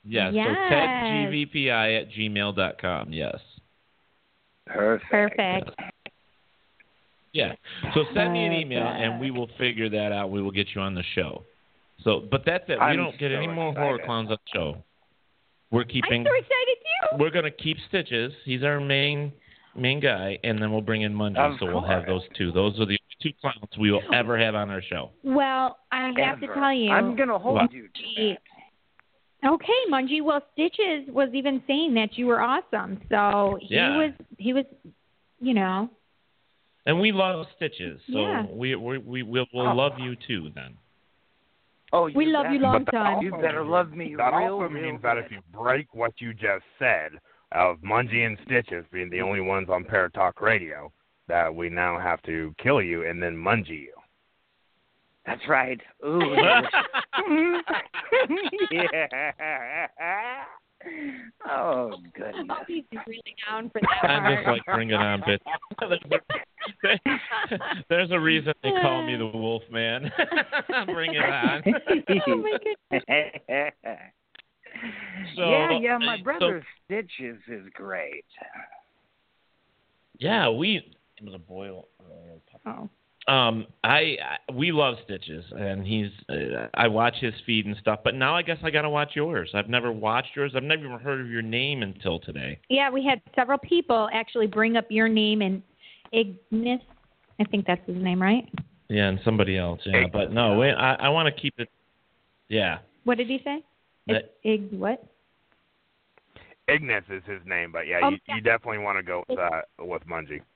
Yes. So
Yes.
TedGVPI at gmail.com. Yes.
Perfect.
Perfect.
Yeah. So send me an
Oh,
email and we will figure that out. We will get you on the show. So, but that's it. We
I'm
don't get
so
any more horror
excited.
clowns on the show. We're keeping.
I'm so excited too.
We're gonna keep Stitches. He's our main main guy, and then we'll bring in Mungie.
Of
so we'll have those
course.
two. Those are the two clowns we will ever have on our show.
Well, I have to
Ever.
tell you.
I'm gonna hold
What?
you to
Gee.
that.
Okay, Mungie. Well, Stitches was even saying that you were awesome. So he
Yeah.
was, he was, you know.
And we love Stitches, so
Yeah.
we we we will we'll
Oh.
love you too then.
Oh,
We love you long
But the
time.
You
also
better
means-
love me
That
real,
also
real
means that if
good.
you break what you just said of Mungie and Stitches being the only ones on Paratalk Radio, that we now have to kill you and then Mungie you.
That's right. Ooh. yeah. Oh goodness.
I'll be really down for that
I'm
part.
just like bringing on bitch. There's a reason they call me the Wolf Man. Bring it on.
oh my goodness.
So,
yeah, yeah,
uh,
my
so-
brother Stitches is great.
yeah, we. It was a boil. uh,
Oh.
Um, I, I we love Stitches, and he's. Uh, I watch his feed and stuff, but now I guess I gotta watch yours. I've never watched yours. I've never even heard of your name until today.
Yeah, we had several people actually bring up your name and Ignis. I think that's his name, right?
Yeah, and somebody else. Yeah, but no, wait, I, I want to keep it. Yeah,
What did he say? It's Ig what?
Ignis is his name, but yeah,
Oh,
you,
yeah.
you definitely want to go with uh, with Mungie.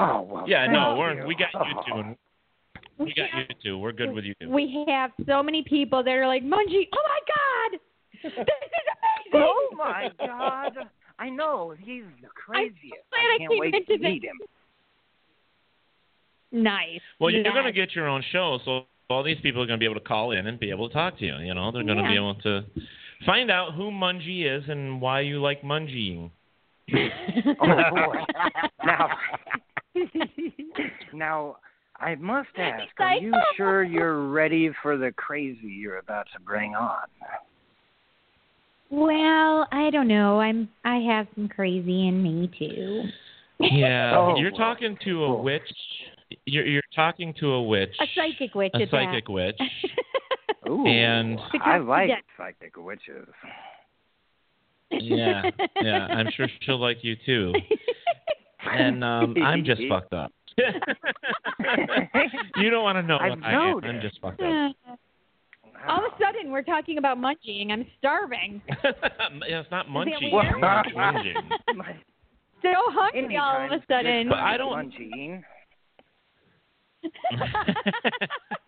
Oh well.
yeah. No,
thank
we're
you.
we got you two. And we got
have,
you two. We're good with you two.
we have so many people that are like, Mungie, oh my God! This is amazing!
Oh my God! I know he's the craziest.
glad I
can't
came
wait
into
to meet
this.
him.
Nice.
Well, you're
Yes.
going to get your own show, so all these people are going to be able to call in and be able to talk to you. You know, they're going to
Yeah.
be able to find out who Mungie is and why you like Mungieing.
Oh boy! now, now I must ask: Are you sure you're ready for the crazy you're about to bring on?
Well, I don't know. I'm I have some crazy in me too.
Yeah,
Oh,
you're
well.
talking to a witch. You're, you're talking to a witch.
A psychic witch.
A
at
psychic witch.
That.
Ooh,
And-
I like
Because-
psychic witches.
Yeah, yeah. I'm sure she'll like you too. And um, I'm just fucked up. you don't want to know
I've
what I am. I'm
noticed.
just fucked up.
All of a sudden, we're talking about munching. I'm starving.
it's not munchie.
weird?
It's not munging.
So hungry
Anytime
all of a
you're
sudden.
But I
with
don't-
one gene.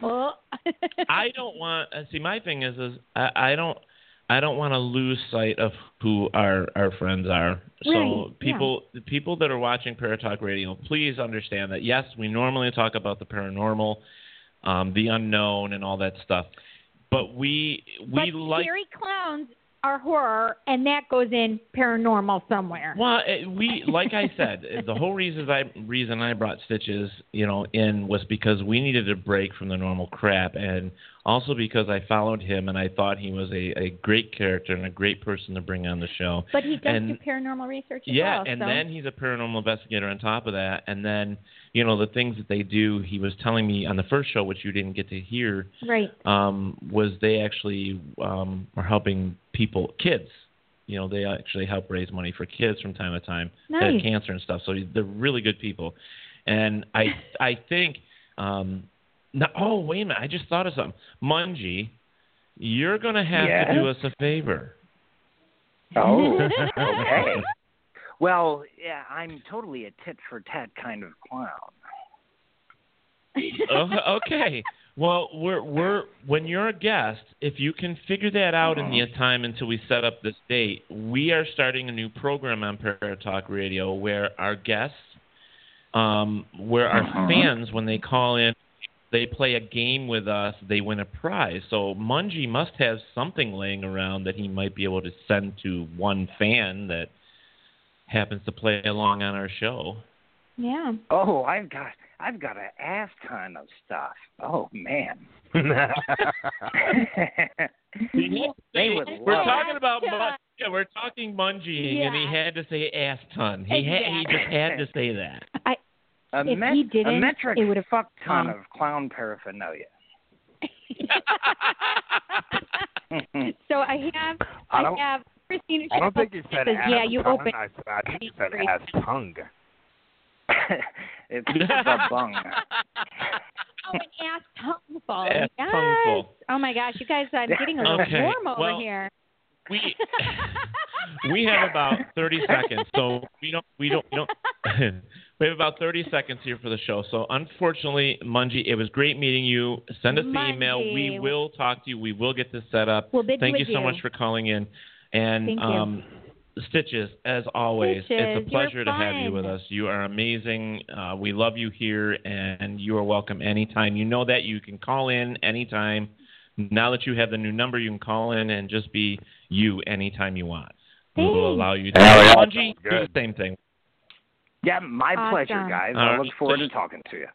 Well,
I don't want. uh, See, my thing is, is I, I don't, I don't want to lose sight of who our our friends are.
Right,
So people, the people that are watching Paratalk Radio, please understand that yes, we normally talk about the paranormal, um, the unknown, and all that stuff. But we we
but
like
scary clowns are horror, and that goes in paranormal somewhere.
Well, it, we like I said, eh, the whole reason I reason I brought stitches, you know, in was because we needed a break from the normal crap, and also because I followed him and I thought he was a, a great character and a great person to bring on the show.
But he does
and-
do paranormal research as
Yeah,
well.
and
so.
then he's a paranormal investigator on top of that, and then you know the things that they do. He was telling me on the first show, which you didn't get to hear,
right.
um, was they actually um, are helping people, kids. You know, they actually help raise money for kids from time to time that have
Nice.
cancer and stuff. So they're really good people. And I, I think, um, no, oh wait a minute, I just thought of something. Mungie, you're gonna have
Yes?
to do us a favor.
Oh, okay. Well, yeah, I'm totally a tit for tat kind of clown.
Oh, okay. Well, we're we're when you're a guest, if you can figure that out in the time until we set up this date, we are starting a new program on Paratalk Radio where our guests, um, where our fans, when they call in, they play a game with us. They win a prize. So Mungie must have something laying around that he might be able to send to one fan that happens to play along on our show.
Yeah.
Oh, I've got I've got an ass ton of stuff. Oh man. They would
We're
love
talking about
Ass
mun-
ton.
yeah, we're talking mungieing, and he
Yeah.
had to say ass ton. He had, he just had to say that.
a,
If
met-
he didn't,
a metric
it would've
fuck ton
come.
of clown paraphernalia.
so I have
I
I,
don't-
have Christina.
I don't think you
says,
said
yeah, you open.
I, think
you
you
said
said
Crazy.
ass tongue.
it's the bung.
Oh, an ass tongueful.
Ass
yes.
tongueful.
Oh my gosh, you guys, I'm getting a little
Okay,
warm over
well-
here.
We we have about thirty seconds, so we don't we don't we don't. we have about thirty seconds here for the show. So unfortunately, Mungie, it was great meeting you. Send us the email. We
Mungie.
will talk to you. We will get this set up.
We'll bid
Thank you
with
so
you.
much for calling in, and
Thank you.
um, Stitches, as always,
Stitches,
it's a
you're
pleasure to have you
fun.
with us. You are amazing. Uh, we love you here, and you are welcome anytime. You know that you can call in anytime. Now that you have the new number, you can call in and just be you anytime you want. We will
Thanks.
allow you to.
Hell yeah.
Bungie, do the
Good.
same thing.
Yeah, my
Awesome.
pleasure, guys.
All
I
right.
look forward to talking to you.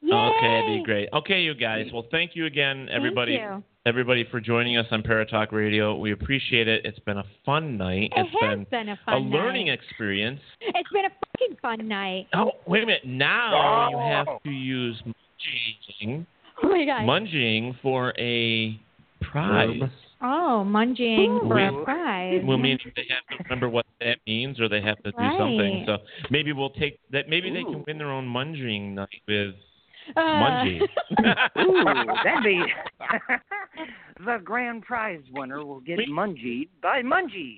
Yay!
Okay, that'd be great. Okay, you guys. Well, thank you again, everybody.
Thank you.
Everybody for joining us on Paratalk Radio. We appreciate it. It's been a fun night.
It
has
has
been
been a
a
fun
learning
night.
experience.
It's been a fucking fun night.
Oh, wait a minute. Now you have
Wow.
to use munging,
Oh my god.
munging for a prize.
Verb.
oh, munging for
We-
a prize.
Well, meaning they have to remember what that means, or they have to do
Right.
something. So maybe we'll take that. Maybe they can win their own munging night with
Uh,
munging.
Ooh, that'd be the grand prize winner will get
We-
mungied by Mungie.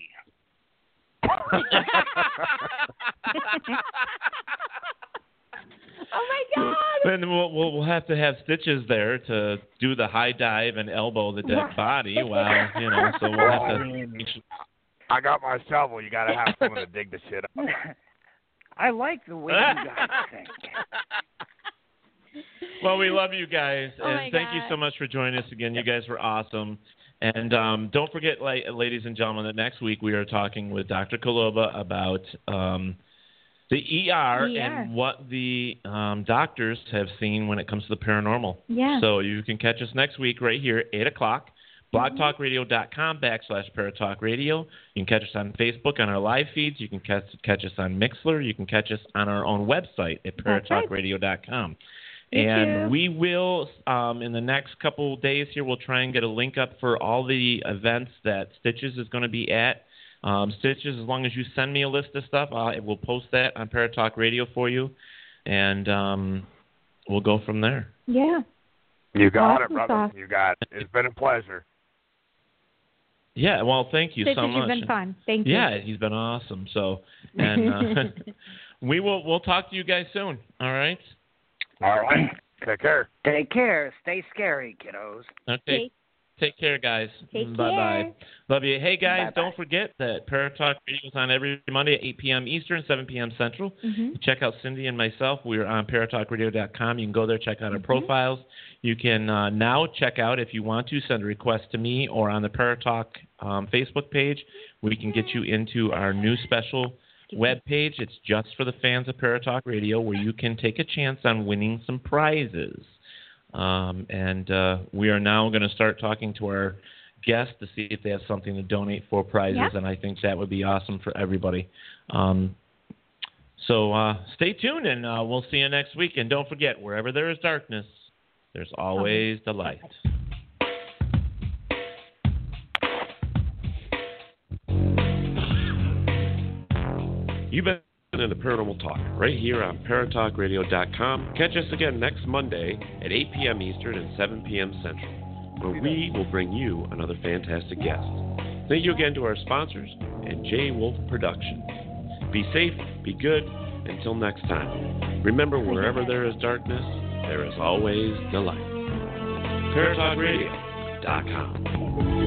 oh my god.
Then we'll, we'll we'll have to have stitches there to do the high dive and elbow the dead body. Wow, you know. So we'll have
I
to.
mean, I got my shovel. You got to have someone to dig the shit up.
I like the
Uh,
way you guys think.
Well, we love you guys,
Oh my
and thank you
God.
so much for joining us again. You guys were awesome. And um, don't forget, la- ladies and gentlemen, that next week we are talking with Dr. Koloba about um, the ER,
ER.
and what the um, doctors have seen when it comes to the paranormal.
Yeah.
So you can catch us next week right here, 8 o'clock, blogtalkradio.com backslash paratalkradio. You can catch us on Facebook on our live feeds. You can catch, catch us on Mixler. You can catch us on our own website at
That's right.
paratalkradio.com.
You
And
too.
we will, um, in the next couple days here, we'll try and get a link up for all the events that Stitches is going to be at. Um, Stitches, as long as you send me a list of stuff, I will post that on Paratalk Radio for you. And um, we'll go from there.
Yeah.
You got
Awesome
it, brother.
sauce.
You got it. It's been a pleasure.
Yeah, well, thank you
This
so
has
much.
been fun. Thank you.
Yeah, he's been awesome. So, and uh, we will we'll talk to you guys soon. All right.
All right. Take care.
Take care. Stay scary, kiddos.
Okay. Take care, guys.
Take
bye
care.
bye. Love you. Hey, guys,
Bye-bye.
don't forget that Paratalk Radio is on every Monday at 8 p.m. Eastern, 7 p.m. Central.
Mhm.
Check out Cindy and myself. We're on paratalkradio.com. You can go there, check out our profiles. You can uh, now check out, if you want to, send a request to me or on the Paratalk um, Facebook page. We can get you into our new special web page. It's just for the fans of Paratalk Radio, where you can take a chance on winning some prizes. Um, and uh, we are now going to start talking to our guests to see if they have something to donate for prizes.
Yeah.
And I think that would be awesome for everybody. Um, so uh, stay tuned and uh, we'll see you next week. And don't forget, wherever there is darkness, there's always the light. You've been listening to Paranormal Talk right here on paratalkradio.com. Catch us again next Monday at 8 p.m. Eastern and 7 p.m. Central, where we will bring you another fantastic guest. Thank you again to our sponsors and J Wolf Productions. Be safe, be good, until next time. Remember, wherever there is darkness, there is always the light. ParatalkRadio.com.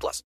plus.